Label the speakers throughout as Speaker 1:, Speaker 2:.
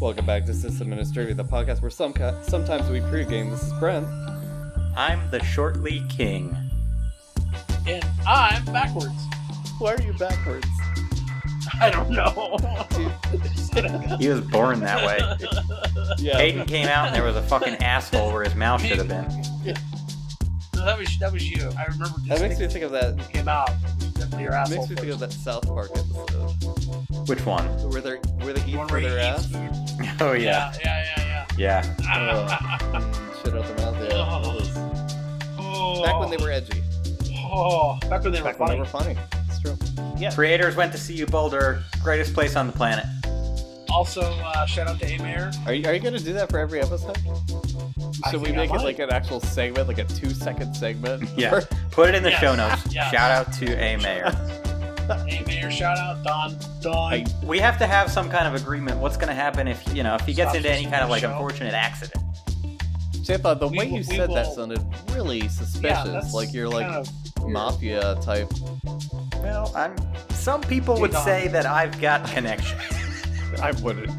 Speaker 1: Welcome back to System Ministry, the podcast where some sometimes we pregame. This is Brent.
Speaker 2: I'm the Shortly King.
Speaker 3: And I'm backwards.
Speaker 1: Why are you backwards?
Speaker 3: I don't know.
Speaker 1: Dude,
Speaker 2: He was born that way.
Speaker 1: yeah,
Speaker 2: Hayden came out and there was a fucking asshole where his mouth should have been.
Speaker 3: No, that was that was you. I remember
Speaker 1: that makes me
Speaker 3: distinctly
Speaker 1: think of that.
Speaker 3: when you came out. It was Definitely your asshole.
Speaker 1: Makes me think of that
Speaker 3: first.
Speaker 1: South Park episode
Speaker 2: Which one?
Speaker 1: where they where they eat
Speaker 3: One
Speaker 1: for
Speaker 3: where
Speaker 1: their
Speaker 3: he
Speaker 1: ass.
Speaker 3: eats food.
Speaker 2: Oh
Speaker 3: Yeah, yeah, yeah,
Speaker 2: Yeah.
Speaker 3: yeah.
Speaker 1: Mm, Shit out their mouth. Yeah.
Speaker 3: Oh.
Speaker 1: Back when they were edgy.
Speaker 3: Oh, back when they were
Speaker 1: Back when they
Speaker 3: funny.
Speaker 1: were funny. It's true.
Speaker 2: Creators went to see you Boulder, greatest place on the planet.
Speaker 3: Also, uh, shout out to Amer.
Speaker 1: Are you, are you gonna do that for every episode?
Speaker 3: I
Speaker 1: Should we
Speaker 3: think I
Speaker 1: make it
Speaker 3: might.
Speaker 1: like an actual segment, like a two second segment?
Speaker 2: Yeah. Put it in the
Speaker 3: Yes.
Speaker 2: show notes.
Speaker 3: Yeah.
Speaker 2: Shout out to A Mayor.
Speaker 3: Amer, shout out Don.
Speaker 1: I-
Speaker 3: Don.
Speaker 2: We have to have some kind of agreement. What's gonna happen if you know if he gets
Speaker 3: Stop
Speaker 2: into any kind of like
Speaker 3: show.
Speaker 2: unfortunate accident?
Speaker 1: Chippa, the
Speaker 3: We
Speaker 1: way
Speaker 3: will-
Speaker 1: you
Speaker 3: we
Speaker 1: said that
Speaker 3: will-
Speaker 1: sounded really
Speaker 3: Yeah,
Speaker 1: suspicious.
Speaker 3: that's
Speaker 1: like you're like
Speaker 3: kind of weird.
Speaker 1: mafia type.
Speaker 2: Well, I'm. Some people would
Speaker 3: Ding dong.
Speaker 2: say that I've got connections.
Speaker 1: I wouldn't.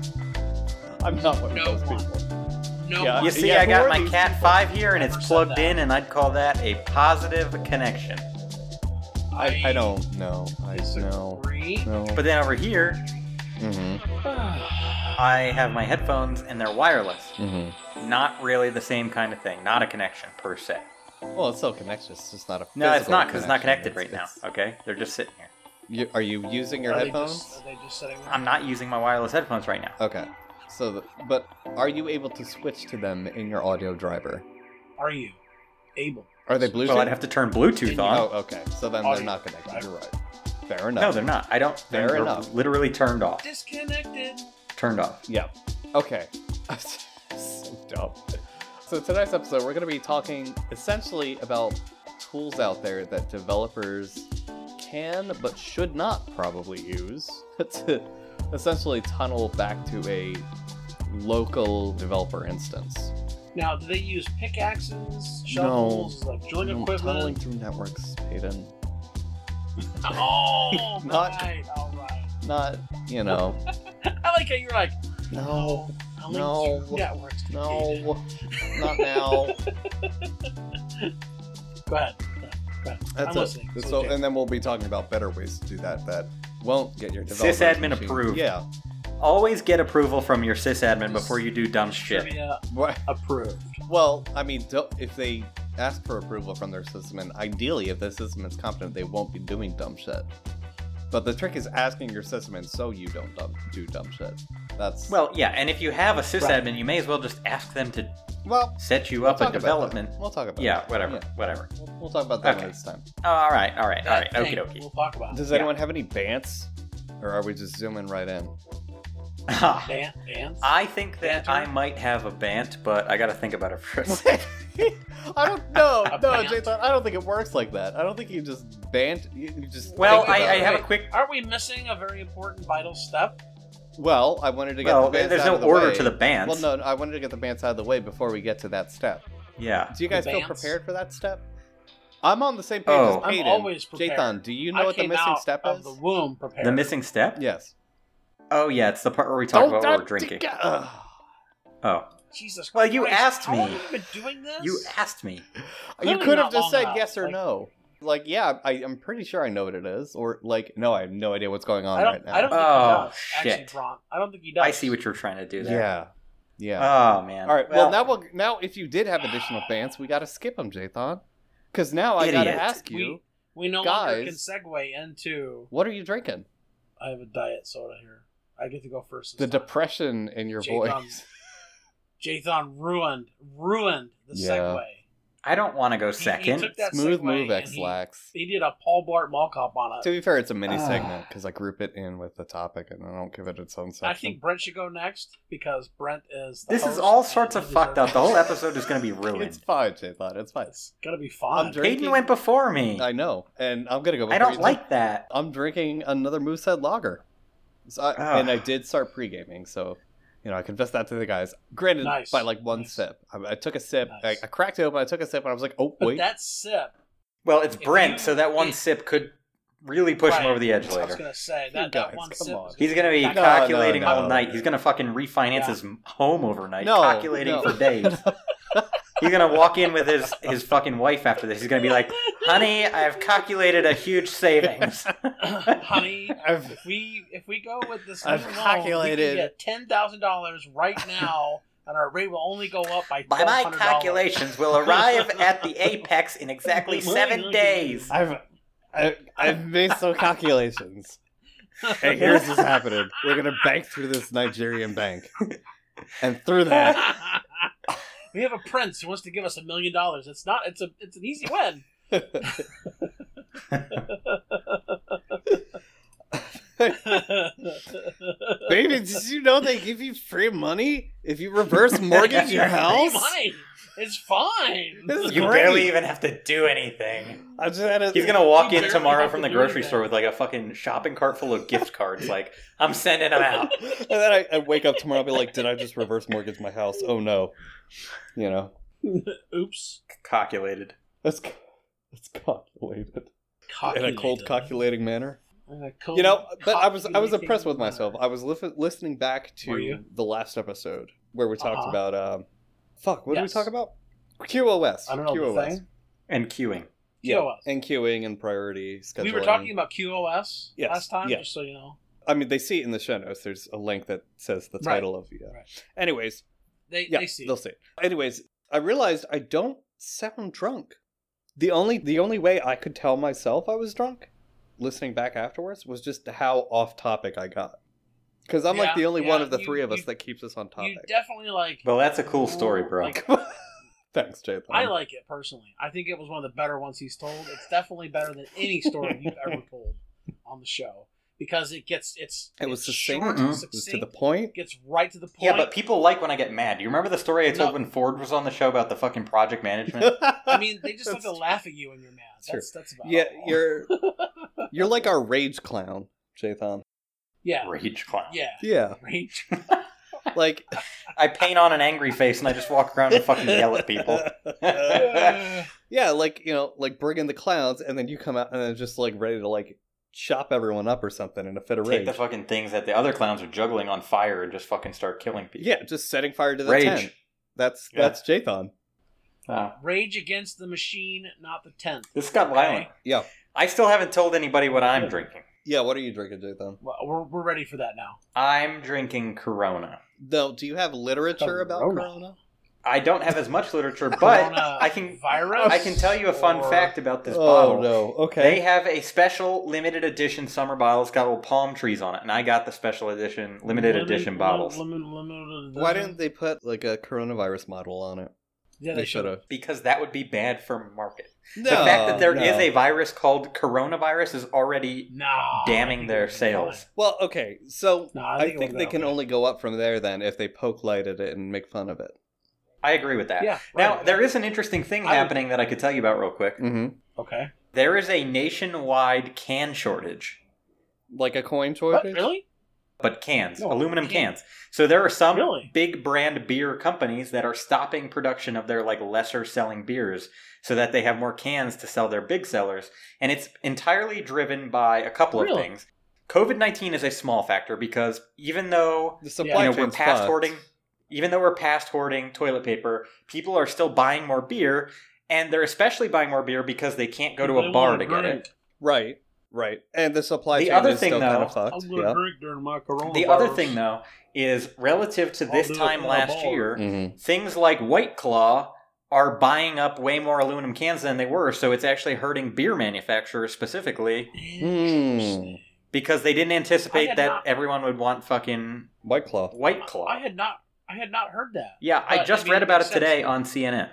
Speaker 1: I'm not one
Speaker 3: No
Speaker 1: of those
Speaker 3: one.
Speaker 1: people.
Speaker 3: No,
Speaker 1: Yeah.
Speaker 2: You
Speaker 3: one-
Speaker 2: see,
Speaker 1: Yeah,
Speaker 2: I
Speaker 1: who
Speaker 2: got
Speaker 1: are
Speaker 2: my
Speaker 1: these
Speaker 2: Cat
Speaker 1: people?
Speaker 2: Five here, and it's
Speaker 3: Never said
Speaker 2: plugged
Speaker 3: that.
Speaker 2: in, and I'd call that a positive connection.
Speaker 1: I, I don't know. I know.
Speaker 3: Disagree.
Speaker 1: No.
Speaker 2: But then over here,
Speaker 1: mm-hmm.
Speaker 2: I have my headphones, and they're wireless.
Speaker 1: Mm-hmm.
Speaker 2: Not really the same kind of thing. Not a connection per se.
Speaker 1: Well, it's still connected. It's just not a.
Speaker 2: No, it's
Speaker 1: physical
Speaker 2: not because it's not
Speaker 1: connection.
Speaker 2: connected right now.
Speaker 1: It's-
Speaker 2: Okay, they're just sitting here.
Speaker 1: You, are you using your
Speaker 3: Are they
Speaker 1: headphones?
Speaker 3: just- are they just sitting there?
Speaker 2: I'm not using my wireless headphones right now.
Speaker 1: Okay. So, the, but are you able to switch to them in your audio driver?
Speaker 3: Are you able?
Speaker 1: Are they Bluetooth?
Speaker 2: Well, Oh, I'd have to turn Bluetooth on.
Speaker 1: Oh, okay. So then
Speaker 3: Audio
Speaker 1: they're not connected.
Speaker 3: driver.
Speaker 1: You're right. Fair enough.
Speaker 2: No, they're not. I don't.
Speaker 1: Fair
Speaker 2: they're
Speaker 1: enough.
Speaker 2: Literally turned off.
Speaker 3: Disconnected.
Speaker 2: Turned off.
Speaker 1: Yeah. Okay. so dumb. So tonight's episode, we're going to be talking essentially about tools out there that developers can but should not probably use to essentially tunnel back to a local developer instance.
Speaker 3: Now, do they use pickaxes, shovels, like drilling
Speaker 1: No, Mm, tunneling
Speaker 3: equipment?
Speaker 1: through networks, Hayden.
Speaker 3: Oh,
Speaker 1: Not-
Speaker 3: right, all right.
Speaker 1: Not, you know.
Speaker 3: I like how you're like, "Oh,
Speaker 1: No.
Speaker 3: I'm
Speaker 1: No.
Speaker 3: networks. David.
Speaker 1: No. Not now.
Speaker 3: Go ahead.
Speaker 1: That's
Speaker 3: I'm
Speaker 1: it.
Speaker 3: listening. It's
Speaker 1: So,
Speaker 3: okay.
Speaker 1: and then we'll be talking about better ways to do that that won't get your developers
Speaker 2: Sysadmin
Speaker 1: machine-
Speaker 2: approved.
Speaker 1: Yeah.
Speaker 2: Always get approval from your sysadmin before you do dumb shit.
Speaker 3: Trivia
Speaker 1: Wha-
Speaker 3: approved.
Speaker 1: Well, I mean, don't- if they ask for approval from their system, and ideally, if the system is competent, they won't be doing dumb shit. But the trick is asking your system, and so you don't dumb, do dumb shit. That's
Speaker 2: Well, yeah, and if you have a sysadmin,
Speaker 3: Right.
Speaker 2: you may as well just ask them to
Speaker 1: well.
Speaker 2: set you
Speaker 1: we'll
Speaker 2: up
Speaker 1: talk
Speaker 2: a
Speaker 1: about that.
Speaker 2: development.
Speaker 1: We'll talk about.
Speaker 2: Yeah,
Speaker 1: that.
Speaker 2: whatever, whatever.
Speaker 1: We'll, we'll talk about that
Speaker 2: Okay.
Speaker 1: next time.
Speaker 2: Oh, all right, all right, all right.
Speaker 3: That
Speaker 2: Okie
Speaker 3: thing
Speaker 2: dokie.
Speaker 3: We'll talk about
Speaker 1: Does
Speaker 2: Yeah.
Speaker 1: anyone have any bants, or are we just zooming right in?
Speaker 2: Ah,
Speaker 3: Dan, dance.
Speaker 2: I think that
Speaker 3: Banter?
Speaker 2: I might have a bant, but I gotta think about it first. I
Speaker 1: I don't know.
Speaker 3: A
Speaker 1: No,
Speaker 3: bant.
Speaker 1: Jathan, I don't think it works like that. I don't think you just bant. You you just
Speaker 2: Well,
Speaker 1: think
Speaker 2: I-
Speaker 1: about
Speaker 2: I
Speaker 1: it.
Speaker 2: have a quick-
Speaker 3: Aren't we missing a very important vital step?
Speaker 1: Well, I wanted to get.
Speaker 2: well,
Speaker 1: the bants
Speaker 2: there's
Speaker 1: out
Speaker 2: no
Speaker 1: of the
Speaker 2: order
Speaker 1: way.
Speaker 2: to the bant.
Speaker 1: Well, no, no, I wanted to get the bants out of the way before we get to that step.
Speaker 2: Yeah.
Speaker 1: Do you guys
Speaker 3: The
Speaker 1: feel
Speaker 3: bants?
Speaker 1: prepared for that step? I'm on the same page
Speaker 2: Oh.
Speaker 1: as
Speaker 3: I'm
Speaker 1: Peyton.
Speaker 3: always prepared.
Speaker 1: Jathan, do you know
Speaker 3: I
Speaker 1: what the
Speaker 3: came
Speaker 1: missing
Speaker 3: out
Speaker 1: step
Speaker 3: of
Speaker 1: is?
Speaker 3: the womb prepared.
Speaker 2: The missing step?
Speaker 1: Yes.
Speaker 2: Oh, yeah, it's the part where we talk about what we're
Speaker 1: Don't-
Speaker 2: drinking.
Speaker 1: Ugh.
Speaker 2: Oh.
Speaker 3: Jesus.
Speaker 2: Well, you
Speaker 3: Christ,
Speaker 2: asked
Speaker 3: how
Speaker 2: me.
Speaker 3: long have you been doing this?
Speaker 2: You asked me.
Speaker 1: You
Speaker 3: Clearly
Speaker 1: could have
Speaker 3: not
Speaker 1: just
Speaker 3: long
Speaker 1: said
Speaker 3: enough,
Speaker 1: yes or
Speaker 3: like-
Speaker 1: no. Like, yeah, I, I'm pretty sure I know what it is. Or, like, no, I have no idea what's going on
Speaker 3: I don't.
Speaker 1: right now.
Speaker 3: I don't think
Speaker 2: Oh,
Speaker 3: he does. Actually,
Speaker 2: shit.
Speaker 3: Bron, I don't think he does.
Speaker 2: I see what you're trying to do there.
Speaker 1: yeah. Yeah.
Speaker 2: Oh, man.
Speaker 1: All right. Well, now we'll now if you did have additional bants, we got to skip them, Jathan. Because now I got to
Speaker 2: Idiot.
Speaker 1: ask you,
Speaker 3: We no longer can
Speaker 1: Guys.
Speaker 3: segue into.
Speaker 1: what are you drinking?
Speaker 3: I have a diet soda here. I get to go first.
Speaker 1: The
Speaker 3: this time.
Speaker 1: depression in your
Speaker 3: Jathan.
Speaker 1: voice.
Speaker 3: Jathan ruined, ruined the
Speaker 1: Yeah.
Speaker 3: segue.
Speaker 2: I don't want to go
Speaker 3: he
Speaker 2: second.
Speaker 3: took that
Speaker 1: Smooth
Speaker 3: segue
Speaker 1: move,
Speaker 3: and
Speaker 1: X
Speaker 3: he-
Speaker 1: lax.
Speaker 3: He did a Paul Blart Mall Cop on
Speaker 1: To
Speaker 3: it.
Speaker 1: be fair, it's a mini
Speaker 2: Ah.
Speaker 1: segment because I group it in with the topic and I don't give it its own section.
Speaker 3: I think Brent should go next because Brent is. The
Speaker 2: This is
Speaker 3: host
Speaker 2: all
Speaker 3: and
Speaker 2: sorts
Speaker 3: he
Speaker 2: of fucked up.
Speaker 3: deserves-
Speaker 2: The whole episode is going to be
Speaker 1: it's
Speaker 2: ruined.
Speaker 1: fine, Jathan. It's fine.
Speaker 3: It's gonna be fun.
Speaker 1: Andre-
Speaker 2: Hayden went before me.
Speaker 1: I know, and I'm gonna go.
Speaker 2: I
Speaker 1: before you
Speaker 2: don't
Speaker 1: do.
Speaker 2: like that.
Speaker 1: I'm drinking another Moosehead Lager, so I,
Speaker 2: Ah.
Speaker 1: and I did start pre gaming, so you know I confessed that to the guys. Granted,
Speaker 3: Nice.
Speaker 1: by like one
Speaker 3: Nice.
Speaker 1: sip, I, I took a sip, I,
Speaker 3: Nice.
Speaker 1: I cracked it open, I took a sip, and I was like, oh
Speaker 3: But
Speaker 1: wait,
Speaker 3: that sip.
Speaker 2: Well, it's
Speaker 3: If
Speaker 2: Brent,
Speaker 3: you-
Speaker 2: so that one
Speaker 3: it-
Speaker 2: sip could really push him
Speaker 3: Right.
Speaker 2: over the edge
Speaker 3: That's what I was
Speaker 2: later.
Speaker 3: gonna say
Speaker 1: You
Speaker 3: that, that
Speaker 1: guys,
Speaker 3: one
Speaker 1: come
Speaker 3: sip
Speaker 1: on.
Speaker 3: is-
Speaker 2: He's gonna be
Speaker 3: No, no,
Speaker 2: calculating
Speaker 1: no.
Speaker 2: all night. He's gonna fucking refinance
Speaker 3: Yeah.
Speaker 2: his home overnight,
Speaker 1: No,
Speaker 2: calculating
Speaker 1: no.
Speaker 2: for days. He's gonna walk in with his his fucking wife after this. He's gonna be like, "Honey, I've calculated a huge savings."
Speaker 3: honey.
Speaker 1: I've-
Speaker 3: If we if we go with this,
Speaker 1: I've
Speaker 3: new loan, we
Speaker 1: calculated-
Speaker 3: can get ten thousand dollars right now, and our rate will only go up by
Speaker 2: By my
Speaker 3: $1,200.
Speaker 2: calculations, we'll arrive at the apex in exactly seven days.
Speaker 1: I've I, I've made some calculations. And here's what's happening. We're gonna bank through this Nigerian bank. And through that
Speaker 3: we have a prince who wants to give us a million dollars. It's not. It's a. It's an easy win.
Speaker 1: Baby, did you know they give you free money if you reverse mortgage your
Speaker 2: Free
Speaker 1: house?
Speaker 3: money. It's fine.
Speaker 1: This is
Speaker 2: You
Speaker 1: great.
Speaker 2: barely even have to do anything.
Speaker 1: I just had a,
Speaker 2: He's gonna walk
Speaker 3: You
Speaker 2: in
Speaker 3: barely
Speaker 2: tomorrow
Speaker 3: have
Speaker 2: from
Speaker 3: to
Speaker 2: the
Speaker 3: do
Speaker 2: grocery
Speaker 3: anything.
Speaker 2: store with like a fucking shopping cart full of gift cards. Like, I'm sending them out.
Speaker 1: and then I, I wake up tomorrow and be like, did I just reverse mortgage my house? Oh no. You know.
Speaker 3: Oops.
Speaker 2: Calculated.
Speaker 1: That's that's calculated. In a cold
Speaker 3: Calculated.
Speaker 1: calculating manner.
Speaker 3: In a cold
Speaker 1: You know, but I was I was
Speaker 3: calculating
Speaker 1: impressed with
Speaker 3: manner.
Speaker 1: myself. I was lif- listening back
Speaker 3: Were
Speaker 1: to
Speaker 3: you?
Speaker 1: the last episode where we talked
Speaker 3: Uh-huh.
Speaker 1: about um fuck, what
Speaker 3: Yes.
Speaker 1: did we talk about? QoS.
Speaker 3: I don't know the
Speaker 1: QoS.
Speaker 3: thing.
Speaker 2: And queuing.
Speaker 1: Yeah.
Speaker 3: QoS.
Speaker 1: And queuing and priority scheduling.
Speaker 3: We were talking about QoS
Speaker 1: Yes,
Speaker 3: last time,
Speaker 1: yeah.
Speaker 3: just so you know.
Speaker 1: I mean, they see it in the show notes. There's a link that says the
Speaker 3: Right.
Speaker 1: title of the. Uh...
Speaker 3: Right.
Speaker 1: Anyways,
Speaker 3: They
Speaker 1: yeah,
Speaker 3: they see.
Speaker 1: they'll see. it. Anyways, I realized I don't sound drunk. The only the only way I could tell myself I was drunk, listening back afterwards, was just how off topic I got. Because I'm like
Speaker 3: Yeah,
Speaker 1: the only
Speaker 3: yeah,
Speaker 1: one of the
Speaker 3: you-
Speaker 1: three of us
Speaker 3: you-
Speaker 1: that keeps us on
Speaker 3: You
Speaker 1: topic.
Speaker 3: definitely like.
Speaker 2: Well, that's a cool story, bro.
Speaker 3: Like,
Speaker 1: Thanks, Jay.
Speaker 3: I
Speaker 2: Um,
Speaker 3: like it personally. I think it was one of the better ones he's told. It's definitely better than any story you've ever told on the show because it gets it's
Speaker 1: It was
Speaker 3: it's
Speaker 1: succinct.
Speaker 3: short,
Speaker 2: It was
Speaker 1: It was
Speaker 3: succinct,
Speaker 1: to the point.
Speaker 3: gets right to the point.
Speaker 2: yeah, but people like when I get mad. Do you remember the story I told
Speaker 3: No.
Speaker 2: when Ford was on the show about the fucking project management?
Speaker 3: I mean, they just have to
Speaker 1: That's-
Speaker 3: laugh at you when you're mad.
Speaker 1: Sure.
Speaker 3: That's that's about
Speaker 1: Yeah,
Speaker 3: all.
Speaker 1: you're you're like our rage clown, Jathan.
Speaker 3: yeah
Speaker 2: Rage clown.
Speaker 3: yeah
Speaker 1: Yeah,
Speaker 3: Right?
Speaker 1: like
Speaker 2: I paint on an angry face and I just walk around and fucking yell at people.
Speaker 1: yeah, like you know, like bring in the clowns, and then you come out and then just like ready to like chop everyone up or something in a fit of
Speaker 2: Take
Speaker 1: rage.
Speaker 2: the fucking things that the other clowns are juggling on fire and just fucking start killing people.
Speaker 1: yeah, just setting fire to the
Speaker 2: Rage.
Speaker 1: tent. That's
Speaker 2: Yeah.
Speaker 1: that's Jathan.
Speaker 2: Ah.
Speaker 3: Rage against the machine, not the tenth.
Speaker 2: this got violent.
Speaker 1: Yeah,
Speaker 2: I still haven't told anybody what I'm drinking.
Speaker 1: yeah. What are you drinking, Jathan?
Speaker 3: Well, we're we're ready for that now.
Speaker 2: I'm drinking Corona.
Speaker 1: Though, do you have literature about
Speaker 3: Corona.
Speaker 1: Corona?
Speaker 2: I don't have as much literature, but
Speaker 3: Corona
Speaker 2: I can
Speaker 3: virus.
Speaker 2: I can tell you a fun
Speaker 3: or-
Speaker 2: fact about this bottle.
Speaker 1: oh no.
Speaker 2: They
Speaker 1: Okay.
Speaker 2: have a special limited edition summer bottle. It's got little palm trees on it, and I got the special edition limited
Speaker 3: Lemon-
Speaker 2: edition
Speaker 3: lemon-
Speaker 2: bottles
Speaker 3: lemon- lemon-
Speaker 1: Why didn't they put like a coronavirus model on it?
Speaker 3: Yeah,
Speaker 1: they should have.
Speaker 2: because that would be bad for market.
Speaker 1: No,
Speaker 2: The fact that there
Speaker 1: no.
Speaker 2: is a virus called coronavirus is already
Speaker 3: No.
Speaker 2: damning their sales.
Speaker 1: well, okay. So
Speaker 3: No,
Speaker 1: I think they can
Speaker 3: only.
Speaker 1: only go up from there then if they poke light at it and make fun of it.
Speaker 2: I agree with that.
Speaker 3: Yeah.
Speaker 2: Now there is an interesting thing
Speaker 3: I would-
Speaker 2: happening that I could tell you about real quick.
Speaker 1: Mm-hmm.
Speaker 3: Okay.
Speaker 2: There is a nationwide can shortage,
Speaker 1: Like a coin
Speaker 3: What?
Speaker 1: shortage.
Speaker 3: Really?
Speaker 2: but cans,
Speaker 3: No,
Speaker 2: aluminum
Speaker 3: can-
Speaker 2: cans. So there are some
Speaker 3: Really?
Speaker 2: big brand beer companies that are stopping production of their like lesser selling beers so that they have more cans to sell their big sellers and it's entirely driven by a couple
Speaker 3: Really?
Speaker 2: of things covid-19 is a small factor because even though
Speaker 1: The
Speaker 3: Yeah.
Speaker 1: supply
Speaker 2: you know,
Speaker 1: chain
Speaker 2: we're past hoarding even though we're past hoarding toilet paper people are still buying more beer and they're especially buying more beer because they can't go to
Speaker 3: They
Speaker 2: a bar
Speaker 3: wanna
Speaker 2: to get
Speaker 3: drink.
Speaker 2: it
Speaker 1: Right, right. And the supply
Speaker 2: The
Speaker 1: chain
Speaker 2: other
Speaker 1: is
Speaker 2: thing,
Speaker 1: still kind
Speaker 2: though-
Speaker 1: of fucked.
Speaker 3: I'm gonna
Speaker 1: Yeah.
Speaker 3: drink during my coronavirus.
Speaker 2: the other thing though is relative to
Speaker 3: I'll
Speaker 2: this
Speaker 3: do it
Speaker 2: time
Speaker 3: in a
Speaker 2: last
Speaker 3: bar.
Speaker 2: year things like White Claw are buying up way more aluminum cans than they were, so it's actually hurting beer manufacturers specifically
Speaker 3: Interesting.
Speaker 1: Hmm.
Speaker 2: because they didn't
Speaker 3: I
Speaker 2: anticipate
Speaker 3: had
Speaker 2: that
Speaker 3: not-
Speaker 2: everyone would want fucking
Speaker 1: White Claw.
Speaker 2: White Claw.
Speaker 3: I had not. I had not heard that.
Speaker 2: yeah, I
Speaker 3: but,
Speaker 2: just
Speaker 3: I mean,
Speaker 2: read
Speaker 3: it
Speaker 2: about it
Speaker 3: makes
Speaker 2: today
Speaker 3: sense.
Speaker 2: on CNN.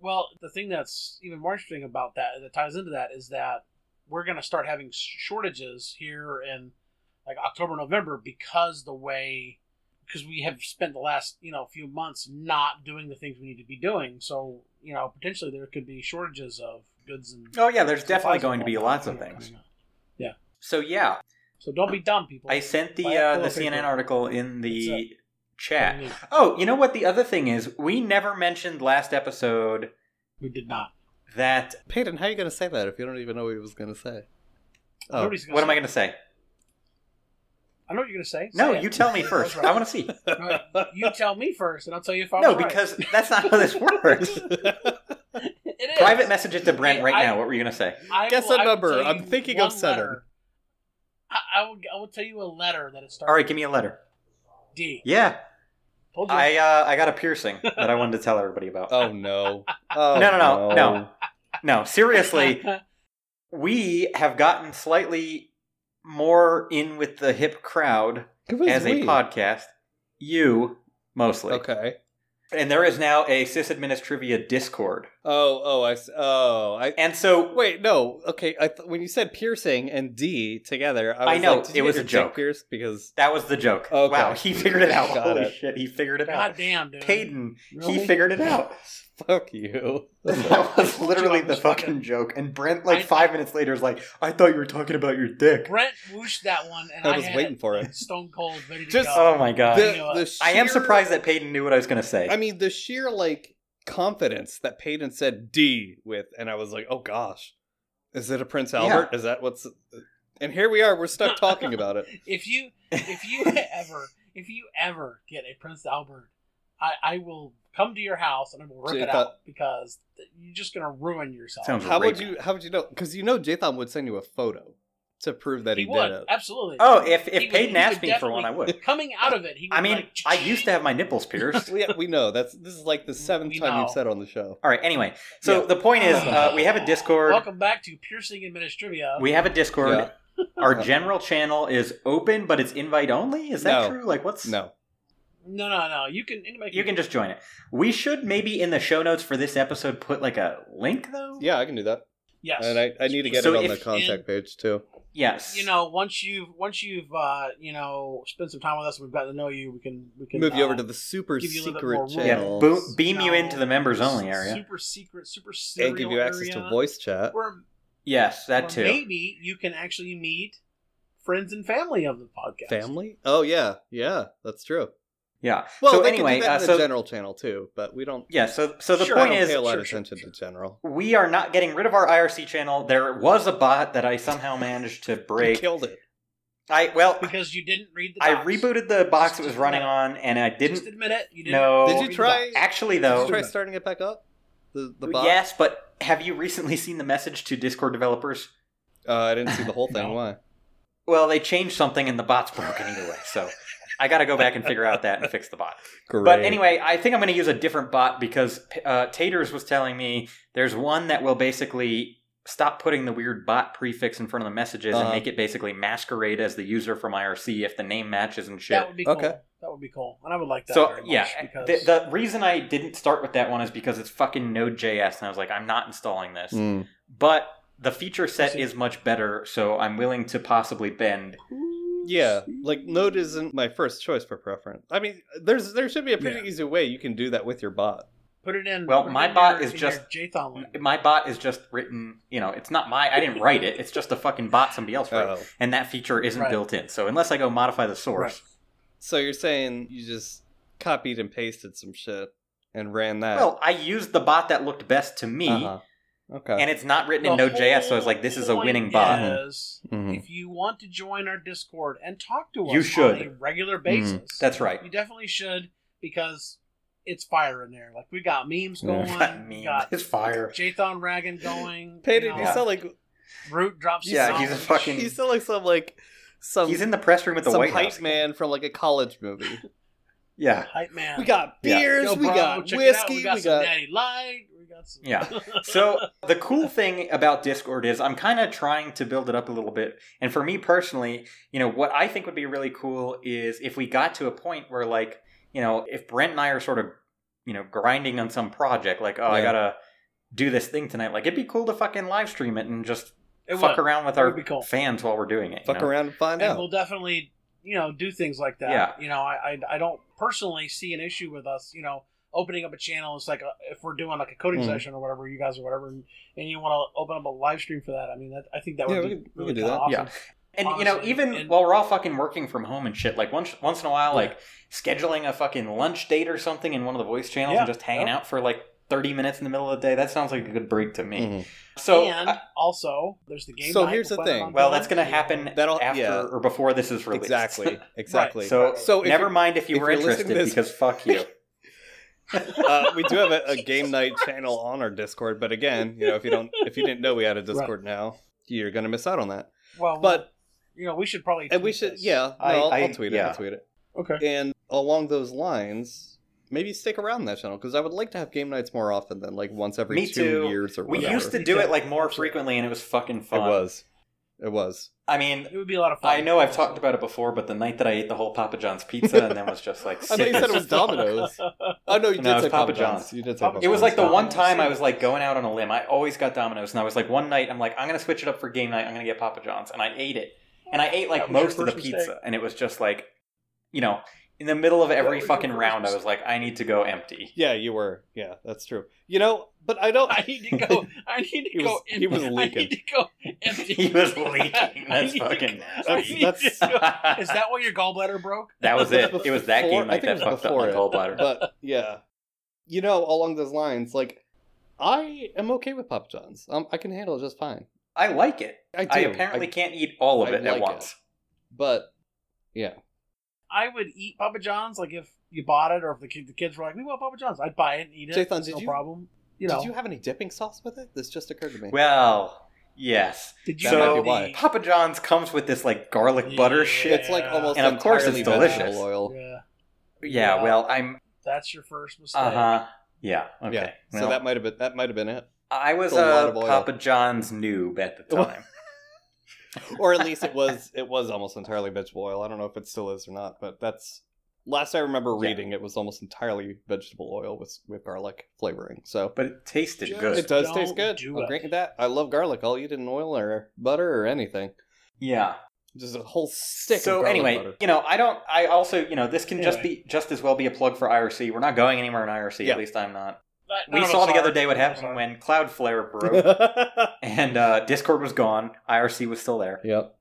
Speaker 3: Well, the thing that's even more interesting about that that ties into that is that we're going to start having shortages here in like October, November because the way because we have spent the last you know few months not doing the things we need to be doing. So you know potentially there could be shortages of goods and.
Speaker 2: Oh yeah, there's definitely
Speaker 3: supplies
Speaker 2: going to be
Speaker 3: and
Speaker 2: lots of
Speaker 3: whatnot
Speaker 2: things.
Speaker 3: coming up.
Speaker 2: So yeah,
Speaker 3: So don't be dumb, people.
Speaker 2: I sent the
Speaker 3: Buy a
Speaker 2: uh,
Speaker 3: pillow
Speaker 2: the
Speaker 3: paper.
Speaker 2: CNN article in the
Speaker 3: It's
Speaker 2: chat. Oh, you know what? The other thing is, we never mentioned last episode
Speaker 3: We did not.
Speaker 2: that
Speaker 1: Peyton, how are you going to say that if you don't even know what he was going to say? Oh.
Speaker 3: Nobody's gonna
Speaker 2: What
Speaker 3: say
Speaker 2: am I going to say?
Speaker 3: I know what you're gonna say.
Speaker 2: No,
Speaker 3: Say it.
Speaker 2: you tell me first.
Speaker 3: right.
Speaker 2: I want to see.
Speaker 3: You tell me first, and I'll tell you if I
Speaker 2: No,
Speaker 3: was right.
Speaker 2: because that's not how this works.
Speaker 1: Oh.
Speaker 3: It is.
Speaker 2: Private message it to Brent right
Speaker 3: I-
Speaker 2: now. What were you going to say?
Speaker 3: I
Speaker 1: Guess
Speaker 3: will-
Speaker 1: a
Speaker 3: I will
Speaker 1: number.
Speaker 3: tell you
Speaker 1: I'm thinking of
Speaker 3: one
Speaker 1: seven.
Speaker 3: letter. I, I will. I will tell you a letter that it starts.
Speaker 2: All right, give me a letter.
Speaker 3: with D.
Speaker 2: Yeah,
Speaker 3: Told you.
Speaker 2: I uh, I got a piercing that I wanted to tell everybody about.
Speaker 1: Oh no. Oh,
Speaker 2: no, no, no, no, no. Seriously, we have gotten slightly more in with the hip crowd
Speaker 1: Who is
Speaker 2: as
Speaker 1: we?
Speaker 2: a podcast. You mostly,
Speaker 1: Okay.
Speaker 2: and there is now a sysadminis trivia Discord,
Speaker 1: Oh, oh, I. s- Oh, I.
Speaker 2: and so
Speaker 1: Wait, no. Okay, I th- when you said piercing and D together, I,
Speaker 2: I
Speaker 1: was
Speaker 2: know,
Speaker 1: like, did
Speaker 2: it
Speaker 1: you get
Speaker 2: was a
Speaker 1: your dick
Speaker 2: joke.
Speaker 1: Pierced because
Speaker 2: that was the joke.
Speaker 1: Okay.
Speaker 2: Wow, he figured it out.
Speaker 1: Got
Speaker 2: Holy
Speaker 1: it.
Speaker 2: shit, he figured it out.
Speaker 3: God damn, dude.
Speaker 2: Payton,
Speaker 3: Really?
Speaker 2: he figured it out.
Speaker 1: fuck you.
Speaker 2: That was literally the
Speaker 3: Just fucking-
Speaker 2: fucking joke. And Brent, like
Speaker 3: I-
Speaker 2: five minutes later, is like, "I thought you were talking about your dick."
Speaker 3: Brent whooshed that one, and
Speaker 1: I
Speaker 3: I,
Speaker 1: was
Speaker 3: had
Speaker 1: waiting for it.
Speaker 3: Stone Cold ready to
Speaker 1: Just-
Speaker 3: go.
Speaker 2: Oh my god!
Speaker 3: The-
Speaker 2: I am
Speaker 1: sheer-
Speaker 2: surprised that Peyton knew what I was going to say.
Speaker 1: I mean, the sheer like confidence that Peyton said D with, and I was like, oh gosh, is it a Prince Albert? Is that what's? And here we are. We're stuck talking about it.
Speaker 3: If you, if you ever, if you ever get a Prince Albert, I, I will come to your house and I will rip
Speaker 1: Jay
Speaker 3: it
Speaker 1: thought-
Speaker 3: out because you're just gonna ruin yourself.
Speaker 2: Sounds
Speaker 1: How would
Speaker 2: Great.
Speaker 1: you? How would you know? Because you know, Jathan would send you a photo to prove that he,
Speaker 3: he
Speaker 1: did
Speaker 3: would
Speaker 1: it.
Speaker 3: absolutely.
Speaker 2: oh, if
Speaker 3: He
Speaker 2: if
Speaker 3: would-
Speaker 2: Peyton
Speaker 3: he
Speaker 2: asked
Speaker 3: would
Speaker 2: me for one, I
Speaker 3: definitely-
Speaker 2: would.
Speaker 3: Coming out of it, he. Would
Speaker 2: I mean,
Speaker 3: like,
Speaker 2: I used to have my nipples pierced.
Speaker 1: Well, yeah, we know that's this is like the seventh
Speaker 3: We
Speaker 1: time
Speaker 3: know.
Speaker 1: you've said on the show.
Speaker 2: All right. Anyway, so
Speaker 1: Yeah.
Speaker 2: the point is, uh, we have a Discord.
Speaker 3: Welcome back to Piercing and Minutes Trivia.
Speaker 2: We have a Discord.
Speaker 1: Yeah.
Speaker 2: Our general channel is open, but it's invite only. Is that
Speaker 1: No.
Speaker 2: true? Like, what's
Speaker 1: No,
Speaker 3: no, no, no. You can anybody.
Speaker 2: You can just join it. We should maybe in the show notes for this episode put like a link though.
Speaker 1: yeah, I can do that,
Speaker 3: Yes.
Speaker 1: and I, I need to get
Speaker 2: So
Speaker 1: it on
Speaker 2: if
Speaker 1: the contact page too.
Speaker 2: Yes.
Speaker 3: you know, once you've once you've uh, you know spent some time with us, we've gotten to know you. We can we can
Speaker 1: Move you over
Speaker 3: uh,
Speaker 1: to the super
Speaker 3: give you a little bit
Speaker 1: secret
Speaker 3: more room.
Speaker 2: Yeah,
Speaker 1: channel
Speaker 2: bo- beam
Speaker 3: No.
Speaker 2: you into the members only area.
Speaker 3: super secret, super serial
Speaker 1: and give you access
Speaker 3: area,
Speaker 1: to voice chat.
Speaker 3: Or,
Speaker 2: Yes, that
Speaker 3: or
Speaker 2: too.
Speaker 3: Maybe you can actually meet friends and family of the podcast.
Speaker 1: Family? Oh yeah, yeah, that's true.
Speaker 2: Yeah.
Speaker 1: Well,
Speaker 2: so
Speaker 1: they can do
Speaker 2: anyway,
Speaker 1: that
Speaker 2: uh,
Speaker 1: in the
Speaker 2: so
Speaker 1: general channel too, but we don't.
Speaker 2: yeah, so so the
Speaker 3: Sure,
Speaker 1: I
Speaker 2: point
Speaker 1: don't
Speaker 2: is
Speaker 1: pay a lot
Speaker 2: sure,
Speaker 1: of
Speaker 2: sure.
Speaker 1: attention to general.
Speaker 2: we are not getting rid of our IRC channel. There was a bot that I somehow managed to
Speaker 1: We
Speaker 2: break.
Speaker 1: killed it.
Speaker 2: I well,
Speaker 3: because you didn't read the.
Speaker 2: I
Speaker 3: docs.
Speaker 2: rebooted the box it
Speaker 3: Just
Speaker 2: was running
Speaker 3: admit
Speaker 2: on, and I
Speaker 3: Just
Speaker 2: didn't
Speaker 3: admit it. You didn't
Speaker 2: know.
Speaker 1: Did
Speaker 3: read
Speaker 1: you
Speaker 3: the
Speaker 1: try?
Speaker 3: docs.
Speaker 2: Actually,
Speaker 1: Did
Speaker 2: though,
Speaker 1: you try starting it back up? The the bot.
Speaker 2: yes, but have you recently seen the message to Discord developers?
Speaker 1: Uh, I didn't see the whole thing.
Speaker 3: No.
Speaker 1: Why?
Speaker 2: Well, they changed something, and the bot's broken either way. So I got to go back and figure out that and fix the bot.
Speaker 1: Great.
Speaker 2: But anyway, I think I'm going to use a different bot because uh, Taters was telling me there's one that will basically stop putting the weird bot prefix in front of the messages and
Speaker 1: Uh-huh.
Speaker 2: make it basically masquerade as the user from IRC if the name matches and shit.
Speaker 3: That would be cool.
Speaker 1: Okay.
Speaker 3: That would be cool, and I would like that.
Speaker 2: so
Speaker 3: very much
Speaker 2: yeah, eh,
Speaker 3: because
Speaker 2: the, the reason I didn't start with that one is because it's fucking Node.js, and I was like, I'm not installing this.
Speaker 1: Mm.
Speaker 2: But the feature set
Speaker 3: See.
Speaker 2: is much better, so I'm willing to possibly bend.
Speaker 1: Yeah, like Node isn't my first choice for preference. I mean, there's there should be a pretty
Speaker 3: Yeah.
Speaker 1: easy way you can do that with your bot.
Speaker 3: put it in.
Speaker 2: Well,
Speaker 3: put it
Speaker 2: my
Speaker 3: in
Speaker 2: bot
Speaker 3: your-
Speaker 2: is
Speaker 3: in
Speaker 2: just-
Speaker 3: your JSON link.
Speaker 2: My bot is just written, you know, it's not my. I didn't write it. It's just a fucking bot somebody else wrote.
Speaker 1: Oh.
Speaker 2: and that feature isn't
Speaker 3: Right.
Speaker 2: built in. So unless I go modify the source,
Speaker 1: So you're saying you just copied and pasted some shit and ran that?
Speaker 2: well, I used the bot that looked best to me,
Speaker 1: Uh-huh. okay.
Speaker 2: and it's not written in
Speaker 3: The
Speaker 2: Node.js, so I
Speaker 3: whole
Speaker 2: was like, this is a
Speaker 3: point
Speaker 2: winning bot.
Speaker 3: is,
Speaker 1: Mhm.
Speaker 3: If you want to join our Discord and talk to us
Speaker 2: You should.
Speaker 3: on a regular
Speaker 1: Mm-hmm.
Speaker 3: basis,
Speaker 2: That's right.
Speaker 3: you definitely should because it's fire in there. Like we got memes
Speaker 1: Yeah.
Speaker 3: going, we got
Speaker 2: it's fire.
Speaker 3: Jathan Raggin going.
Speaker 1: Peyton,
Speaker 3: you
Speaker 1: you
Speaker 3: know,
Speaker 1: sound like
Speaker 3: Root drops. some
Speaker 2: Yeah, he's a
Speaker 3: knowledge.
Speaker 2: fucking-
Speaker 1: you sound like some like some
Speaker 2: He's in the press room at the
Speaker 1: some
Speaker 2: White
Speaker 1: hype
Speaker 2: House.
Speaker 1: man from like a college movie.
Speaker 2: Yeah.
Speaker 3: hype man.
Speaker 1: We got
Speaker 2: Yeah.
Speaker 1: beers,
Speaker 3: Yo,
Speaker 1: we
Speaker 3: bro,
Speaker 1: got
Speaker 3: check it out.
Speaker 1: whiskey,
Speaker 3: we got some Natty Light, we got some.
Speaker 2: Yeah. So the cool thing about Discord is I'm kind of trying to build it up a little bit. And for me personally, you know, what I think would be really cool is if we got to a point where like, you know, if Brent and I are sort of, you know, grinding on some project, like, oh, I
Speaker 1: Yeah.
Speaker 2: gotta do this thing tonight. Like, it'd be cool to fucking live stream it and just
Speaker 3: It
Speaker 2: fuck
Speaker 3: would.
Speaker 2: around with
Speaker 3: That
Speaker 2: our
Speaker 3: would be cool.
Speaker 2: fans while we're doing it. you
Speaker 1: Fuck
Speaker 2: know?
Speaker 1: around and find
Speaker 3: and
Speaker 1: out.
Speaker 3: we'll definitely you know do things like that
Speaker 2: Yeah.
Speaker 3: you know I, I i don't personally see an issue with us you know opening up a channel it's like a, if we're doing like a coding
Speaker 1: Mhm.
Speaker 3: session or whatever you guys or whatever and, and you want to open up a live stream for that i mean that i think that would
Speaker 1: Yeah,
Speaker 3: be
Speaker 1: we could- we
Speaker 3: really
Speaker 1: could do
Speaker 3: kinda
Speaker 2: that. Yeah.
Speaker 3: awesome.
Speaker 2: And you know,
Speaker 3: Honestly,
Speaker 2: even
Speaker 3: and-
Speaker 2: while we're all fucking working from home and shit, like once once in a while, like scheduling a fucking lunch date or something in one of the voice channels
Speaker 3: Yeah,
Speaker 2: and just hanging
Speaker 3: yeah.
Speaker 2: out for like 30 minutes in the middle of the day. That sounds like a good break to me.
Speaker 1: Mm-hmm.
Speaker 2: So,
Speaker 3: and
Speaker 2: I-
Speaker 3: also there's the game.
Speaker 1: uh, So
Speaker 3: night
Speaker 1: here's
Speaker 3: we're
Speaker 1: the
Speaker 3: planning
Speaker 1: thing.
Speaker 3: on
Speaker 2: well,
Speaker 3: doing.
Speaker 2: that's going to happen
Speaker 1: That'll-
Speaker 2: after
Speaker 1: yeah.
Speaker 2: or before this is released.
Speaker 1: Exactly. Exactly.
Speaker 2: so,
Speaker 1: So if
Speaker 2: never
Speaker 1: you're-
Speaker 2: mind if you
Speaker 1: if
Speaker 2: were
Speaker 1: you're listening
Speaker 2: interested
Speaker 1: to this-
Speaker 2: because fuck you.
Speaker 1: uh, we do have a, a game night channel on our Discord, but again, you know, if you don't, if you didn't know we had a Discord now, you're gonna miss out on that.
Speaker 3: Well,
Speaker 1: But
Speaker 3: you know, we should probably.
Speaker 1: and we
Speaker 3: tweet
Speaker 1: should,
Speaker 3: this.
Speaker 1: yeah, no,
Speaker 2: I-
Speaker 1: I'll,
Speaker 2: I-
Speaker 1: I'll tweet it.
Speaker 2: yeah.
Speaker 1: I'll tweet it.
Speaker 3: Okay.
Speaker 1: And along those lines, maybe stick around that channel because I would like to have game nights more often than like once every
Speaker 2: Me
Speaker 1: two
Speaker 2: too.
Speaker 1: years or
Speaker 2: We
Speaker 1: whatever.
Speaker 2: used to do it like more frequently and it was fucking
Speaker 1: It
Speaker 2: fun.
Speaker 1: was. It was.
Speaker 2: I mean,
Speaker 3: It would be a lot of fun.
Speaker 2: I know I've talked about it before, but the night that I ate the whole Papa John's pizza and then was just like,
Speaker 1: I thought
Speaker 2: sick
Speaker 1: you said
Speaker 2: as
Speaker 1: it was
Speaker 2: fuck.
Speaker 1: Domino's. Oh no, you
Speaker 2: No,
Speaker 1: did
Speaker 2: it was
Speaker 1: say
Speaker 2: Papa
Speaker 1: Papa John's.
Speaker 2: John's.
Speaker 1: You did say
Speaker 3: Papa
Speaker 1: Papa
Speaker 2: It was like the
Speaker 1: John's.
Speaker 2: one time I was like going out on a limb. I always got Domino's, and I was like one night I'm like I'm gonna switch it up for game night. I'm gonna get Papa John's, and I ate it, and I ate like
Speaker 3: That was your
Speaker 2: most of the
Speaker 3: first
Speaker 2: pizza,
Speaker 3: mistake.
Speaker 2: and it was just like, you know, in the middle of every
Speaker 3: was your
Speaker 2: fucking
Speaker 3: first
Speaker 2: round, I was like, I need to go empty.
Speaker 1: Yeah, you were. Yeah, that's true. You know, but I don't.
Speaker 3: I need to go. I need to
Speaker 1: He was-
Speaker 3: go.
Speaker 1: he was
Speaker 3: I need to go empty.
Speaker 2: he was leaking.
Speaker 3: I
Speaker 2: That's
Speaker 3: need to
Speaker 2: fucking
Speaker 3: go- I
Speaker 2: nasty.
Speaker 3: need
Speaker 1: That's-
Speaker 3: to go- Is that why your gallbladder broke?
Speaker 2: that was it.
Speaker 1: Before-
Speaker 2: It was that game
Speaker 1: I
Speaker 2: night
Speaker 1: think
Speaker 2: that
Speaker 1: it was
Speaker 2: fucked up my
Speaker 1: before
Speaker 2: gallbladder.
Speaker 1: but yeah, you know, along those lines, like I am okay with Papa John's. Um, I can handle it just fine.
Speaker 2: I like it.
Speaker 1: I do.
Speaker 2: I apparently can't eat all of
Speaker 1: I
Speaker 2: it at
Speaker 1: like
Speaker 2: once.
Speaker 1: but
Speaker 3: I would eat Papa John's, like if you bought it, or if the, kid, the kids were like, "We want Papa John's," I'd buy it and eat it.
Speaker 1: Jathan,
Speaker 3: It's
Speaker 1: did
Speaker 3: no
Speaker 1: you-
Speaker 3: problem. You know,
Speaker 1: did you have any dipping sauce with it? This just occurred to me.
Speaker 2: Well, yes.
Speaker 3: did
Speaker 1: That
Speaker 3: have
Speaker 1: might
Speaker 2: so
Speaker 1: be why.
Speaker 2: Papa John's comes with this like garlic butter
Speaker 3: Yeah.
Speaker 2: shit.
Speaker 1: it's like almost
Speaker 2: And of course
Speaker 1: entirely
Speaker 2: it's delicious.
Speaker 1: vegetable
Speaker 3: the-
Speaker 1: oil.
Speaker 3: Yeah,
Speaker 2: Yeah,
Speaker 3: Yeah.
Speaker 2: well, I'm.
Speaker 3: that's your first mistake.
Speaker 2: Uh huh. Yeah. Okay.
Speaker 1: Yeah. So
Speaker 2: well,
Speaker 1: that might have been that might have been it,
Speaker 2: I was
Speaker 1: it's a lot
Speaker 2: a
Speaker 1: of oil.
Speaker 2: Papa John's noob at the time.
Speaker 1: or at least it was it was almost entirely vegetable oil. I don't know if it still is or not, but that's last I remember
Speaker 2: Yeah.
Speaker 1: reading. It was almost entirely vegetable oil with with garlic flavoring. So
Speaker 2: but it tasted
Speaker 3: Just-
Speaker 2: good.
Speaker 1: it does
Speaker 3: Don't
Speaker 1: taste good.
Speaker 3: do
Speaker 1: I'll
Speaker 3: it.
Speaker 1: grant you that. I love garlic. I'll eat it in oil or butter or anything.
Speaker 2: Yeah.
Speaker 1: Just a whole stick.
Speaker 2: so
Speaker 1: of garlic
Speaker 2: anyway,
Speaker 1: butter.
Speaker 2: you know, I don't. I also, you know, this can just be just as well be a plug for IRC. We're not going anywhere in IRC.
Speaker 1: Yeah.
Speaker 2: At least I'm not.
Speaker 3: But-
Speaker 2: we
Speaker 3: no, no,
Speaker 2: saw the
Speaker 3: sorry.
Speaker 2: other day what
Speaker 3: No,
Speaker 2: happened
Speaker 3: sorry.
Speaker 2: when Cloudflare broke and uh, Discord was gone. IRC was still there.
Speaker 1: yep.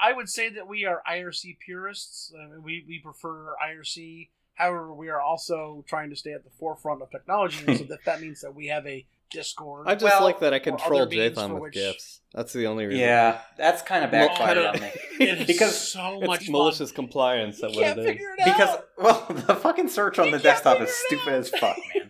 Speaker 3: I would say that we are IRC purists. I mean, we we prefer IRC. However, we are also trying to stay at the forefront of technology, so that that means that we have a Discord.
Speaker 1: I just
Speaker 2: Well,
Speaker 1: like that I
Speaker 3: or
Speaker 1: control
Speaker 3: other means
Speaker 1: Jathan
Speaker 3: for
Speaker 1: with
Speaker 3: which-
Speaker 1: gifts. That's the only reason.
Speaker 2: Yeah, that's kind of
Speaker 1: Well,
Speaker 2: backfired
Speaker 3: kinda-
Speaker 2: on me.
Speaker 3: It is
Speaker 2: because
Speaker 3: so
Speaker 1: It's
Speaker 3: much
Speaker 1: malicious compliance.
Speaker 3: Fun.
Speaker 1: That
Speaker 3: You can't
Speaker 1: what it is.
Speaker 3: figure it
Speaker 2: Because
Speaker 3: out
Speaker 2: well, the fucking search on
Speaker 3: You
Speaker 2: the
Speaker 3: can't
Speaker 2: desktop
Speaker 3: figure
Speaker 2: is
Speaker 3: it
Speaker 2: stupid
Speaker 3: out.
Speaker 2: as fuck, man.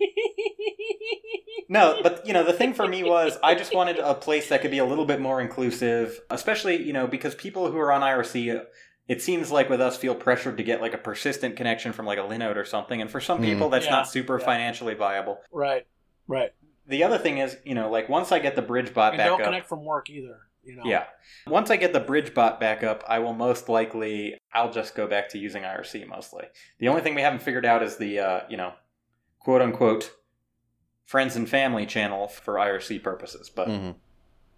Speaker 2: No, but you know, the thing for me was I just wanted a place that could be a little bit more inclusive, especially, you know, because people who are on IRC it seems like with us feel pressured to get like a persistent connection from like a Linode or something, and for some
Speaker 1: Hmm.
Speaker 2: people that's
Speaker 3: Yeah,
Speaker 2: not super
Speaker 3: yeah.
Speaker 2: financially viable.
Speaker 3: right, right.
Speaker 2: The other thing is, you know, like once I get the bridge bot
Speaker 3: And
Speaker 2: back
Speaker 3: don't
Speaker 2: up,
Speaker 3: connect from work either. You know.
Speaker 2: yeah, once I get the bridge bot back up, I will most likely I'll just go back to using IRC mostly. The only thing we haven't figured out is the uh, you know, quote unquote, friends and family channel for IRC purposes, but.
Speaker 1: Mhm.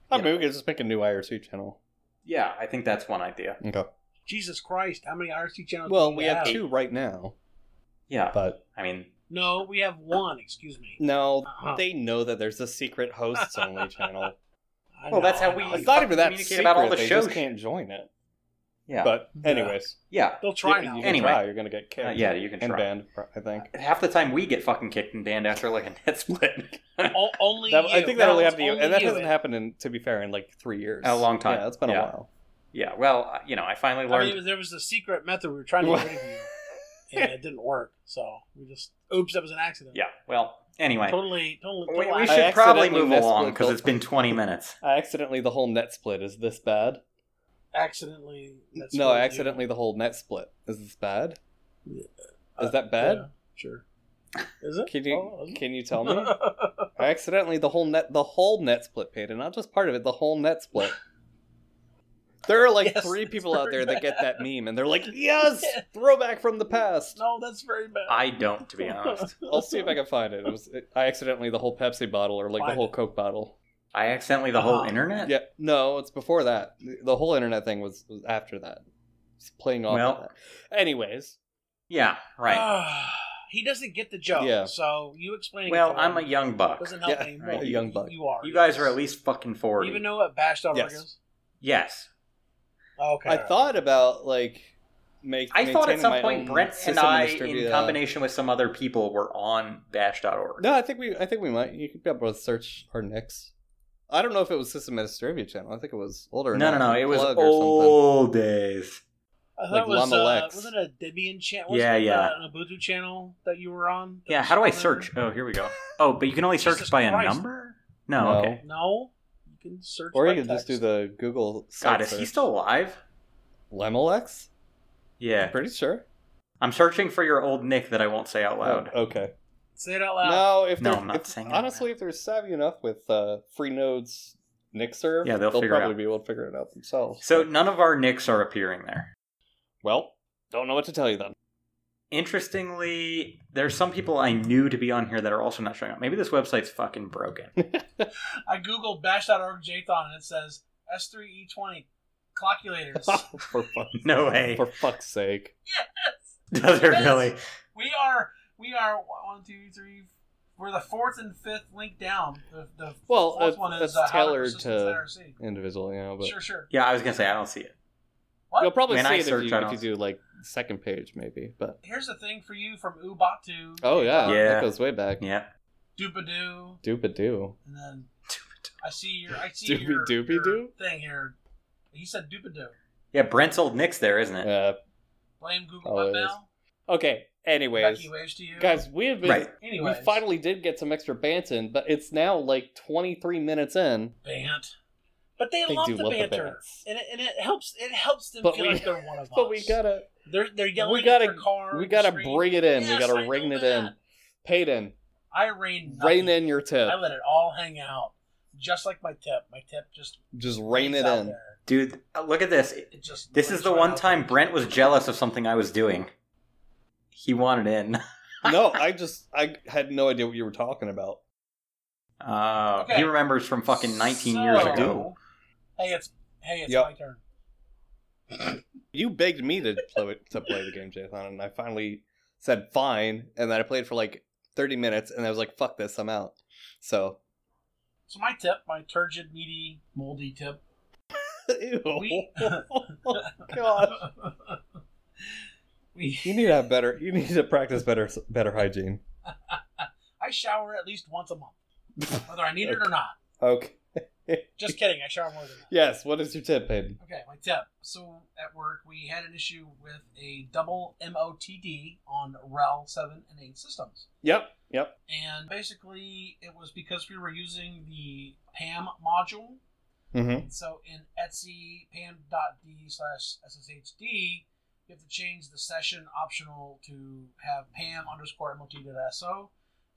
Speaker 1: I
Speaker 2: Yeah.
Speaker 1: mean, we could just make a new IRC channel.
Speaker 2: Yeah, I think that's one idea.
Speaker 1: Okay.
Speaker 3: Jesus Christ! How many IRC channels?
Speaker 1: Well,
Speaker 3: do
Speaker 1: we have two right now,
Speaker 2: Yeah,
Speaker 1: but
Speaker 2: I mean,
Speaker 3: No, we have one. Excuse me.
Speaker 1: no,
Speaker 3: Uh-huh.
Speaker 1: they know that there's a secret hosts only channel.
Speaker 3: I
Speaker 2: Well,
Speaker 3: know,
Speaker 2: that's how
Speaker 3: I
Speaker 2: we-
Speaker 3: know.
Speaker 1: It's not even that
Speaker 2: Communicate
Speaker 1: secret.
Speaker 2: about all the
Speaker 1: they
Speaker 2: show
Speaker 1: just
Speaker 2: shit.
Speaker 1: can't join it.
Speaker 2: yeah,
Speaker 1: But
Speaker 3: Yeah.
Speaker 1: anyways,
Speaker 2: yeah,
Speaker 3: They'll try
Speaker 1: you,
Speaker 3: now.
Speaker 1: you can
Speaker 2: Anyway.
Speaker 1: try, you're gonna get kicked.
Speaker 2: uh, yeah, you can
Speaker 1: and
Speaker 2: try.
Speaker 1: banned, I think.
Speaker 2: Half the time we get fucking kicked and banned after like a net split.
Speaker 3: O- only
Speaker 1: That- I
Speaker 3: you.
Speaker 1: think that only
Speaker 3: was
Speaker 1: happened to you, and that
Speaker 3: you.
Speaker 1: hasn't happened in, to be fair, in like three years.
Speaker 2: A long time.
Speaker 1: Yeah, it's been
Speaker 2: Yeah.
Speaker 1: a while.
Speaker 2: yeah, well, uh, you know, I finally
Speaker 3: I mean,
Speaker 2: learned.
Speaker 3: it was- there was a secret method we were trying to get rid of you, and it didn't work. So we just, oops, that was an accident.
Speaker 2: yeah, well, anyway,
Speaker 3: Totally, totally.
Speaker 2: we,
Speaker 3: total
Speaker 2: we
Speaker 3: accident.
Speaker 2: should probably
Speaker 1: accidentally
Speaker 2: move
Speaker 1: net
Speaker 2: along
Speaker 1: split
Speaker 2: because
Speaker 1: both-
Speaker 2: it's been twenty minutes.
Speaker 1: I accidentally the whole net split is this bad?
Speaker 3: accidentally. that's
Speaker 1: no,
Speaker 3: what
Speaker 1: I
Speaker 3: we do.
Speaker 1: accidentally the whole net split is this bad?
Speaker 3: Yeah.
Speaker 1: Is that bad?
Speaker 3: Yeah, sure. Is it?
Speaker 1: Can you
Speaker 3: Oh, is it?
Speaker 1: can you tell me? I accidentally the whole net the whole net split paid, and not just part of it, the whole net split. There are like
Speaker 3: Yes,
Speaker 1: three
Speaker 3: it's
Speaker 1: people out
Speaker 3: very
Speaker 1: there that get that meme, and they're like, "Yes, throwback from the past."
Speaker 3: no, that's very bad.
Speaker 2: I don't, to be honest.
Speaker 1: I'll see if I can find it. It was it, I accidentally the whole Pepsi bottle or like the
Speaker 3: Find
Speaker 1: whole
Speaker 3: it.
Speaker 1: Coke bottle.
Speaker 2: I accidentally the whole
Speaker 3: Uh-huh.
Speaker 2: internet.
Speaker 1: Yeah, no, it's before that. The whole internet thing was, was after that. It's playing off.
Speaker 2: Well-
Speaker 1: of that. anyways,
Speaker 2: Yeah,
Speaker 3: Ah,
Speaker 2: right.
Speaker 3: he doesn't get the joke.
Speaker 1: Yeah.
Speaker 3: So you explain.
Speaker 2: well, I'm a young buck.
Speaker 3: doesn't help
Speaker 1: Yeah,
Speaker 3: anymore.
Speaker 2: right, a
Speaker 1: young buck.
Speaker 3: You are.
Speaker 2: You guys are
Speaker 3: yes.
Speaker 2: at least fucking forty.
Speaker 3: Even know what bashed out
Speaker 1: Yes.
Speaker 3: is.
Speaker 2: yes.
Speaker 3: Oh, Okay.
Speaker 1: I thought about like make.
Speaker 2: I thought at
Speaker 1: maintaining
Speaker 2: some
Speaker 1: my
Speaker 2: point
Speaker 1: own
Speaker 2: Brent and
Speaker 1: system uh,
Speaker 2: I,
Speaker 1: distribute
Speaker 2: in
Speaker 1: that.
Speaker 2: combination with some other people, were on Bash.org.
Speaker 1: No, I think we. I think we might. You could be able to search our nicks. I don't know if it was System Distribute channel. I think it was older.
Speaker 2: no, no,
Speaker 1: now,
Speaker 2: no. It was
Speaker 1: Plug or
Speaker 2: old days.
Speaker 3: I thought
Speaker 1: Like
Speaker 3: it was
Speaker 1: Llama
Speaker 3: uh,
Speaker 1: Lex.
Speaker 3: wasn't it a Debian channel?
Speaker 2: Yeah,
Speaker 3: wasn't it,
Speaker 2: yeah.
Speaker 3: uh, An Ubuntu channel that you were on. that
Speaker 2: Yeah.
Speaker 3: was
Speaker 2: How do I
Speaker 3: on there?
Speaker 2: search? Oh, here we go. Oh, but you can only search
Speaker 3: Jesus
Speaker 2: by a
Speaker 3: Christ.
Speaker 2: number. No.
Speaker 1: No.
Speaker 2: Okay.
Speaker 3: No, you can
Speaker 1: something.
Speaker 3: search.
Speaker 1: Or
Speaker 3: by
Speaker 1: you could just
Speaker 3: text.
Speaker 1: do the Google.
Speaker 2: God,
Speaker 1: site
Speaker 2: is he
Speaker 1: search.
Speaker 2: still alive?
Speaker 1: Lemolex?
Speaker 2: Yeah.
Speaker 1: Pretty sure.
Speaker 2: I'm searching for your old nick that I won't say out loud.
Speaker 1: Oh, okay.
Speaker 3: Say it out loud.
Speaker 1: no, if
Speaker 2: No,
Speaker 1: they're
Speaker 2: I'm not
Speaker 1: if,
Speaker 2: saying it.
Speaker 1: honestly, if they're savvy enough with uh, free nodes Nick serve,
Speaker 2: Yeah, they'll figure it
Speaker 1: probably
Speaker 2: out.
Speaker 1: be able to figure it out themselves.
Speaker 2: So none of our nicks are appearing there.
Speaker 1: well, don't know what to tell you then.
Speaker 2: Interestingly, there's some people I knew to be on here that are also not showing up. Maybe this website's fucking broken.
Speaker 3: I googled bash.org jthon and it says S3E20 calculators. yes,
Speaker 1: for fuck,
Speaker 2: No way.
Speaker 1: for fuck's sake.
Speaker 2: Does it really?
Speaker 3: we are we are one two three. We're the fourth and fifth link down. The, the
Speaker 1: Well,
Speaker 3: fourth
Speaker 1: uh,
Speaker 3: one is
Speaker 1: that's
Speaker 3: uh, how
Speaker 1: tailored
Speaker 3: persistence
Speaker 1: to-
Speaker 3: IRC.
Speaker 1: Individual, you know, but
Speaker 3: Sure, sure.
Speaker 2: Yeah, I was gonna say I don't see it.
Speaker 3: What?
Speaker 1: you'll probably
Speaker 2: I mean,
Speaker 1: see
Speaker 2: I
Speaker 1: it if
Speaker 2: search,
Speaker 1: you,
Speaker 2: I
Speaker 1: if
Speaker 2: don't-
Speaker 1: you do like second page, maybe. But
Speaker 3: Here's the thing for you from Ubuntu. Uh,
Speaker 1: oh yeah,
Speaker 2: Yeah.
Speaker 1: that goes way back.
Speaker 2: Yeah.
Speaker 3: Dupadoo,
Speaker 1: Doopadoo.
Speaker 3: and then I see your I see
Speaker 1: Doopy
Speaker 3: your,
Speaker 1: doopy
Speaker 3: your
Speaker 1: doo?
Speaker 3: thing here. He said Dupadoo.
Speaker 2: Yeah, Brent's old nick's there, isn't it?
Speaker 1: Uh,
Speaker 3: Blame Google
Speaker 1: Oh, it
Speaker 3: Web
Speaker 1: is.
Speaker 3: now.
Speaker 1: okay. Anyways,
Speaker 3: Becky waves to you.
Speaker 1: guys, we have been.
Speaker 2: Right.
Speaker 1: We
Speaker 3: Anyways,
Speaker 1: finally did get some extra Banton, but it's now like 23 minutes in.
Speaker 3: bant. But they,
Speaker 1: They
Speaker 3: love
Speaker 1: do
Speaker 3: the
Speaker 1: love the
Speaker 3: banter,
Speaker 1: bants.
Speaker 3: and it, and it helps. It helps them
Speaker 1: But
Speaker 3: feel
Speaker 1: we-
Speaker 3: like they're one of us.
Speaker 1: But we gotta,
Speaker 3: They're they're yelling.
Speaker 1: We gotta-
Speaker 3: at their car.
Speaker 1: we
Speaker 3: on
Speaker 1: gotta
Speaker 3: the street.
Speaker 1: bring it in.
Speaker 3: Yes,
Speaker 1: we gotta
Speaker 3: I know
Speaker 1: ring it
Speaker 3: that.
Speaker 1: in. Payton,
Speaker 3: I rain.
Speaker 1: rein in your tip.
Speaker 3: I let it all hang out, just like my tip. My tip just
Speaker 1: Just rein
Speaker 3: hangs
Speaker 1: it
Speaker 3: out
Speaker 1: in.
Speaker 3: there.
Speaker 2: Dude, uh, look at this.
Speaker 3: It just.
Speaker 2: This is
Speaker 3: lays
Speaker 2: the
Speaker 3: right
Speaker 2: one
Speaker 3: out
Speaker 2: time
Speaker 3: there.
Speaker 2: Brent was jealous of something I was doing. He wanted in.
Speaker 1: no, I just, I had no idea what you were talking about.
Speaker 2: Uh,
Speaker 3: Okay.
Speaker 2: He remembers from fucking 19 years
Speaker 3: So-
Speaker 1: I
Speaker 2: ago.
Speaker 3: Hey, it's hey, it's
Speaker 1: Yep.
Speaker 3: my turn.
Speaker 1: You begged me to play to play the game, Jathan, and I finally said fine, and then I played for like 30 minutes, and I was like, "Fuck this, I'm out." So,
Speaker 3: So my tip, my turgid, meaty, moldy tip.
Speaker 1: ew.
Speaker 3: We-
Speaker 1: oh god,
Speaker 3: we
Speaker 1: you need to have better. You need to practice better better hygiene.
Speaker 3: I shower at least once a month, whether I need it or not.
Speaker 1: Okay.
Speaker 3: Just kidding. I shower more than that.
Speaker 1: Yes. What is your tip, Peyton?
Speaker 3: Okay, my tip. So at work, we had an issue with a double MOTD on RHEL 7 and 8 systems.
Speaker 1: Yep. Yep.
Speaker 3: And basically, it was because we were using the PAM module.
Speaker 1: Mm-hmm.
Speaker 3: And so in Etsy PAM.d slash SSHD, you have to change the session optional to have PAM underscore MOT.SO.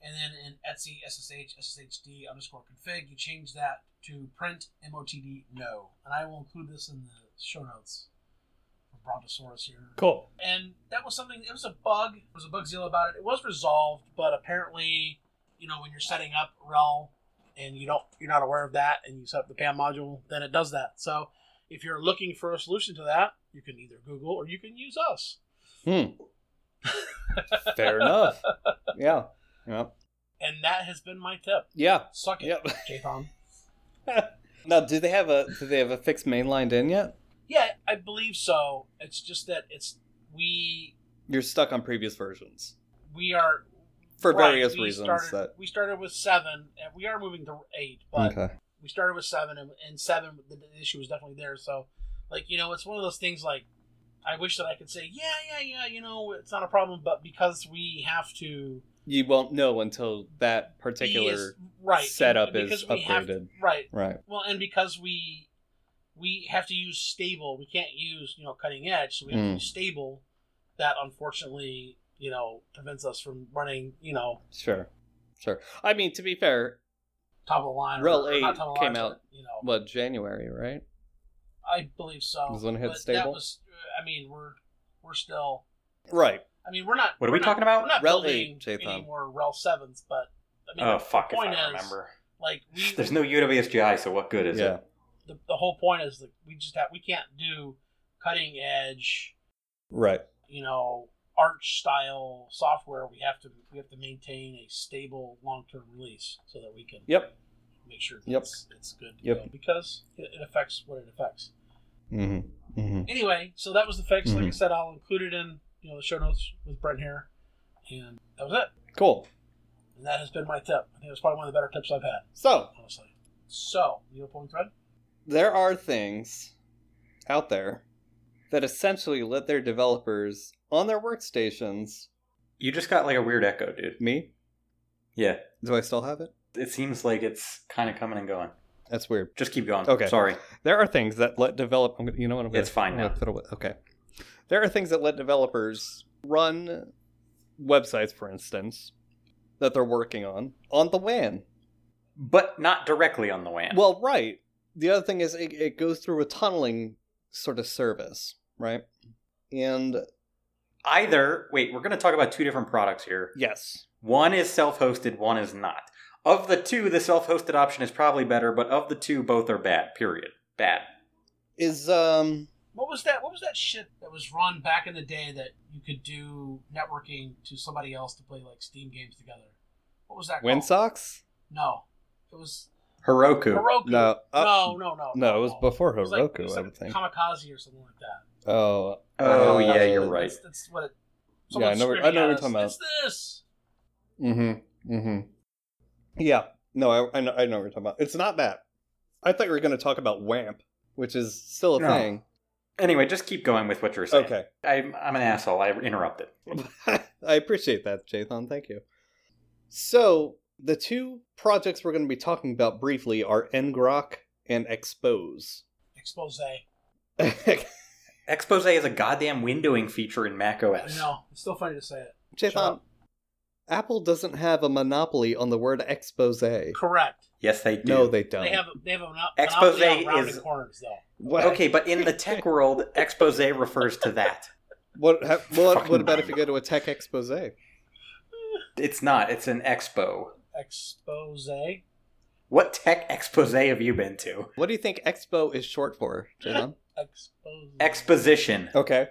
Speaker 3: And then in Etsy SSH SSHD underscore config, you change that to print MOTD no. And I will include this in the show notes for Brontosaurus here.
Speaker 1: Cool.
Speaker 3: And that was something, it was a bug. There was a bugzilla about it. It was resolved, but apparently, you know, when you're setting up RHEL and you don't, you're not aware of that and you set up the PAM module, then it does that. So if you're looking for a solution to that, you can either Google or you can use us.
Speaker 1: Fair enough. Yeah. Yep.
Speaker 3: And that has been my tip.
Speaker 1: Yeah.
Speaker 3: Suck it,
Speaker 1: Yep.
Speaker 3: Jathan.
Speaker 1: Now, do they have a do they have a fixed mainlined in yet?
Speaker 3: Yeah, I believe so. It's just that it's we
Speaker 1: You're stuck on previous versions
Speaker 3: we are
Speaker 1: for
Speaker 3: right,
Speaker 1: various
Speaker 3: we
Speaker 1: reasons.
Speaker 3: Started,
Speaker 1: that
Speaker 3: we started with seven, and we are moving to eight, but
Speaker 1: okay.
Speaker 3: we started with seven, and, and seven the, the issue was definitely there. So, like you know, it's one of those things. Like I wish that I could say, yeah, yeah, yeah, you know, it's not a problem, but because we have to
Speaker 1: You won't know until that
Speaker 3: be
Speaker 1: particular
Speaker 3: as- right and-
Speaker 1: setup
Speaker 3: and
Speaker 1: is
Speaker 3: because we have-
Speaker 1: upgraded.
Speaker 3: right?
Speaker 1: right.
Speaker 3: Well, and because we we have to use stable, we can't use you know cutting edge, so we have to
Speaker 1: Mm.
Speaker 3: use stable. That unfortunately, you know, prevents us from running, you know,
Speaker 1: Sure. Sure. I mean, to be fair,
Speaker 3: top of the line.
Speaker 1: Rel
Speaker 3: or,
Speaker 1: 8
Speaker 3: not top of the
Speaker 1: came
Speaker 3: line,
Speaker 1: out-
Speaker 3: but, You know,
Speaker 1: what January, right?
Speaker 3: I believe so.
Speaker 1: Was when it hit
Speaker 3: but That
Speaker 1: stable?
Speaker 3: was, uh, I mean, we're we're still.
Speaker 1: Right.
Speaker 3: I mean, we're not.
Speaker 2: What are we
Speaker 3: we're not-
Speaker 2: talking about?
Speaker 3: We're not
Speaker 1: Rel
Speaker 3: building
Speaker 1: 8, Jathan.
Speaker 3: any more Rel sevens, but I mean,
Speaker 2: Oh
Speaker 3: the
Speaker 2: fuck! If I
Speaker 3: point is,
Speaker 2: remember,
Speaker 3: like we
Speaker 2: there's no UWSGI, so what good is
Speaker 1: yeah.
Speaker 2: it?
Speaker 3: the, the whole point is that we just have we can't do cutting edge
Speaker 1: Right.
Speaker 3: you know arch style software we have to we have to maintain a stable long term release so that we can
Speaker 1: Yep.
Speaker 3: make sure that
Speaker 1: Yep.
Speaker 3: it's, it's good to
Speaker 1: Yep.
Speaker 3: go because it, it affects what it affects
Speaker 1: Mm-hmm. Mhm.
Speaker 3: Anyway, so that was the fix. Like I
Speaker 1: Mhm.
Speaker 3: said, I'll include it in you know the show notes with Brent here, and that was it.
Speaker 1: Cool.
Speaker 3: And that has been my tip. I think it was probably one of the better tips I've had,
Speaker 1: So
Speaker 3: honestly. So, you know, pulling thread.
Speaker 1: there are things out there that essentially let their developers on their workstations.
Speaker 2: You just got like a weird echo, dude.
Speaker 1: Me?
Speaker 2: Yeah.
Speaker 1: Do I still have it?
Speaker 2: It seems like it's kind of coming and going.
Speaker 1: That's weird.
Speaker 2: Just keep going.
Speaker 1: Okay.
Speaker 2: Sorry.
Speaker 1: There are things that let develop. I'm gonna, you know what I'm gonna.
Speaker 2: It's fine
Speaker 1: I'm gonna
Speaker 2: now.
Speaker 1: fiddle with- okay. There are things that let developers run websites, for instance, that they're working on on the WAN.
Speaker 2: But not directly on the WAN.
Speaker 1: Well, right. The other thing is it, it goes through a tunneling sort of service, right? And
Speaker 2: either, wait, we're going to talk about two different products here.
Speaker 1: yes,
Speaker 2: One is self hosted, one is not. Of the two, the self hosted option is probably better, but of the two, both are bad, period. Bad.
Speaker 1: is um
Speaker 3: What was that? What was that shit that was run back in the day that you could do networking to somebody else to play like Steam games together? What was that? called?
Speaker 1: Windsocks?
Speaker 3: No, it was
Speaker 2: Heroku.
Speaker 3: Heroku.
Speaker 1: No, uh,
Speaker 3: no, no, no,
Speaker 1: No, it was before
Speaker 3: It was like- it
Speaker 1: Heroku,
Speaker 3: was
Speaker 1: I
Speaker 3: like
Speaker 1: would think.
Speaker 3: Kamikaze or something like that.
Speaker 1: Oh,
Speaker 2: Oh,
Speaker 1: Uh,
Speaker 2: yeah, you're right.
Speaker 3: That's, that's what it.
Speaker 1: Yeah,
Speaker 3: someone
Speaker 1: I know what- I
Speaker 3: screaming
Speaker 1: know what
Speaker 3: at
Speaker 1: you're
Speaker 3: us,
Speaker 1: talking about.
Speaker 3: It's this.
Speaker 1: Mm-hmm. Mm-hmm. Yeah. No, I, I know. I know what you're talking about. It's not that. I thought we were going to talk about WAMP, which is still a
Speaker 2: No.
Speaker 1: thing.
Speaker 2: Anyway, just keep going with what you're saying.
Speaker 1: Okay.
Speaker 2: I'm, I'm an asshole. I interrupted.
Speaker 1: I appreciate that, Jathan. Thank you. So the two projects we're going to be talking about briefly are ngrok and expose.
Speaker 3: Expose.
Speaker 1: Jathan,
Speaker 2: Expose is a goddamn windowing feature in Mac OS.
Speaker 3: I know. It's still funny to say it. up.
Speaker 1: Apple doesn't have a monopoly on the word expose.
Speaker 3: Correct.
Speaker 2: Yes, they do.
Speaker 1: No, they don't.
Speaker 3: They have they have a mono-
Speaker 2: Expose
Speaker 3: monopoly on rounded
Speaker 2: is-
Speaker 3: corners though.
Speaker 1: What-
Speaker 2: Okay, but in the tech world, expose refers to that.
Speaker 1: What? ha- What,
Speaker 2: Fucking
Speaker 1: what about if you go to a tech expose?
Speaker 2: It's not. It's an expo.
Speaker 3: Expose.
Speaker 2: What tech expose have you been to?
Speaker 1: What do you think expo is short for, Jathan?
Speaker 3: Expose.
Speaker 2: Exposition.
Speaker 1: Okay.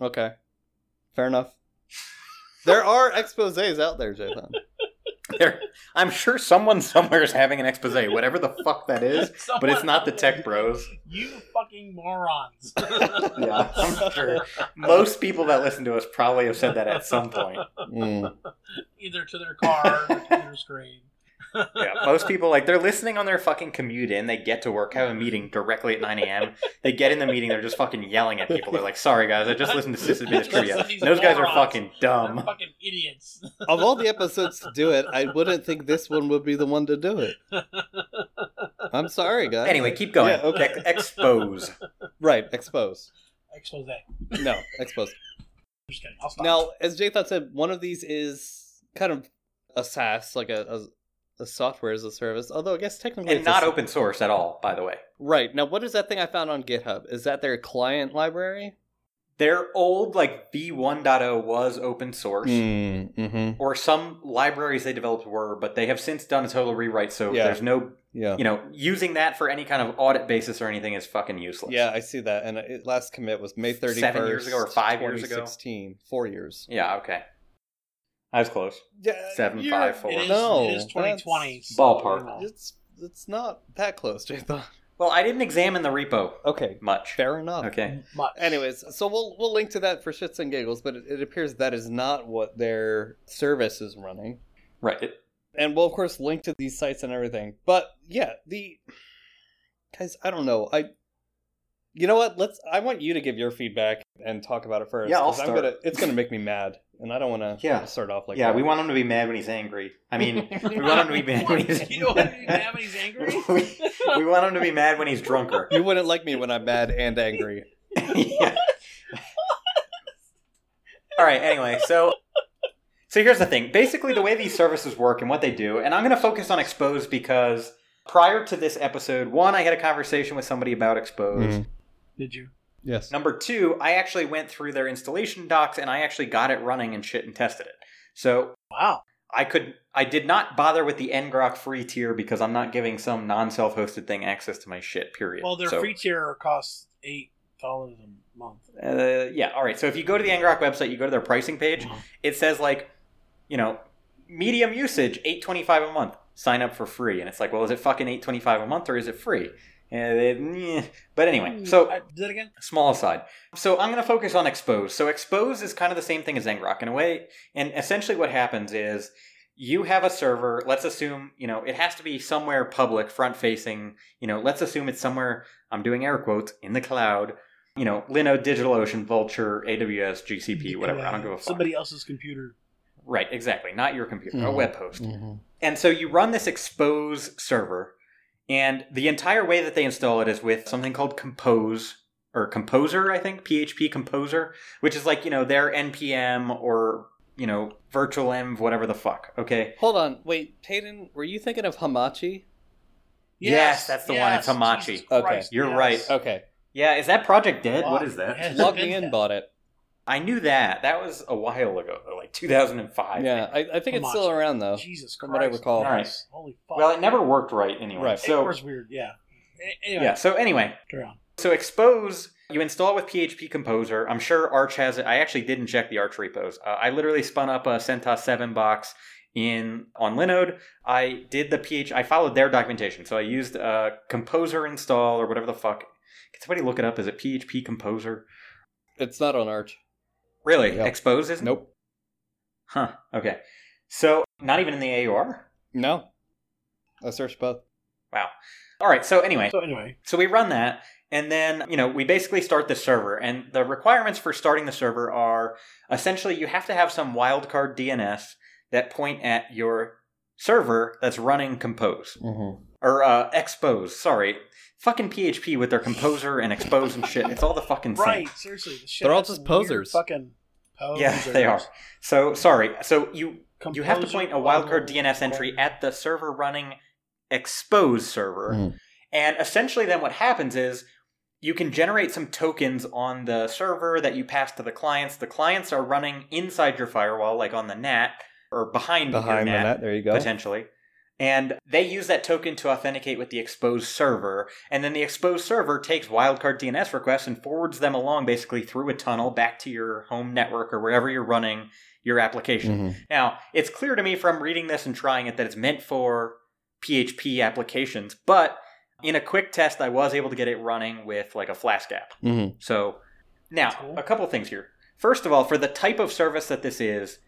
Speaker 1: Okay. Fair enough. There are exposés out there, Jathan.
Speaker 2: There, I'm sure someone somewhere is having an expose, whatever the fuck that is. But it's not the tech bros.
Speaker 3: You fucking morons.
Speaker 2: Yeah, I'm sure. Most people that listen to us probably have said that at some point.
Speaker 1: Mm.
Speaker 3: Either to their car, or computer screen.
Speaker 2: Yeah, most people like they're listening on their fucking commute in. They get to work, have a meeting directly at 9 a.m. They get in the meeting, they're just fucking yelling at people. They're like, "Sorry guys, I just listened to Sysadmin Trivia. Those guys are fucking
Speaker 3: They're
Speaker 2: dumb."
Speaker 3: fucking idiots.
Speaker 1: Of all the episodes to do it, I wouldn't think this one would be the one to do it. I'm sorry, guys.
Speaker 2: Anyway, keep going.
Speaker 1: Yeah, okay.
Speaker 2: Ex- expose.
Speaker 1: right, expose.
Speaker 3: Expose. I'm
Speaker 1: No, expose.
Speaker 3: just kidding. I'll stop.
Speaker 1: Now, as Jathan said, one of these is kind of a SaaS, like a, a, a software as a service. Although I guess technically
Speaker 2: and
Speaker 1: it's a
Speaker 2: not
Speaker 1: s-
Speaker 2: open source at all, by the way.
Speaker 1: Right now, what is that thing I found on GitHub? Is that their client library?
Speaker 2: Their old like v1.0 was open source.
Speaker 1: mm-hmm.
Speaker 2: Or some libraries they developed were, but they have since done a total rewrite, so
Speaker 1: Yeah.
Speaker 2: there's no
Speaker 1: Yeah.
Speaker 2: you know, using that for any kind of audit basis or anything is fucking useless.
Speaker 1: Yeah, I see that. And it, last commit was May 31st.
Speaker 2: Seven years ago or five years ago?
Speaker 1: 2016. Four years.
Speaker 2: Yeah, okay. I was close. Seven,
Speaker 1: you're-
Speaker 2: five, four.
Speaker 3: It is,
Speaker 1: No,
Speaker 3: it is 2020.
Speaker 1: that's-
Speaker 3: so,
Speaker 2: Ballpark.
Speaker 3: you know.
Speaker 1: It's, it's not that close, Jathan.
Speaker 2: Well, I didn't examine the repo
Speaker 1: Okay,
Speaker 2: much.
Speaker 1: fair enough.
Speaker 2: Okay.
Speaker 3: Much.
Speaker 1: Anyways, so we'll we'll link to that for shits and giggles, but it, it appears that is not what their service is running.
Speaker 2: Right.
Speaker 1: And we'll of course link to these sites and everything. But yeah, the guys, I don't know. I you know what? Let's I want you to give your feedback and talk about it first.
Speaker 2: Yeah, I'll
Speaker 1: 'cause I'm
Speaker 2: start.
Speaker 1: gonna it's gonna make me mad. And I don't wanna
Speaker 2: Yeah.
Speaker 1: start off like
Speaker 2: yeah,
Speaker 1: that.
Speaker 2: we want him to be mad when he's angry. I mean, we want him to be mad when he's
Speaker 3: You know what? You have when he's angry.
Speaker 2: we, we want him to be mad when he's drunker.
Speaker 1: You wouldn't like me when I'm mad and angry.
Speaker 2: Yeah. All right. Anyway, so so here's the thing. Basically, the way these services work and what they do, and I'm going to focus on Expose because prior to this episode, one, I had a conversation with somebody about Expose.
Speaker 1: Mhm.
Speaker 3: Did you?
Speaker 1: Yes.
Speaker 2: Number two, I actually went through their installation docs and I actually got it running and shit and tested it. So
Speaker 3: Wow.
Speaker 2: I could, I did not bother with the ngrok free tier because I'm not giving some non self hosted thing access to my shit. Period.
Speaker 3: Well, their
Speaker 2: So-
Speaker 3: free tier costs eight dollars a month.
Speaker 2: Uh, yeah, all right. So if you go to the Angrock website, you go to their pricing page.
Speaker 3: Uh-huh.
Speaker 2: It says like, you know, medium usage, eight twenty five a month. Sign up for free, and it's like, well, is it fucking eight twenty five a month or is it free? Yeah, they, meh. but anyway, so
Speaker 3: I, did it again?
Speaker 2: small aside. So I'm going to focus on expose. So expose is kind of the same thing as Zengrock in a way, and essentially what happens is you have a server. Let's assume you know it has to be somewhere public, front facing. You know, let's assume it's somewhere. I'm doing air quotes in the cloud. You know, Linode, DigitalOcean, Vulture, AWS, GCP, whatever. I don't give a fuck.
Speaker 3: Somebody else's computer.
Speaker 2: Right, exactly. Not your computer, a
Speaker 1: Mhm.
Speaker 2: web host. And so you run this expose server, and the entire way that they install it is with something called compose or composer, I think, PHP composer, which is like, you know, their npm or, you know, virtual env, whatever the fuck. Okay.
Speaker 1: Hold on, wait, Tayden, were you thinking of Hamachi?
Speaker 2: Yes, that's the one. It's Hamachi.
Speaker 3: Jesus
Speaker 1: Okay,
Speaker 3: Christ,
Speaker 2: you're
Speaker 3: yes.
Speaker 2: right.
Speaker 1: Okay,
Speaker 2: Yeah, is that project dead? what is
Speaker 3: Wow, it
Speaker 2: that?
Speaker 3: has
Speaker 1: log
Speaker 3: been
Speaker 1: me in,
Speaker 3: that.
Speaker 1: bought it.
Speaker 2: I knew that. That was a while ago, though, like 2005.
Speaker 1: Yeah, I, I think it's still
Speaker 3: Hamachi.
Speaker 1: around though.
Speaker 3: Jesus Christ.
Speaker 1: From what I recall.
Speaker 3: yes. Holy fuck.
Speaker 2: Well, it never worked right anyway.
Speaker 1: Right.
Speaker 3: So, it
Speaker 2: So
Speaker 3: was weird, yeah. A- Anyway,
Speaker 2: yeah, so anyway,
Speaker 3: carry on.
Speaker 2: So expose you install with PHP Composer. I'm sure Arch has it. I actually didn't check the Arch repos. Uh, I literally spun up a CentOS seven box in on Linode. I did the PH. I followed their documentation. So I used uh, Composer install or whatever the fuck. Can somebody look it up? Is it PHP Composer?
Speaker 1: It's not on Arch.
Speaker 2: Really?
Speaker 1: Yep.
Speaker 2: Expose isn't?
Speaker 1: Nope.
Speaker 2: Huh. Okay. So not even in the AUR.
Speaker 1: No, I searched both.
Speaker 2: Wow. All right. So anyway,
Speaker 3: So, anyway,
Speaker 2: So we run that, and then you know we basically start the server. And the requirements for starting the server are essentially you have to have some wildcard DNS that point at your server that's running Compose
Speaker 1: Mm-hmm.
Speaker 2: or uh, Expose. Sorry, fucking PHP with their Composer and Expose and shit. It's all the fucking same.
Speaker 3: right, seriously. the shit,
Speaker 1: They're all
Speaker 3: that's
Speaker 1: just
Speaker 3: weird
Speaker 1: posers.
Speaker 3: Fucking posers.
Speaker 2: Yeah, they are. So sorry. So you you have to
Speaker 3: Composer
Speaker 2: point a wildcard
Speaker 3: level
Speaker 2: DNS entry
Speaker 3: requirement.
Speaker 2: at the server running expose server.
Speaker 1: Mhm.
Speaker 2: And essentially, then what happens is you can generate some tokens on the server that you pass to the clients. The clients are running inside your firewall, like on the NAT or behind,
Speaker 1: Behind
Speaker 2: your
Speaker 1: the
Speaker 2: NAT
Speaker 1: net, there you go.
Speaker 2: potentially. And they use that token to authenticate with the exposed server. And then the exposed server takes wildcard DNS requests and forwards them along basically through a tunnel back to your home network or wherever you're running your application.
Speaker 1: Mhm.
Speaker 2: Now, it's clear to me from reading this and trying it that it's meant for PHP applications, but in a quick test, I was able to get it running with like a Flask app.
Speaker 1: Mhm.
Speaker 2: So now,
Speaker 3: That's cool.
Speaker 2: a couple things here. First of all, for the type of service that this is,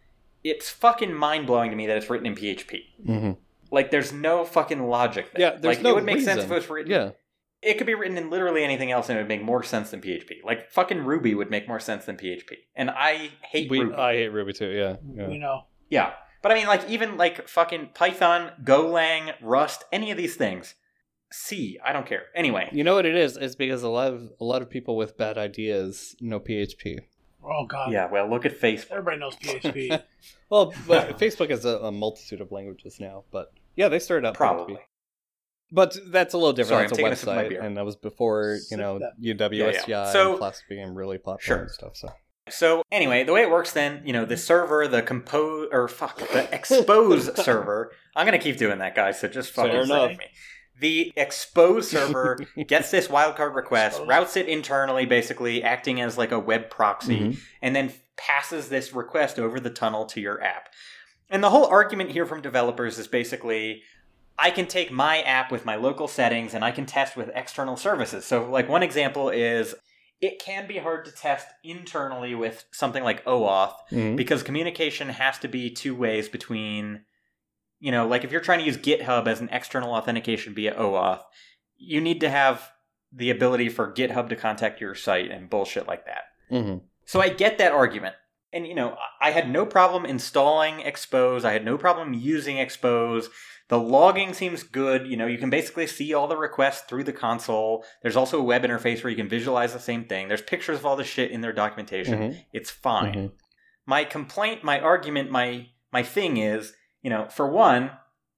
Speaker 2: it's fucking mind blowing to me that it's written in PHP.
Speaker 1: Mhm.
Speaker 2: Like, there's no fucking logic there.
Speaker 1: Yeah, there's
Speaker 2: like,
Speaker 1: no
Speaker 2: it would make sense if
Speaker 1: reason.
Speaker 2: it was written.
Speaker 1: Yeah.
Speaker 2: It could be written in literally anything else, and it would make more sense than PHP. Like, fucking Ruby would make more sense than PHP. And I hate
Speaker 1: We,
Speaker 2: Ruby.
Speaker 1: I hate Ruby too. Yeah. yeah.
Speaker 3: You know,
Speaker 2: Yeah. But I mean, like, even like fucking Python, Golang, Rust, any of these things. C, I don't care. Anyway.
Speaker 1: You know what it is? It's because a lot of a lot of people with bad ideas know PHP.
Speaker 3: oh god.
Speaker 2: Yeah, well, look at Facebook.
Speaker 3: Everybody knows PHP.
Speaker 1: Well, but Facebook has a, a multitude of languages now, but yeah, they started out
Speaker 2: Probably.
Speaker 1: But that's a little different.
Speaker 2: Sorry, I'm taking a
Speaker 1: that's
Speaker 2: sip
Speaker 1: a
Speaker 2: of my
Speaker 1: website,
Speaker 2: beer.
Speaker 1: and that was before you
Speaker 3: Sip
Speaker 1: know
Speaker 3: that.
Speaker 1: UWSCI
Speaker 2: Yeah, yeah.
Speaker 1: and
Speaker 2: So-
Speaker 1: Flask became really popular
Speaker 2: Sure.
Speaker 1: and stuff. So
Speaker 2: So, anyway, the way it works then, you know, the server, the compose, or fuck, the expose server. I'm going to keep doing that, guys, so just
Speaker 1: Fair
Speaker 2: fucking save
Speaker 1: enough.
Speaker 2: me. The expose server gets this wildcard request,
Speaker 3: Expose.
Speaker 2: routes it internally, basically acting as like a web proxy.
Speaker 1: Mm-hmm.
Speaker 2: and then passes this request over the tunnel to your app. And the whole argument here from developers is basically I can take my app with my local settings and I can test with external services. So, like, one example is it can be hard to test internally with something like OAuth
Speaker 1: Mhm.
Speaker 2: because communication has to be two ways between you know like if you're trying to use github as an external authentication via oauth you need to have the ability for github to contact your site and bullshit like that
Speaker 1: Mhm.
Speaker 2: so I get that argument. And, you know, I I had no problem installing Expose. I had no problem using Expose. The logging seems good. You know, you can basically see all the requests through the console. There's also a web interface where you can visualize the same thing. There's pictures of all this shit in their documentation.
Speaker 1: Mhm.
Speaker 2: It's fine.
Speaker 1: Mhm.
Speaker 2: My complaint, my argument, my my thing is, you know, for one,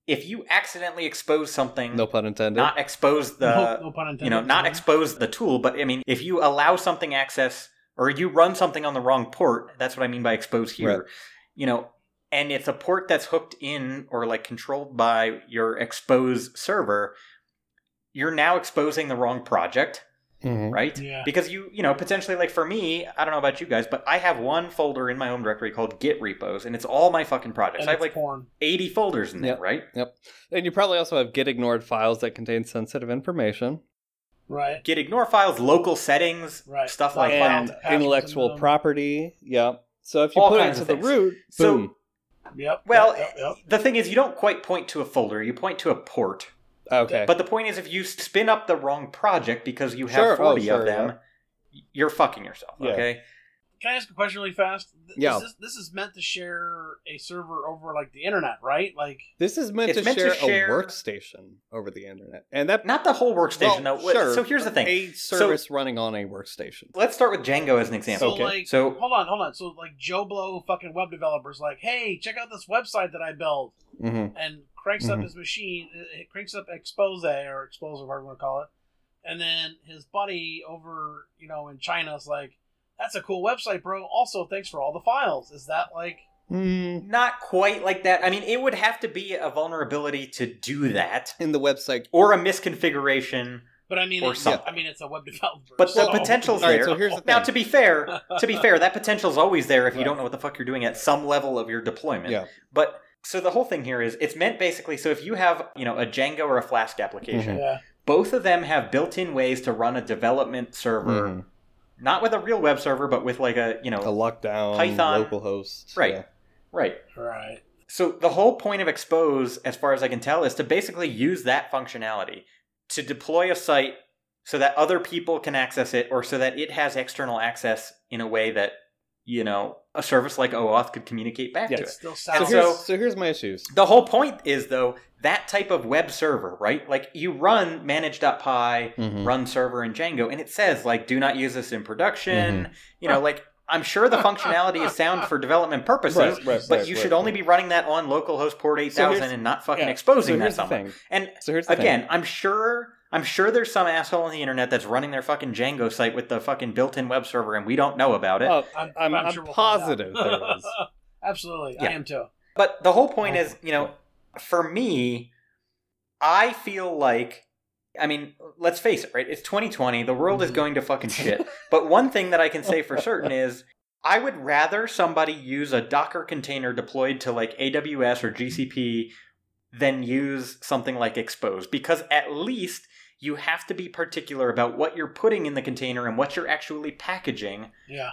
Speaker 2: if you accidentally expose something,
Speaker 1: No pun intended.
Speaker 2: not expose the
Speaker 3: no, no pun intended.
Speaker 2: you know not
Speaker 3: sorry.
Speaker 2: expose the tool but i mean if you allow something access or you run something on the wrong port that's what i mean by expose here
Speaker 1: Right.
Speaker 2: you know and it's a port that's hooked in or like controlled by your expose server you're now exposing the wrong project
Speaker 1: Mhm.
Speaker 2: right
Speaker 3: Yeah.
Speaker 2: because you you know potentially like for me i don't know about you guys but i have one folder in my home directory called git repos and it's all my fucking projects
Speaker 3: And
Speaker 2: i
Speaker 3: it's
Speaker 2: have like
Speaker 3: porn.
Speaker 2: 80 folders in there
Speaker 1: Yep.
Speaker 2: right
Speaker 1: And you probably also have get ignored files that contain sensitive information.
Speaker 3: Right.
Speaker 2: Git ignore files, local settings,
Speaker 3: Right.
Speaker 2: stuff like
Speaker 3: And-
Speaker 2: that.
Speaker 3: Passwords
Speaker 1: intellectual
Speaker 3: unknown.
Speaker 1: property. Yeah. So if you
Speaker 2: All
Speaker 1: put it
Speaker 2: kinds
Speaker 1: to
Speaker 2: of
Speaker 1: the
Speaker 2: things.
Speaker 1: root,
Speaker 2: So-
Speaker 1: boom.
Speaker 3: Yep.
Speaker 2: Well,
Speaker 3: Yep, yep, yep.
Speaker 2: the thing is, you don't quite point to a folder; you point to a port.
Speaker 1: Okay.
Speaker 2: But the point is, if you spin up the wrong project because you have
Speaker 1: Sure. Oh,
Speaker 2: 40
Speaker 1: sure,
Speaker 2: of them, you're fucking yourself.
Speaker 1: Yeah.
Speaker 2: Okay.
Speaker 3: Can I ask a question really fast? Th-
Speaker 1: Yeah.
Speaker 3: Is this, this is meant to share a server over like the internet, right? Like
Speaker 1: this is meant,
Speaker 2: It's
Speaker 1: to,
Speaker 2: meant
Speaker 1: share
Speaker 2: to share-
Speaker 1: a workstation over the internet, and that
Speaker 2: Not the whole workstation,
Speaker 1: well,
Speaker 2: though. What-
Speaker 1: sure,
Speaker 2: So here's the thing.
Speaker 1: a service running on a workstation.
Speaker 2: Let's start with Django as an example.
Speaker 3: so,
Speaker 1: Okay.
Speaker 3: like
Speaker 2: So-
Speaker 3: hold on, hold on. So like Joe Blow, fucking web developers, like, hey, check out this website that I built,
Speaker 1: Mm-hmm.
Speaker 3: and cranks
Speaker 1: Mhm.
Speaker 3: up his machine, uh, it cranks up Expose or Expose, however you want to call it, and then his buddy over, you know, in China's like, that's a cool website, bro. Also, thanks for all the files. Is that like?
Speaker 1: Mm.
Speaker 2: Not quite like that. I mean, it would have to be a vulnerability to do that,
Speaker 1: In the website.
Speaker 2: or a misconfiguration.
Speaker 3: But I mean,
Speaker 2: Or
Speaker 3: it-
Speaker 2: something.
Speaker 3: I mean, it's a web developer.
Speaker 2: But the
Speaker 3: so-
Speaker 2: potential's
Speaker 1: All right.
Speaker 2: there.
Speaker 1: So here's the thing.
Speaker 2: now, to be fair, to be fair, that potential's always there if you
Speaker 1: Right.
Speaker 2: don't know what the fuck you're doing at some level of your deployment.
Speaker 1: Yeah.
Speaker 2: But so the whole thing here is it's meant basically so if you have, you know, a Django or a Flask application,
Speaker 1: Mhm.
Speaker 3: Yeah.
Speaker 2: both of them have built-in ways to run a development server,
Speaker 1: Mhm.
Speaker 2: not with a real web server, but with like a, you know,
Speaker 1: a lockdown,
Speaker 2: Python.
Speaker 1: local host.
Speaker 2: Right.
Speaker 1: Yeah.
Speaker 2: right.
Speaker 3: Right.
Speaker 2: So the whole point of expose as far as I can tell is to basically use that functionality to deploy a site so that other people can access it or so that it has external access in a way that, you know, a service like OAuth could communicate back to
Speaker 3: It
Speaker 2: it.
Speaker 3: still
Speaker 1: So
Speaker 3: sounds.
Speaker 2: And so-
Speaker 1: here's, so here's my issues.
Speaker 2: The whole point is though that type of web server, right? Like you run manage.py,
Speaker 1: Mhm.
Speaker 2: run server in Django, and it says like do not use this in production. You know, like I'm sure the functionality is sound for development purposes,
Speaker 1: Right, right,
Speaker 2: but
Speaker 1: right,
Speaker 2: you
Speaker 1: right,
Speaker 2: should
Speaker 1: right.
Speaker 2: only be running that on localhost port eight thousand
Speaker 1: here's-
Speaker 2: and not fucking
Speaker 1: yeah.
Speaker 2: exposing
Speaker 1: So
Speaker 2: that
Speaker 1: here's the
Speaker 2: somewhere.
Speaker 1: thing.
Speaker 2: And
Speaker 1: So here's the thing.
Speaker 2: again, I'm sure. I'm sure there's some asshole on the internet that's running their fucking Django site with the fucking built-in web server, and we don't know about it.
Speaker 1: Oh,
Speaker 3: I'm,
Speaker 1: I'm- I'm
Speaker 3: sure we'll find out.
Speaker 1: positive there is.
Speaker 3: Absolutely, I
Speaker 2: Yeah.
Speaker 3: am too.
Speaker 2: But the whole point is, you know, for me, I feel like, I mean, let's face it, right? It's 2020. The world is
Speaker 3: Mhm.
Speaker 2: going to fucking shit. but one thing that I can say for certain is I would rather somebody use a Docker container deployed to like AWS or GCP than use something like Expose because at least you have to be particular about what you're putting in the container and what you're actually packaging.
Speaker 3: Yeah.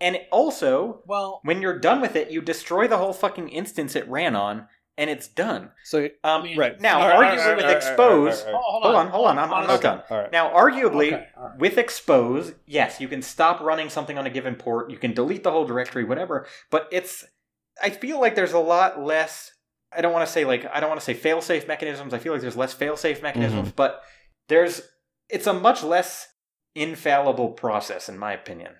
Speaker 2: And also,
Speaker 3: Well,
Speaker 2: when you're done with it, you destroy the whole fucking instance it ran on, and it's done.
Speaker 1: So
Speaker 2: Um,
Speaker 3: mean-
Speaker 1: right
Speaker 2: now,
Speaker 1: All right, all right,
Speaker 2: arguably
Speaker 1: all right,
Speaker 2: with
Speaker 1: all right,
Speaker 2: expose-
Speaker 1: all right, all right, all right.
Speaker 3: hold
Speaker 2: hold
Speaker 3: on,
Speaker 2: on, hold on, I'm, I'm not
Speaker 3: Honestly.
Speaker 2: done.
Speaker 1: All right.
Speaker 2: Now, arguably,
Speaker 3: Okay, all right.
Speaker 2: with expose, yes, you can stop running something on a given port, you can delete the whole directory, whatever, but it's, I feel like there's a lot less, I don't want to say like, I don't want to say fail safe mechanisms, I feel like there's less fail
Speaker 1: Mhm.
Speaker 2: safe mechanisms, but there's, it's a much less infallible process, in my opinion.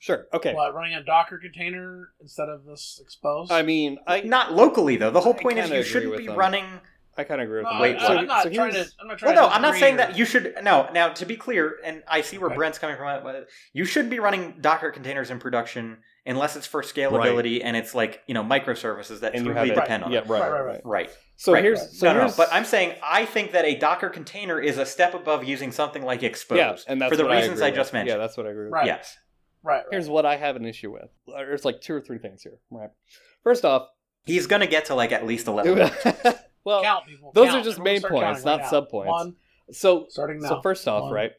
Speaker 1: Sure. Okay.
Speaker 3: What, running a Docker container instead of this exposed?
Speaker 1: I mean, I
Speaker 2: Not locally, though. The whole
Speaker 1: I
Speaker 2: point is
Speaker 1: kinda
Speaker 2: you
Speaker 1: agree
Speaker 2: shouldn't
Speaker 1: with
Speaker 2: be
Speaker 1: them.
Speaker 2: running
Speaker 1: I kind of agree with
Speaker 3: no,
Speaker 1: that.
Speaker 2: Wait,
Speaker 3: I,
Speaker 2: what?
Speaker 3: I'm not
Speaker 1: so
Speaker 3: trying to.
Speaker 1: here's-
Speaker 3: I'm not trying
Speaker 2: Well, no,
Speaker 3: to
Speaker 2: I'm not
Speaker 3: disagree
Speaker 2: saying
Speaker 3: or-
Speaker 2: that you should. No, now to be clear, and I see where
Speaker 3: Okay.
Speaker 2: Brent's coming from. uh, You shouldn't be running Docker containers in production unless it's for scalability and it's like you know microservices that
Speaker 1: and you
Speaker 2: truly
Speaker 1: have it-
Speaker 2: depend on
Speaker 1: Yeah.
Speaker 2: it.
Speaker 1: Right. Right.
Speaker 3: Right, right,
Speaker 1: right.
Speaker 3: right.
Speaker 2: Right.
Speaker 1: So
Speaker 2: Right.
Speaker 1: here's so
Speaker 2: no, no, no.
Speaker 1: here's,
Speaker 2: But I'm saying I think that a Docker container is a step above using something like Expose
Speaker 1: yeah, and that's
Speaker 2: for the
Speaker 1: what
Speaker 2: reasons
Speaker 1: I,
Speaker 2: I,
Speaker 1: agree
Speaker 2: just
Speaker 1: with. Yeah,
Speaker 2: mentioned.
Speaker 1: that's what I agree with.
Speaker 3: Right.
Speaker 2: Yes.
Speaker 3: Right. right.
Speaker 1: Here's what I have an issue with. There's like two or three things here. Right. First off,
Speaker 2: He's gonna get to like at least eleven.
Speaker 1: well,
Speaker 3: count people.
Speaker 1: those
Speaker 3: count.
Speaker 1: are just
Speaker 3: Everyone
Speaker 1: main
Speaker 3: start
Speaker 1: points,
Speaker 3: counting
Speaker 1: not
Speaker 3: right now.
Speaker 1: sub-points.
Speaker 3: One,
Speaker 1: so
Speaker 3: starting now.
Speaker 1: so first off,
Speaker 3: One.
Speaker 1: right?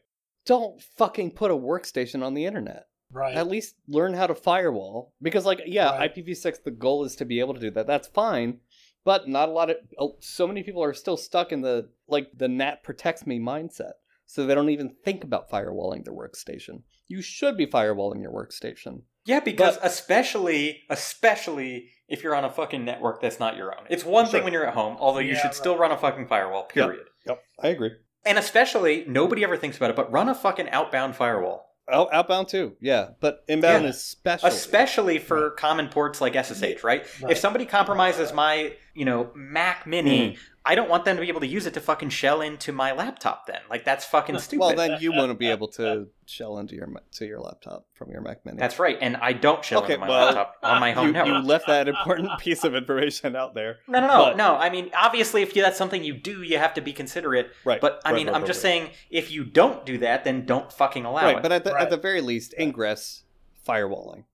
Speaker 1: Don't fucking put a workstation on the internet.
Speaker 3: right.
Speaker 1: At least learn how to firewall because like yeah,
Speaker 3: Right.
Speaker 1: IPv6 the goal is to be able to do that. That's fine. But not a lot of oh, so many people are still stuck in the like the NAT protects me mindset. So they don't even think about firewalling their workstation. You should be firewalling your workstation.
Speaker 2: yeah, because especially especially if you're on a fucking network that's not your own. It's one
Speaker 1: Sure.
Speaker 2: thing when you're at home, although you
Speaker 3: Yeah,
Speaker 2: should
Speaker 3: right.
Speaker 2: still run a fucking firewall.
Speaker 1: Yeah.
Speaker 2: Period.
Speaker 1: Yep, I agree.
Speaker 2: And especially, nobody ever thinks about it, but run a fucking outbound firewall.
Speaker 1: Out, outbound too, yeah. But inbound
Speaker 2: Yeah.
Speaker 1: is special.
Speaker 2: Especially for common ports like SSH, right?
Speaker 3: Right.
Speaker 2: If somebody compromises my, you know, Mac
Speaker 1: Mm.
Speaker 2: Mini, I don't want them to be able to use it to fucking shell into my laptop then. Like, that's fucking stupid.
Speaker 1: well, then you won't be able to shell into your ma- to your laptop from your Mac Mini.
Speaker 2: that's right. And I don't shell
Speaker 1: Okay,
Speaker 2: into my
Speaker 1: well,
Speaker 2: laptop on my home
Speaker 1: you, you
Speaker 2: network.
Speaker 1: left that important piece of information out there.
Speaker 2: no, no, no,
Speaker 1: but-
Speaker 2: no. I mean, obviously, if you, that's something you do, you have to be considerate.
Speaker 1: Right.
Speaker 2: But I
Speaker 1: right,
Speaker 2: mean,
Speaker 1: right,
Speaker 2: I'm
Speaker 1: right,
Speaker 2: just
Speaker 1: right.
Speaker 2: saying, if you don't do that, then don't fucking allow
Speaker 1: Right,
Speaker 2: it.
Speaker 1: but at the, at
Speaker 3: Right.
Speaker 1: the very least, ingress firewalling.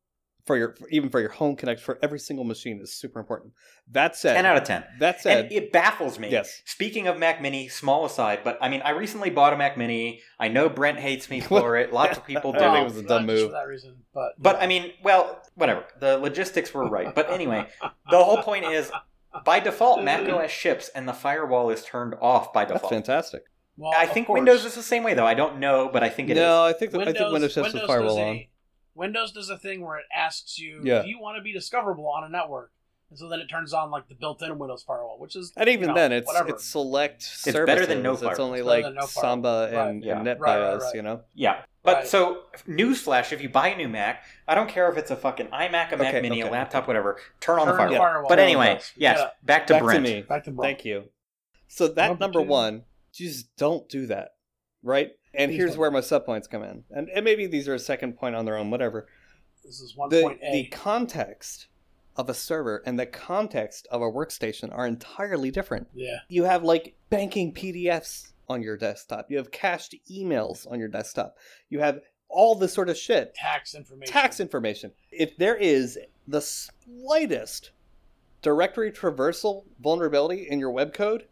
Speaker 1: for your even for your home connect for every single machine is super important. That said,
Speaker 2: 10 out of 10.
Speaker 1: that
Speaker 2: And
Speaker 1: said,
Speaker 2: it baffles me.
Speaker 1: yes,
Speaker 2: Speaking of Mac Mini, small aside, but I mean, I recently bought a Mac Mini. I know Brent hates me for it. Lots of people
Speaker 1: I think it
Speaker 2: do.
Speaker 1: was a dumb
Speaker 3: not just
Speaker 1: move.
Speaker 3: for that reason, but
Speaker 2: But I mean, well, whatever. The logistics were right. But anyway, the whole point is by default, Mac OS ships and the firewall is turned off by
Speaker 1: that's
Speaker 2: default.
Speaker 1: fantastic.
Speaker 3: well,
Speaker 2: I
Speaker 3: of
Speaker 2: think
Speaker 3: course.
Speaker 2: Windows is the same way, though. I don't know, but I think it is.
Speaker 1: no, I think that, I think Windows has the
Speaker 3: does
Speaker 1: firewall
Speaker 3: a-
Speaker 1: on.
Speaker 3: Windows does a thing where it asks you,
Speaker 1: Yeah.
Speaker 3: "Do you want to be discoverable on a network?" And so then it turns on like the built-in Windows firewall, which is
Speaker 1: And even
Speaker 3: you know,
Speaker 1: then, it's
Speaker 3: whatever.
Speaker 1: it's select services.
Speaker 2: better than no
Speaker 1: It's
Speaker 2: firewall.
Speaker 1: only
Speaker 3: It's better
Speaker 1: like
Speaker 3: than no firewall.
Speaker 1: Samba
Speaker 3: Right.
Speaker 1: and,
Speaker 2: Yeah.
Speaker 1: and NetBIOS,
Speaker 3: Right, right, right.
Speaker 1: you know.
Speaker 2: Yeah. But
Speaker 3: Right.
Speaker 2: so, newsflash, if you buy a new Mac, I don't care if it's a fucking iMac, a Mac
Speaker 1: Okay,
Speaker 2: Mini,
Speaker 1: okay.
Speaker 2: a laptop, whatever, turn on
Speaker 3: Turn
Speaker 2: the firewall.
Speaker 3: the firewall
Speaker 2: But
Speaker 3: on.
Speaker 2: anyway, yes,
Speaker 3: Yeah.
Speaker 2: back to
Speaker 1: Back
Speaker 2: Brent.
Speaker 1: to me.
Speaker 3: back to Brawl.
Speaker 1: Thank you. So that
Speaker 3: Number
Speaker 1: number
Speaker 3: two.
Speaker 1: one, just don't do that, right? And
Speaker 3: Please
Speaker 1: here's
Speaker 3: don't.
Speaker 1: where my subpoints come in, and, and maybe these are a second point on their own, whatever.
Speaker 3: This is one
Speaker 1: The
Speaker 3: point
Speaker 1: the
Speaker 3: A.
Speaker 1: context of a server and the context of a workstation are entirely different.
Speaker 3: yeah,
Speaker 1: You have like banking PDFs on your desktop. You have cached emails on your desktop. You have all this sort of shit
Speaker 3: tax information.
Speaker 1: tax information. If there is the slightest directory traversal vulnerability in your web code,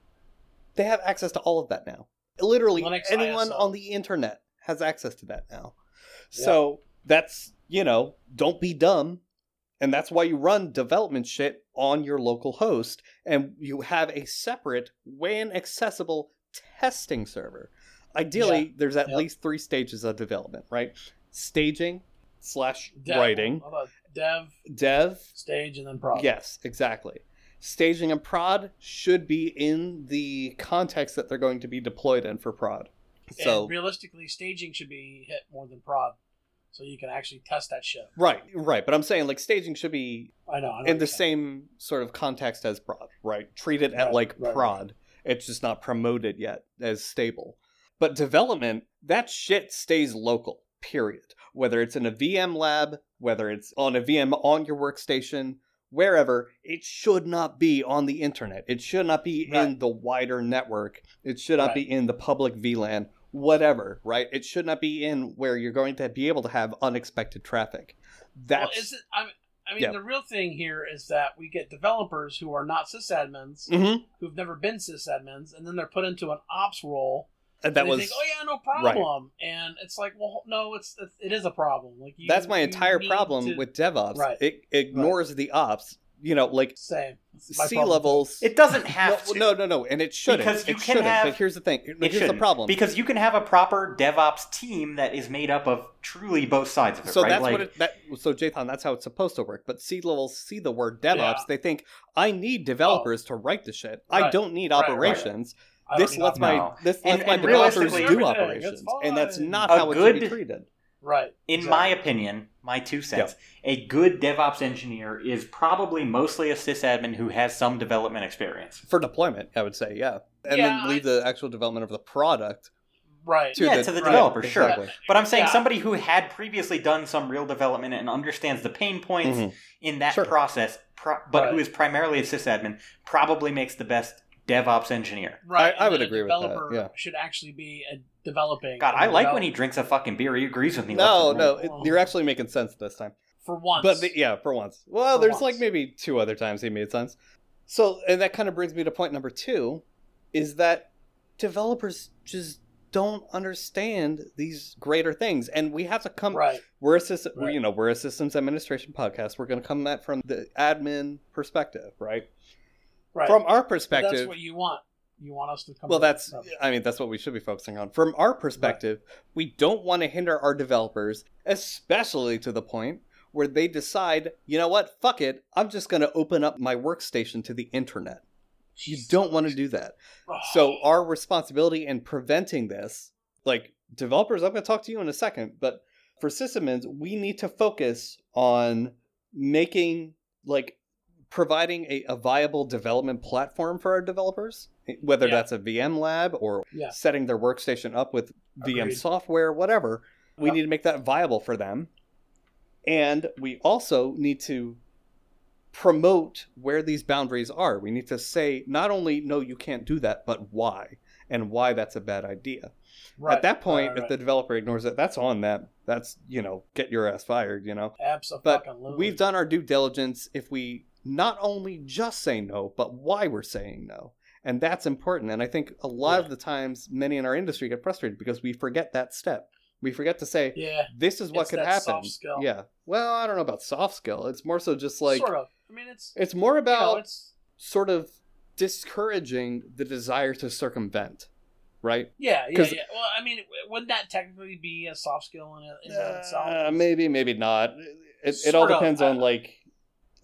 Speaker 1: they have access to all of that now. Literally,
Speaker 3: Linux
Speaker 1: anyone
Speaker 3: ISO.
Speaker 1: on the internet has access to that now. So that's, you know, don't be dumb. And that's why you run development shit on your local host and you have a separate WAN accessible testing server. Ideally, there's at
Speaker 3: Yep.
Speaker 1: least three stages of development, right? Staging slash
Speaker 3: Dev.
Speaker 1: writing,
Speaker 3: How about dev,
Speaker 1: dev.
Speaker 3: stage, and then prod.
Speaker 1: Yes, exactly. Staging and prod should be in the context that they're going to be deployed in for prod. So
Speaker 3: and realistically, staging should be hit more than prod, so you can actually test that shit.
Speaker 1: right, right. But I'm saying like staging should be
Speaker 3: I know. I know
Speaker 1: in the
Speaker 3: what you're
Speaker 1: same sort of context as prod, right? Treat it at
Speaker 3: Right,
Speaker 1: like
Speaker 3: right, right.
Speaker 1: prod. It's just not promoted yet as stable. But development, that shit stays local, period. Whether it's in a VM lab, whether it's on a VM on your workstation, wherever, it should not be on the internet. It should not be in
Speaker 3: Right.
Speaker 1: the wider network. It should not
Speaker 3: Right.
Speaker 1: be in the public VLAN, whatever, right? It should not be in where you're going to be able to have unexpected traffic. That's
Speaker 3: Well, is it, I, mean- I mean,
Speaker 1: Yeah.
Speaker 3: the real thing here is that we get developers who are not sysadmins,
Speaker 1: Mhm.
Speaker 3: who've never been sysadmins, and then they're put into an ops role.
Speaker 1: And that
Speaker 3: and they
Speaker 1: was
Speaker 3: think, oh yeah, no problem. And it's like, well, no, it's it's- it is a problem. Like you,
Speaker 1: That's my
Speaker 3: you
Speaker 1: entire
Speaker 3: need
Speaker 1: problem
Speaker 3: to-
Speaker 1: with DevOps.
Speaker 3: Right.
Speaker 1: It ignores the ops. You know, like
Speaker 3: same It's my
Speaker 1: C
Speaker 3: problem,
Speaker 1: levels.
Speaker 2: It doesn't have
Speaker 1: no,
Speaker 2: to.
Speaker 1: no, no, no, and it shouldn't.
Speaker 2: Because you
Speaker 1: it
Speaker 2: can
Speaker 1: shouldn't.
Speaker 2: have-
Speaker 1: but here's the thing.
Speaker 2: It
Speaker 1: here's the
Speaker 2: shouldn't,
Speaker 1: problem.
Speaker 2: Because you can have a proper DevOps team that is made up of truly both sides of it,
Speaker 1: so
Speaker 2: right?
Speaker 1: that's
Speaker 2: like,
Speaker 1: what it, that. So JSON, that's how it's supposed to work. But C levels see the word DevOps.
Speaker 3: Yeah.
Speaker 1: They think I
Speaker 2: Oh.
Speaker 1: need developers to write the shit. I
Speaker 3: Right.
Speaker 1: don't need
Speaker 3: Right, right.
Speaker 1: operations.
Speaker 3: I don't
Speaker 1: This
Speaker 3: need
Speaker 1: lets
Speaker 3: ops-
Speaker 1: my
Speaker 2: No.
Speaker 1: this
Speaker 2: And-
Speaker 1: lets my
Speaker 2: and
Speaker 1: developers
Speaker 2: realistically-
Speaker 1: do
Speaker 3: Everything,
Speaker 1: operations,
Speaker 3: it's
Speaker 1: and that's
Speaker 3: fine.
Speaker 1: not
Speaker 2: A
Speaker 1: how it should be
Speaker 2: good-
Speaker 1: treated.
Speaker 3: right.
Speaker 2: in
Speaker 3: exactly.
Speaker 2: my opinion, my two cents, a good DevOps engineer is probably mostly a sysadmin who has some development experience.
Speaker 1: For deployment, I would say, yeah, and
Speaker 3: Yeah,
Speaker 1: then leave
Speaker 3: I-
Speaker 1: the actual development of the product
Speaker 3: right.
Speaker 1: to
Speaker 2: Yeah,
Speaker 1: the
Speaker 2: to the
Speaker 1: right,
Speaker 2: developer, sure.
Speaker 1: exactly.
Speaker 2: But I'm saying
Speaker 3: Yeah.
Speaker 2: somebody who had previously done some real development and understands the pain points
Speaker 1: Mhm.
Speaker 2: in that
Speaker 1: Sure.
Speaker 2: process, pro- but who
Speaker 3: Right.
Speaker 2: is primarily a sysadmin, probably makes the best DevOps engineer.
Speaker 3: Right.
Speaker 1: I- I
Speaker 3: and
Speaker 1: would
Speaker 3: then a
Speaker 1: agree with that,
Speaker 3: developer
Speaker 1: yeah.
Speaker 3: Should actually be a developing.
Speaker 2: God, I
Speaker 3: and
Speaker 2: like when
Speaker 3: develop-
Speaker 2: he drinks a fucking beer. He agrees with me.
Speaker 1: No,
Speaker 2: left and right.
Speaker 1: no, it, you're actually making sense this time.
Speaker 3: for once.
Speaker 1: But the, yeah, for once. Well,
Speaker 3: For
Speaker 1: there's
Speaker 3: once.
Speaker 1: like maybe two other times he made sense. So, and that kind of brings me to point number two, is that developers just don't understand these greater things, and we have to come.
Speaker 3: right.
Speaker 1: We're a system,
Speaker 3: Right.
Speaker 1: you know, we're a systems administration podcast. We're going to come at from the admin perspective, right?
Speaker 3: Right.
Speaker 1: From our
Speaker 3: But
Speaker 1: perspective,
Speaker 3: That's what you want. You want us to come.
Speaker 1: well
Speaker 3: to-
Speaker 1: that's i mean that's what we should be focusing on from our perspective we don't want to hinder our developers especially to the point where they decide you know what fuck it i'm just going to open up my workstation to the internet you don't want to do that
Speaker 3: Oh,
Speaker 1: so our responsibility in preventing this like developers i'm going to talk to you in a second but for sysadmins we need to focus on making like providing a, a viable development platform for our developers eh, whether
Speaker 3: Yeah.
Speaker 1: that's a vm lab or
Speaker 3: Yeah.
Speaker 1: setting their workstation up with vm
Speaker 3: Agreed.
Speaker 1: software whatever we
Speaker 3: Yeah.
Speaker 1: need to make that viable for them and we also need to promote where these boundaries are. We need to say not only no, you can't do that, but why, and why that's a bad idea.
Speaker 3: Right.
Speaker 1: At that point,
Speaker 3: right, right.
Speaker 1: if the developer ignores it, that's on them. That's you know, get your ass fired. You know. but
Speaker 3: Abso-fucking-lutely.
Speaker 1: we've done our due diligence if we not only just say no, but why we're saying no. And that's important. And I think a lot of the times many in our industry get frustrated because we forget that step. We forget to say,
Speaker 3: Yeah.
Speaker 1: this is what
Speaker 3: It's
Speaker 1: could
Speaker 3: that
Speaker 1: happen.
Speaker 3: soft skill.
Speaker 1: Yeah. Well, I don't know about soft skill. It's more so just like,
Speaker 3: sort of. I mean, it's.
Speaker 1: it's more
Speaker 3: you
Speaker 1: about
Speaker 3: know, it's
Speaker 1: sort of discouraging the desire to circumvent, right?
Speaker 3: yeah, yeah,
Speaker 1: 'cause-
Speaker 3: yeah. Well, I mean, wouldn't that technically be a soft skill in, in and of
Speaker 1: Uh,
Speaker 3: itself?
Speaker 1: maybe, maybe not. It, it all
Speaker 3: Sort of.
Speaker 1: depends on
Speaker 3: I-
Speaker 1: like,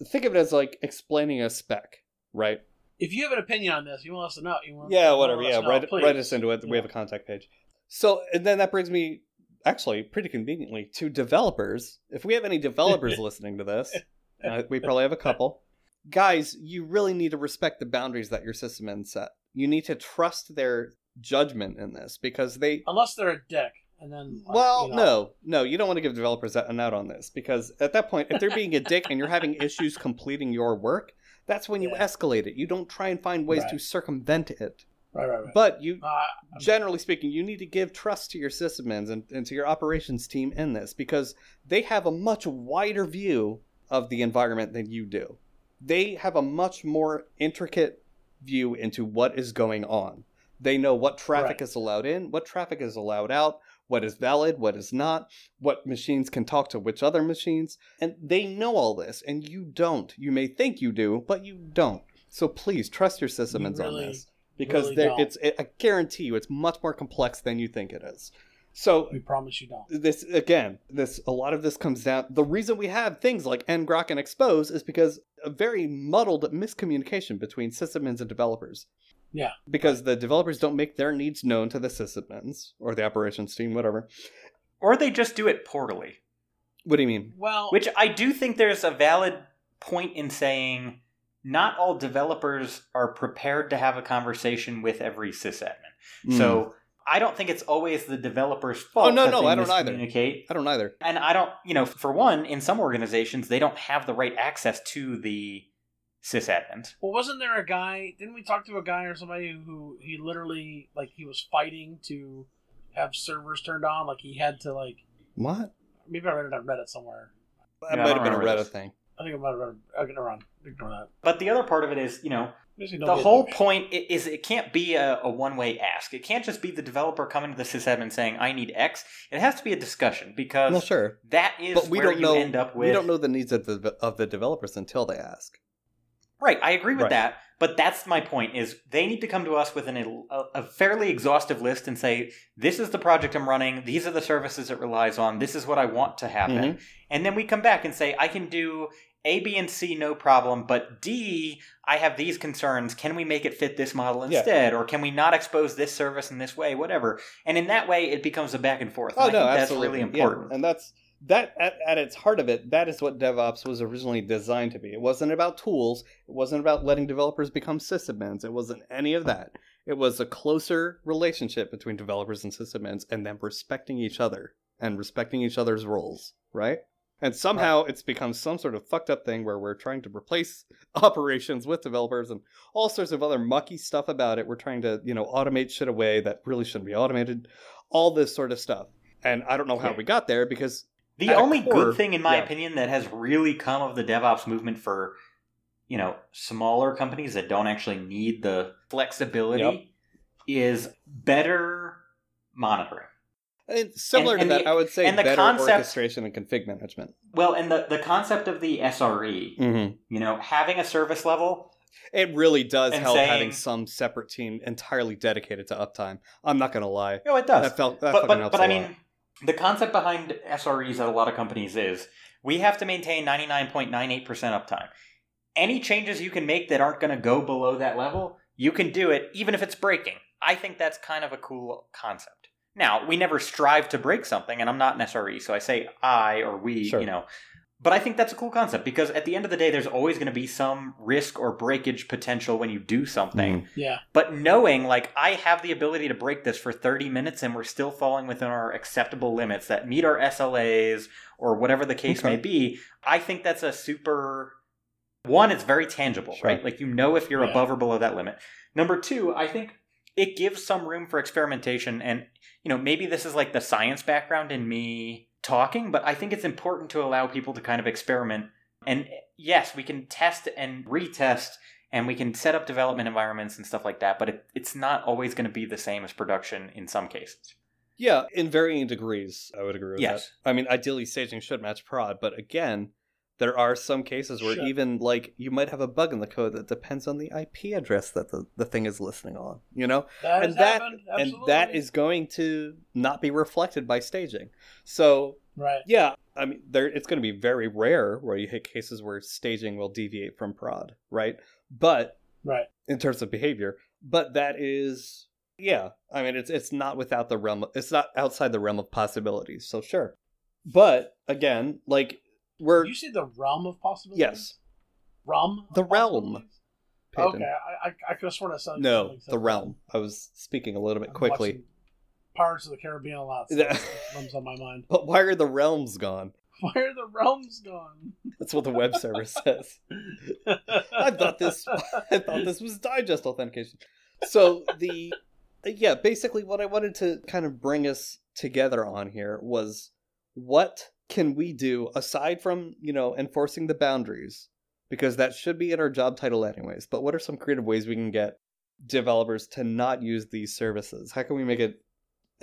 Speaker 1: think of it as like explaining a spec, right?
Speaker 3: If you have an opinion on this, you want us to know. You want
Speaker 1: Yeah,
Speaker 3: you want
Speaker 1: whatever.
Speaker 3: us
Speaker 1: Yeah,
Speaker 3: to know,
Speaker 1: write,
Speaker 3: please.
Speaker 1: write us into it. We
Speaker 3: Yeah.
Speaker 1: have a contact page. So, and then that brings me actually pretty conveniently to developers. If we have any developers listening to this, uh, we probably have a couple. Guys, you really need to respect the boundaries that your system has set. You need to trust their judgment in this because they.
Speaker 3: Unless they're a dick, and then uh,
Speaker 1: Well,
Speaker 3: you know,
Speaker 1: no, no, you don't want to give developers an out on this because at that point, if they're being a dick and you're having issues completing your work, that's when you
Speaker 3: Yeah.
Speaker 1: escalate it. You don't try and find ways
Speaker 3: Right.
Speaker 1: to circumvent it.
Speaker 3: right, right, right.
Speaker 1: But you
Speaker 3: Uh,
Speaker 1: generally speaking, you need to give trust to your system ends and, and to your operations team in this because they have a much wider view of the environment than you do. They have a much more intricate view into what is going on. They know what traffic
Speaker 3: Right.
Speaker 1: is allowed in, what traffic is allowed out, what is valid, what is not, what machines can talk to which other machines. And they know all this, and you don't. You may think you do, but you don't. So please trust your system
Speaker 3: You
Speaker 1: ends
Speaker 3: really-
Speaker 1: on this because
Speaker 3: really
Speaker 1: there,
Speaker 3: don't.
Speaker 1: it's I guarantee you it's much more complex than you think it is. So
Speaker 3: we promise you don't.
Speaker 1: this again, this a lot of this comes down. The reason we have things like ngrok and expose is because a very muddled miscommunication between sysadmins and developers.
Speaker 3: Yeah.
Speaker 1: because the developers don't make their needs known to the sysadmins or the operations team, whatever.
Speaker 2: Or they just do it poorly.
Speaker 1: What do you mean?
Speaker 3: Well,
Speaker 2: Which I do think there's a valid point in saying not all developers are prepared to have a conversation with every sysadmin.
Speaker 1: Mm.
Speaker 2: So I don't think it's always the developer's fault.
Speaker 1: Oh, no,
Speaker 2: that
Speaker 1: no,
Speaker 2: they
Speaker 1: I don't either.
Speaker 2: miscommunicate.
Speaker 1: I don't either.
Speaker 2: And I don't, you know, for one, in some organizations, they don't have the right access to the sysadmins.
Speaker 3: Well, wasn't there a guy? Didn't we talk to a guy or somebody who he literally like he was fighting to have servers turned on? Like he had to like
Speaker 1: What?
Speaker 3: maybe I read it on Reddit somewhere.
Speaker 1: That
Speaker 2: Yeah,
Speaker 1: might
Speaker 2: I don't
Speaker 1: have been a
Speaker 2: remember
Speaker 1: Reddit
Speaker 2: this.
Speaker 1: thing.
Speaker 3: I think I might have read. it. Okay, never mind. Ignore that.
Speaker 2: But the other part of it is, you know,
Speaker 3: Basically,
Speaker 2: the
Speaker 3: don't be a
Speaker 2: whole
Speaker 3: douche.
Speaker 2: point i- is it can't be a, a one-way ask. It can't just be the developer coming to the sysadmin saying, "I need X." It has to be a discussion because
Speaker 1: Well, sure,
Speaker 2: that is
Speaker 1: but we
Speaker 2: where
Speaker 1: don't
Speaker 2: you
Speaker 1: know.
Speaker 2: end up with.
Speaker 1: We don't know the needs of the of the developers until they ask.
Speaker 2: Right, I agree with
Speaker 1: Right.
Speaker 2: that, but that's my point: is they need to come to us with an, a, a fairly exhaustive list and say, "This is the project I'm running. These are the services it relies on. This is what I want to happen."
Speaker 1: Mm-hmm.
Speaker 2: And then we come back and say, "I can do." A, B, and C, no problem. But D, I have these concerns. Can we make it fit this model
Speaker 1: Yeah.
Speaker 2: instead, or can we not expose this service in this way? Whatever. And in that way, it becomes a back and forth.
Speaker 1: Oh
Speaker 2: and
Speaker 1: no,
Speaker 2: I think
Speaker 1: absolutely.
Speaker 2: that's really
Speaker 1: Yeah,
Speaker 2: important.
Speaker 1: And that's that at, at its heart of it, that is what DevOps was originally designed to be. It wasn't about tools. It wasn't about letting developers become sysadmins. It wasn't any of that. It was a closer relationship between developers and sysadmins, and them respecting each other and respecting each other's roles, right? And somehow it's become some sort of fucked up thing where we're trying to replace operations with developers and all sorts of other mucky stuff about it. We're trying to, you know, automate shit away that really shouldn't be automated, all this sort of stuff. And I don't know how
Speaker 2: Yeah.
Speaker 1: we got there because
Speaker 2: The
Speaker 1: at a
Speaker 2: only
Speaker 1: core,
Speaker 2: good thing, in my
Speaker 1: yeah.
Speaker 2: opinion, that has really come of the DevOps movement for you know smaller companies that don't actually need the flexibility
Speaker 1: Yep.
Speaker 2: is better monitoring.
Speaker 1: and similar
Speaker 2: And- and
Speaker 1: to that,
Speaker 2: the-
Speaker 1: I would say
Speaker 2: and the
Speaker 1: better
Speaker 2: concept-
Speaker 1: orchestration and config management.
Speaker 2: Well, and the the concept of the SRE,
Speaker 1: Mm-hmm.
Speaker 2: you know, having a service level.
Speaker 1: It really does
Speaker 2: And
Speaker 1: help
Speaker 2: saying-
Speaker 1: having some separate team entirely dedicated to uptime. I'm not gonna lie,
Speaker 2: No, it does.
Speaker 1: that felt that
Speaker 2: but
Speaker 1: fucking
Speaker 2: but,
Speaker 1: helps
Speaker 2: but
Speaker 1: a
Speaker 2: I
Speaker 1: lot.
Speaker 2: mean, the concept behind SREs at a lot of companies is we have to maintain ninety nine point nine eight percent uptime. Any changes you can make that aren't going to go below that level, you can do it, even if it's breaking. I think that's kind of a cool concept. Now we never strive to break something, and I'm not an SRE, so I say I or we,
Speaker 1: Sure.
Speaker 2: you know. But I think that's a cool concept because at the end of the day, there's always going to be some risk or breakage potential when you do
Speaker 1: Mm-hmm.
Speaker 2: something.
Speaker 3: yeah.
Speaker 2: But knowing, like, I have the ability to break this for 30 minutes and we're still falling within our acceptable limits that meet our SLAs or whatever the case
Speaker 1: Okay.
Speaker 2: may be, I think that's a super. One, it's very tangible,
Speaker 1: Sure.
Speaker 2: right? Like, you know if you're
Speaker 3: Yeah.
Speaker 2: above or below that limit. Number two, I think it gives some room for experimentation and you know maybe this is like the science background in me talking but i think it's important to allow people to kind of experiment and yes we can test and retest and we can set up development environments and stuff like that but it, it's not always going to be the same as production in some cases
Speaker 1: Yeah, in varying degrees, I would agree with
Speaker 2: Yes.
Speaker 1: that. I mean, ideally, staging should match prod, but again, there are some cases where
Speaker 3: Should.
Speaker 1: even like you might have a bug in the code that depends on the IP address that the, the thing is listening on, you know?
Speaker 3: That
Speaker 1: and
Speaker 3: has
Speaker 1: that
Speaker 3: happened,
Speaker 1: and
Speaker 3: absolutely.
Speaker 1: that is going to not be reflected by staging. So,
Speaker 3: right.
Speaker 1: yeah, I mean, there it's going to be very rare where you hit cases where staging will deviate from prod, right? But
Speaker 3: Right.
Speaker 1: in terms of behavior. But that is, yeah, I mean, it's it's not without the realm. It's not outside the realm of possibilities. So sure, but again, like we're
Speaker 3: you say the realm of possibilities.
Speaker 1: yes,
Speaker 3: Realm. of
Speaker 1: The realm.
Speaker 3: possibilities?
Speaker 1: Peyton.
Speaker 3: Okay, I I, I could have sworn I saw
Speaker 1: no,
Speaker 3: something
Speaker 1: the realm. I was speaking a little bit
Speaker 3: I'm
Speaker 1: quickly,
Speaker 3: watching Pirates of the Caribbean a lot. So
Speaker 1: Yeah.
Speaker 3: it comes on my mind.
Speaker 1: but why are the realms gone?
Speaker 3: Why are the realms gone?
Speaker 1: That's what the web server says. I thought this I thought this was digest authentication. So the uh, yeah, basically what I wanted to kind of bring us together on here was what can we do aside from, you know, enforcing the boundaries because that should be in our job title anyways, but what are some creative ways we can get developers to not use these services? How can we make it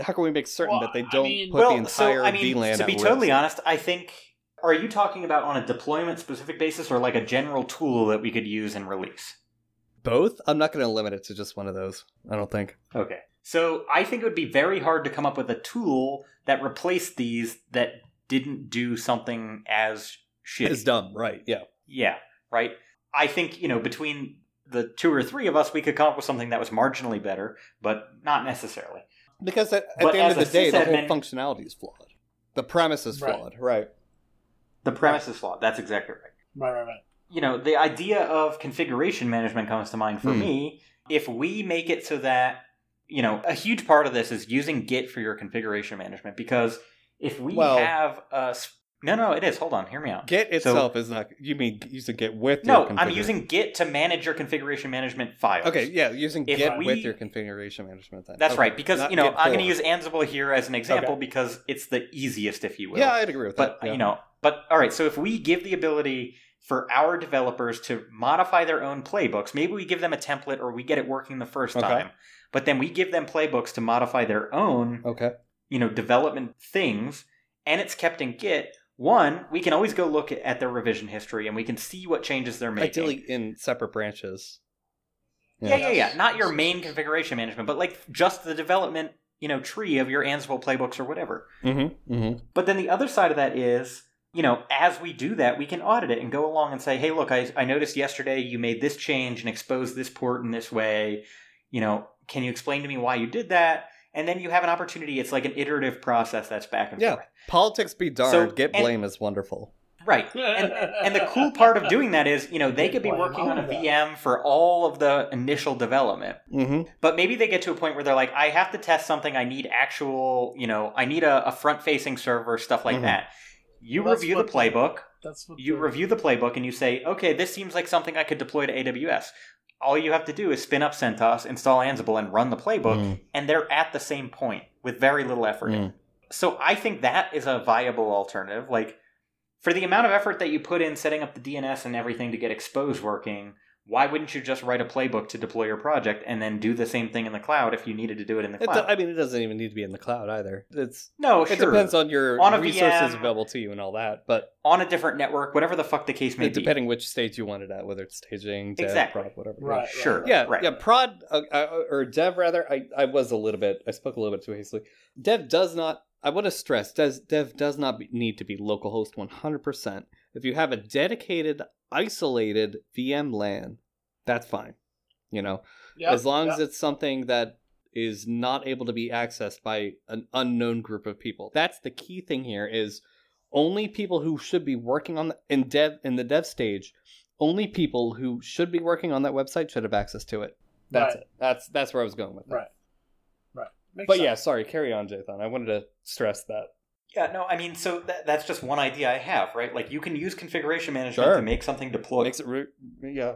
Speaker 1: how can we make certain
Speaker 3: Well,
Speaker 1: that they
Speaker 3: I
Speaker 1: don't
Speaker 3: mean-
Speaker 1: put the entire VLAN
Speaker 2: to
Speaker 1: at
Speaker 2: be
Speaker 1: risk?
Speaker 2: totally honest, I think. Are you talking about on a deployment specific basis, or like a general tool that we could use and release?
Speaker 1: Both? I'm not going to limit it to just one of those. I don't think.
Speaker 2: Okay. So I think it would be very hard to come up with a tool that replaced these that didn't do something as shitty.
Speaker 1: It's dumb, right? Yeah.
Speaker 2: Yeah, right. I think, you know, between the two or three of us, we could come up with something that was marginally better, but not necessarily.
Speaker 1: Because at, at
Speaker 2: But
Speaker 1: the end
Speaker 2: as
Speaker 1: of the
Speaker 2: a
Speaker 1: day, the whole
Speaker 2: sysadmin-
Speaker 1: functionality is flawed. The premise is
Speaker 3: Right.
Speaker 1: flawed, right?
Speaker 2: The premise is flawed. That's exactly right.
Speaker 3: Right, right, right.
Speaker 2: You know, the idea of configuration management comes to mind for
Speaker 1: Hmm.
Speaker 2: me. If we make it so that, you know, a huge part of this is using Git for your configuration management because if we
Speaker 1: Well-
Speaker 2: have a. sp- No, no, it is. Hold on. Hear me out.
Speaker 1: Git itself is not. You mean using Git with?
Speaker 2: No,
Speaker 1: your
Speaker 2: I'm
Speaker 1: configura-
Speaker 2: using Git to manage your configuration management files.
Speaker 1: Okay, yeah, using
Speaker 2: If
Speaker 1: Git
Speaker 2: we-
Speaker 1: with your configuration management. Then
Speaker 2: That's
Speaker 1: Okay,
Speaker 2: right, because
Speaker 1: not
Speaker 2: you know
Speaker 1: Git
Speaker 2: I'm going
Speaker 1: for.
Speaker 2: to use Ansible here as an example because it's the easiest, if you will.
Speaker 1: Yeah, I'd agree with
Speaker 2: but
Speaker 1: that. Uh, yeah.
Speaker 2: you know, but all right. So if we give the ability for our developers to modify their own playbooks, maybe we give them a template or we get it working the first
Speaker 1: Okay.
Speaker 2: time, but then we give them playbooks to modify their own,
Speaker 1: Okay.
Speaker 2: you know, development things, and it's kept in Git. One, we can always go look at their revision history and we can see what changes they're making.
Speaker 1: Ideally, in separate branches.
Speaker 2: Yeah, yeah, yeah. Not your main configuration management, but like just the development, you know, tree of your Ansible playbooks or whatever.
Speaker 1: Mm-hmm. Mm-hmm.
Speaker 2: But then the other side of that is, you know, as we do that, we can audit it and go along and say, hey, look, I, I noticed yesterday you made this change and exposed this port in this way. You know, can you explain to me why you did that? And then you have an opportunity. It's like an iterative process that's back and
Speaker 1: Yeah.
Speaker 2: forth.
Speaker 1: Politics be darned.
Speaker 2: So-
Speaker 1: Git
Speaker 2: and-
Speaker 1: blame is wonderful.
Speaker 2: Right. And and the cool part of doing that is, you know, they could be working on a VM for all of the initial development.
Speaker 1: Mm-hmm.
Speaker 2: But maybe they get to a point where they're like, I have to test something. I need actual, you know, I need a, a front facing server, stuff like
Speaker 1: Mhm.
Speaker 2: that. You
Speaker 3: Mm-hmm. Well, that's
Speaker 2: review the
Speaker 3: what the-
Speaker 2: playbook.
Speaker 3: That's what
Speaker 2: You
Speaker 3: the-
Speaker 2: review the playbook and you say, okay, this seems like something I could deploy to AWS. All you have to do is spin up CentOS, install Ansible, and run the playbook,
Speaker 1: Mm-hmm,
Speaker 2: and they're at the same point with very little effort.
Speaker 1: Mm.
Speaker 2: So I think that is a viable alternative. Like for the amount of effort that you put in setting up the DNS and everything to get expose working, why wouldn't you just write a playbook to deploy your project and then do the same thing in the cloud if you needed to do it in the
Speaker 1: It,
Speaker 2: cloud?
Speaker 1: do- I mean, it doesn't even need to be in the cloud either. It's
Speaker 2: no,
Speaker 1: it
Speaker 2: sure.
Speaker 1: depends on your
Speaker 2: On a
Speaker 1: resources
Speaker 2: VM.
Speaker 1: available to you and all that, but
Speaker 2: On a different network, whatever the fuck the case may
Speaker 1: It- depending which stage you want it at, whether it's staging, dev,
Speaker 2: Exactly.
Speaker 1: prod, whatever.
Speaker 2: be.
Speaker 3: Right.
Speaker 2: Sure.
Speaker 1: Yeah,
Speaker 2: Right.
Speaker 1: yeah. Prod uh, uh, or dev rather. I I was a little bit. I spoke a little bit too hastily. Dev does not. I want to stress. Does dev does not be, need to be localhost one hundred percent. If you have a dedicated, isolated VM LAN, that's fine. You know,
Speaker 3: Yep,
Speaker 1: as long
Speaker 3: yep.
Speaker 1: as it's something that is not able to be accessed by an unknown group of people that's the key thing here is only people who should be working on the, in dev in the dev stage only people who should be working on that website should have access to it that's
Speaker 3: Right.
Speaker 1: it that's that's where i was going with that
Speaker 3: Right. Makes
Speaker 1: but
Speaker 3: sense.
Speaker 1: yeah sorry carry on jathan i wanted to stress that
Speaker 2: Yeah, no, I mean, so that, that's just one idea I have, right? Like you can use configuration management
Speaker 1: Sure.
Speaker 2: to make something deploy,
Speaker 1: makes it re- yeah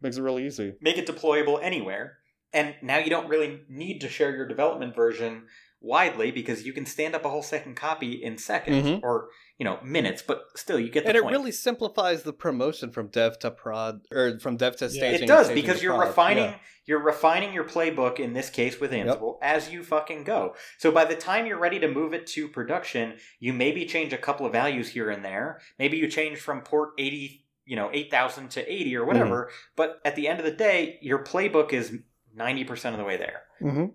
Speaker 1: makes it really easy
Speaker 2: make it deployable anywhere. And now you don't really need to share your development version widely because you can stand up a whole second copy in 2nd
Speaker 1: Mhm.
Speaker 2: or you know minutes, but still you get the
Speaker 1: and it
Speaker 2: point.
Speaker 1: really simplifies the promotion from dev to prod or from dev to
Speaker 3: Yeah. It
Speaker 1: staging.
Speaker 2: it
Speaker 1: and
Speaker 2: does
Speaker 1: staging
Speaker 2: because
Speaker 1: to
Speaker 2: you're
Speaker 1: prod.
Speaker 2: refining
Speaker 1: Yeah.
Speaker 2: you're refining your playbook in this case with Ansible as you fucking go. So by the time you're ready to move it to production, you maybe change a couple of values here and there. Maybe you change from port 80, you know, 8000 to 80 or
Speaker 1: Mm.
Speaker 2: whatever, but at the end of the day, your playbook is 90% of the way there.
Speaker 1: Mm-hmm.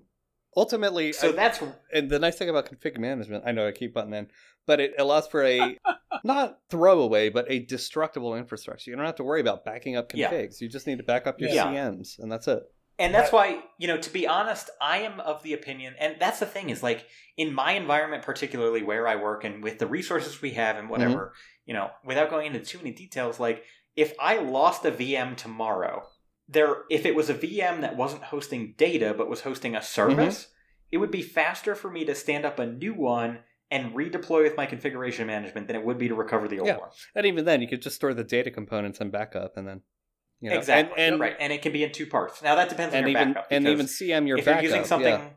Speaker 1: Ultimately,
Speaker 2: So
Speaker 1: I-
Speaker 2: that's
Speaker 1: and the nice thing about config management, I know I keep butting in, but it allows for a not throwaway, but a destructible infrastructure. You don't have to worry about backing up
Speaker 2: Yeah.
Speaker 1: configs. You just need to back up your
Speaker 2: Yeah.
Speaker 1: CMs, and that's it.
Speaker 2: And that's why, you know, to be honest, I am of the opinion, and that's the thing is like in my environment, particularly where I work and with the resources we have and whatever,
Speaker 1: Mm-hmm.
Speaker 2: you know, without going into too many details, like if I lost a VM tomorrow, there, if it was a VM that wasn't hosting data but was hosting a service,
Speaker 1: Mm-hmm.
Speaker 2: it would be faster for me to stand up a new one and redeploy with my configuration management than it would be to recover the old
Speaker 1: Yeah.
Speaker 2: one.
Speaker 1: And even then, you could just store the data components and backup, and then you know,
Speaker 2: Exactly.
Speaker 1: and, and,
Speaker 2: right. And it can be in two parts. Now that depends
Speaker 1: and
Speaker 2: on your
Speaker 1: even
Speaker 2: backup.
Speaker 1: and
Speaker 2: because-
Speaker 1: even CM your
Speaker 2: if
Speaker 1: backup.
Speaker 2: you're using something
Speaker 1: yeah.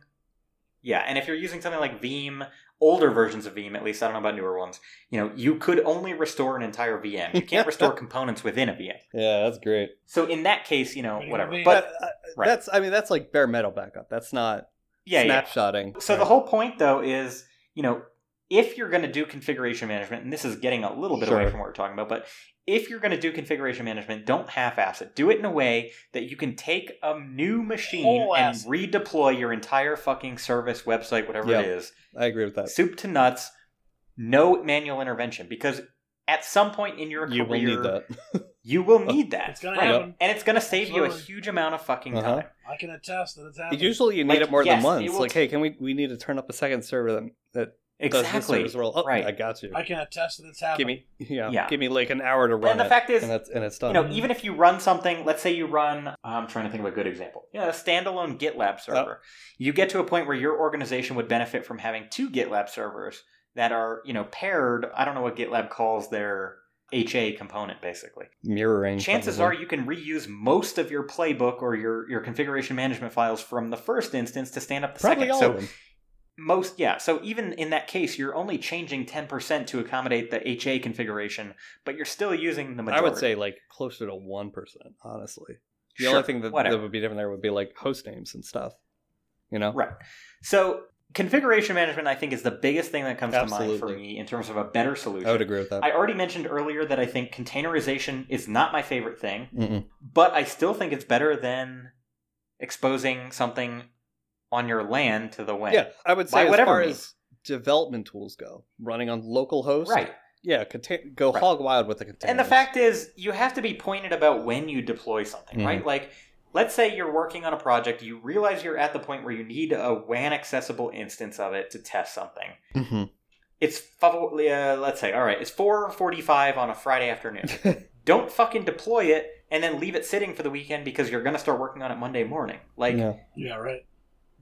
Speaker 2: yeah. and if you're using something like veeam older versions of veeam at least i don't know about newer ones you know you could only restore an entire vm you can't restore components within a vm
Speaker 1: yeah, that's great.
Speaker 2: so in that case you know
Speaker 3: But it would
Speaker 2: whatever
Speaker 3: be-
Speaker 2: but
Speaker 1: But, uh,
Speaker 2: right.
Speaker 1: that's I mean that's like bare metal backup. That's not
Speaker 2: yeah, yeah
Speaker 1: snapshotting.
Speaker 2: So the whole point, though, is you know if you're going to do configuration management, and this is getting a little bit away
Speaker 1: Sure.
Speaker 2: from what we're talking about, but if you're going to do configuration management, don't half-ass it. Do it in a way that you can take a new machine
Speaker 3: Whole
Speaker 2: and
Speaker 3: ass.
Speaker 2: redeploy your entire fucking service, website, whatever
Speaker 1: Yeah.
Speaker 2: it is,
Speaker 1: I agree with that.
Speaker 2: Uh, soup to nuts, no manual intervention, because at some point in your career,
Speaker 1: You will need that. Uh,
Speaker 2: you will need that.
Speaker 3: It's gonna
Speaker 2: right?
Speaker 3: happen.
Speaker 2: and it's going to save you a
Speaker 3: Absolutely.
Speaker 2: huge amount of fucking
Speaker 1: Uh-huh.
Speaker 2: time.
Speaker 3: I can attest that it's happening.
Speaker 1: Usually you need
Speaker 2: um, Like,
Speaker 1: it more than
Speaker 2: yes, it
Speaker 1: once.
Speaker 2: will-
Speaker 1: Like, hey, can we we need to turn up a second server that that does this
Speaker 2: Exactly.
Speaker 1: service role? Oh,
Speaker 2: Right.
Speaker 1: I got you.
Speaker 3: I can attest that it's
Speaker 1: give
Speaker 3: happening.
Speaker 1: me yeah,
Speaker 2: Yeah.
Speaker 1: give me like an hour to run
Speaker 2: And the
Speaker 1: it,
Speaker 2: fact is,
Speaker 1: and that's and it's done.
Speaker 2: you know, even if you run something, let's say you run, I'm trying to think of a good example, you know, a standalone GitLab server. You get to a point where your organization would benefit from having two GitLab servers that are, you know, paired. I don't know what GitLab calls their HA component, basically.
Speaker 1: Mirroring.
Speaker 2: Chances are you can reuse most of your playbook or your, your configuration management files from the first instance to stand up the
Speaker 1: probably
Speaker 2: second.
Speaker 1: all
Speaker 2: so
Speaker 1: of them.
Speaker 2: most yeah so even in that case you're only changing 10% to accommodate the ha configuration but you're still using the
Speaker 1: I
Speaker 2: majority
Speaker 1: would say like closer to one percent, honestly. The only
Speaker 2: Sure,
Speaker 1: thing that,
Speaker 2: whatever.
Speaker 1: that would be different there would be like host names and stuff. You know,
Speaker 2: Right. So configuration management, I think, is the biggest thing that comes to mind for
Speaker 1: Absolutely.
Speaker 2: me in terms of a better
Speaker 1: I would
Speaker 2: solution.
Speaker 1: agree with that.
Speaker 2: I already mentioned earlier that I think containerization is not my favorite thing,
Speaker 1: Mm-mm.
Speaker 2: but I still think it's better than exposing something on your land to the wind.
Speaker 1: Yeah, I would
Speaker 2: By
Speaker 1: say as
Speaker 2: whatever
Speaker 1: far
Speaker 2: means.
Speaker 1: as development tools go, running on local host,
Speaker 2: Right.
Speaker 1: Yeah, contain- go
Speaker 2: Right.
Speaker 1: hog wild with the containers.
Speaker 2: And the fact is, you have to be pointed about when you deploy something,
Speaker 1: Mhm.
Speaker 2: right? Like, let's say you're working on a project, you realize you're at the point where you need a WAN accessible instance of it to test something.
Speaker 1: Mhm.
Speaker 2: it's probably uh, let's say all right it's 4.45 on a friday afternoon don't fucking deploy it and then leave it sitting for the weekend because you're going to start working on it monday morning like
Speaker 1: Yeah.
Speaker 3: Yeah, right.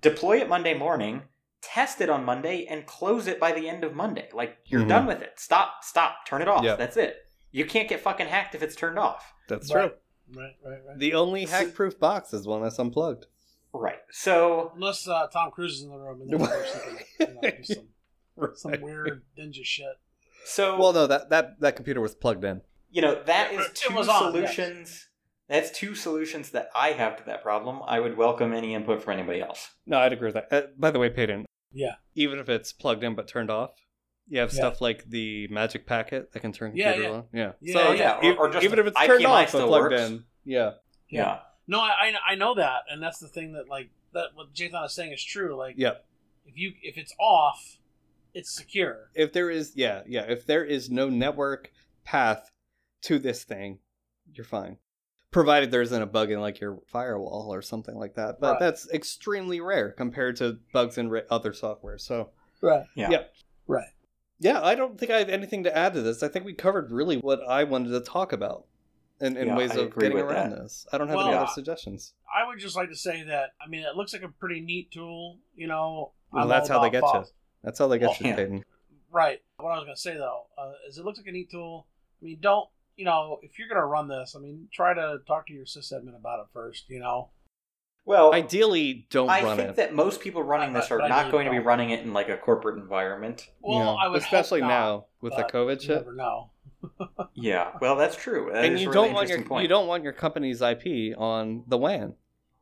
Speaker 2: deploy it monday morning test it on monday and close it by the end of monday like you're
Speaker 1: Mhm.
Speaker 2: done with it stop stop turn it off
Speaker 1: Yeah.
Speaker 2: that's it you can't get fucking hacked if it's turned off
Speaker 1: that's
Speaker 3: Right.
Speaker 1: true.
Speaker 3: Right, right, right.
Speaker 1: The only hack-proof box is one that's unplugged.
Speaker 2: right so
Speaker 3: Unless uh, Tom Cruise is in the room and then of course he can you know, do some, some weird ninja shit.
Speaker 2: so
Speaker 1: Well, no, that, that that computer was plugged in.
Speaker 2: you know that
Speaker 3: It
Speaker 2: is
Speaker 3: was
Speaker 2: two
Speaker 3: on, yes.
Speaker 2: solutions that's two solutions that i have to that problem i would welcome any input from anybody else
Speaker 1: No, I'd agree with that. Uh, by the way, Peyton,
Speaker 3: Yeah.
Speaker 1: even if it's plugged in but turned off, you have
Speaker 3: Yeah.
Speaker 1: stuff like the magic packet that can turn
Speaker 3: Yeah,
Speaker 1: computer on. Yeah.
Speaker 3: Yeah,
Speaker 1: so
Speaker 2: yeah,
Speaker 1: e-
Speaker 2: or- or just
Speaker 1: even if it's
Speaker 2: IPMI
Speaker 1: turned off
Speaker 2: still
Speaker 1: but plugged
Speaker 2: works.
Speaker 1: in, yeah,
Speaker 3: Yeah.
Speaker 2: yeah.
Speaker 3: No, I, I I know that, and that's the thing that like that what Jathan is saying is true. Like,
Speaker 1: Yeah.
Speaker 3: if you if it's off, it's secure.
Speaker 1: if there is, yeah, yeah, if there is no network path to this thing, you're fine. Provided there isn't a bug in like your firewall or something like that, but
Speaker 3: Right.
Speaker 1: that's extremely rare compared to bugs in re- other software. So
Speaker 3: Right.
Speaker 2: Yeah.
Speaker 1: Yeah.
Speaker 3: Right.
Speaker 1: Yeah, I don't think I have anything to add to this. I think we covered really what I wanted to talk about and, and
Speaker 2: Yeah,
Speaker 1: ways
Speaker 2: I
Speaker 1: of
Speaker 2: agree
Speaker 1: getting
Speaker 2: with
Speaker 1: around this. I don't have any
Speaker 3: Well,
Speaker 1: other suggestions.
Speaker 3: I would just like to say that I mean it looks like a pretty neat tool. You know,
Speaker 1: Well,
Speaker 3: I'm
Speaker 1: that's
Speaker 3: all
Speaker 1: how they
Speaker 3: about
Speaker 1: get you.
Speaker 3: bots.
Speaker 1: That's how they get
Speaker 3: well,
Speaker 1: you,
Speaker 2: yeah.
Speaker 1: Peyton.
Speaker 3: Right. What I was gonna say though uh, is it looks like a neat tool. I mean, don't you know if you're gonna run this? I mean, try to talk to your sysadmin about it first. You know,
Speaker 2: Well, I,
Speaker 1: Ideally, don't run
Speaker 2: think
Speaker 1: it.
Speaker 2: that most people running this
Speaker 3: But
Speaker 2: are
Speaker 3: I
Speaker 2: not
Speaker 3: really
Speaker 2: going to be
Speaker 3: don't.
Speaker 2: running it in like a corporate environment.
Speaker 3: Well,
Speaker 1: Yeah.
Speaker 3: I would
Speaker 1: especially
Speaker 3: hope not.
Speaker 1: now with the
Speaker 3: but
Speaker 1: COVID
Speaker 3: You
Speaker 1: shit.
Speaker 3: never know.
Speaker 2: Yeah, well, that's true. That
Speaker 1: and
Speaker 2: is
Speaker 1: you
Speaker 2: a really
Speaker 1: don't want your
Speaker 2: interesting point.
Speaker 1: you don't want your company's IP on the WAN.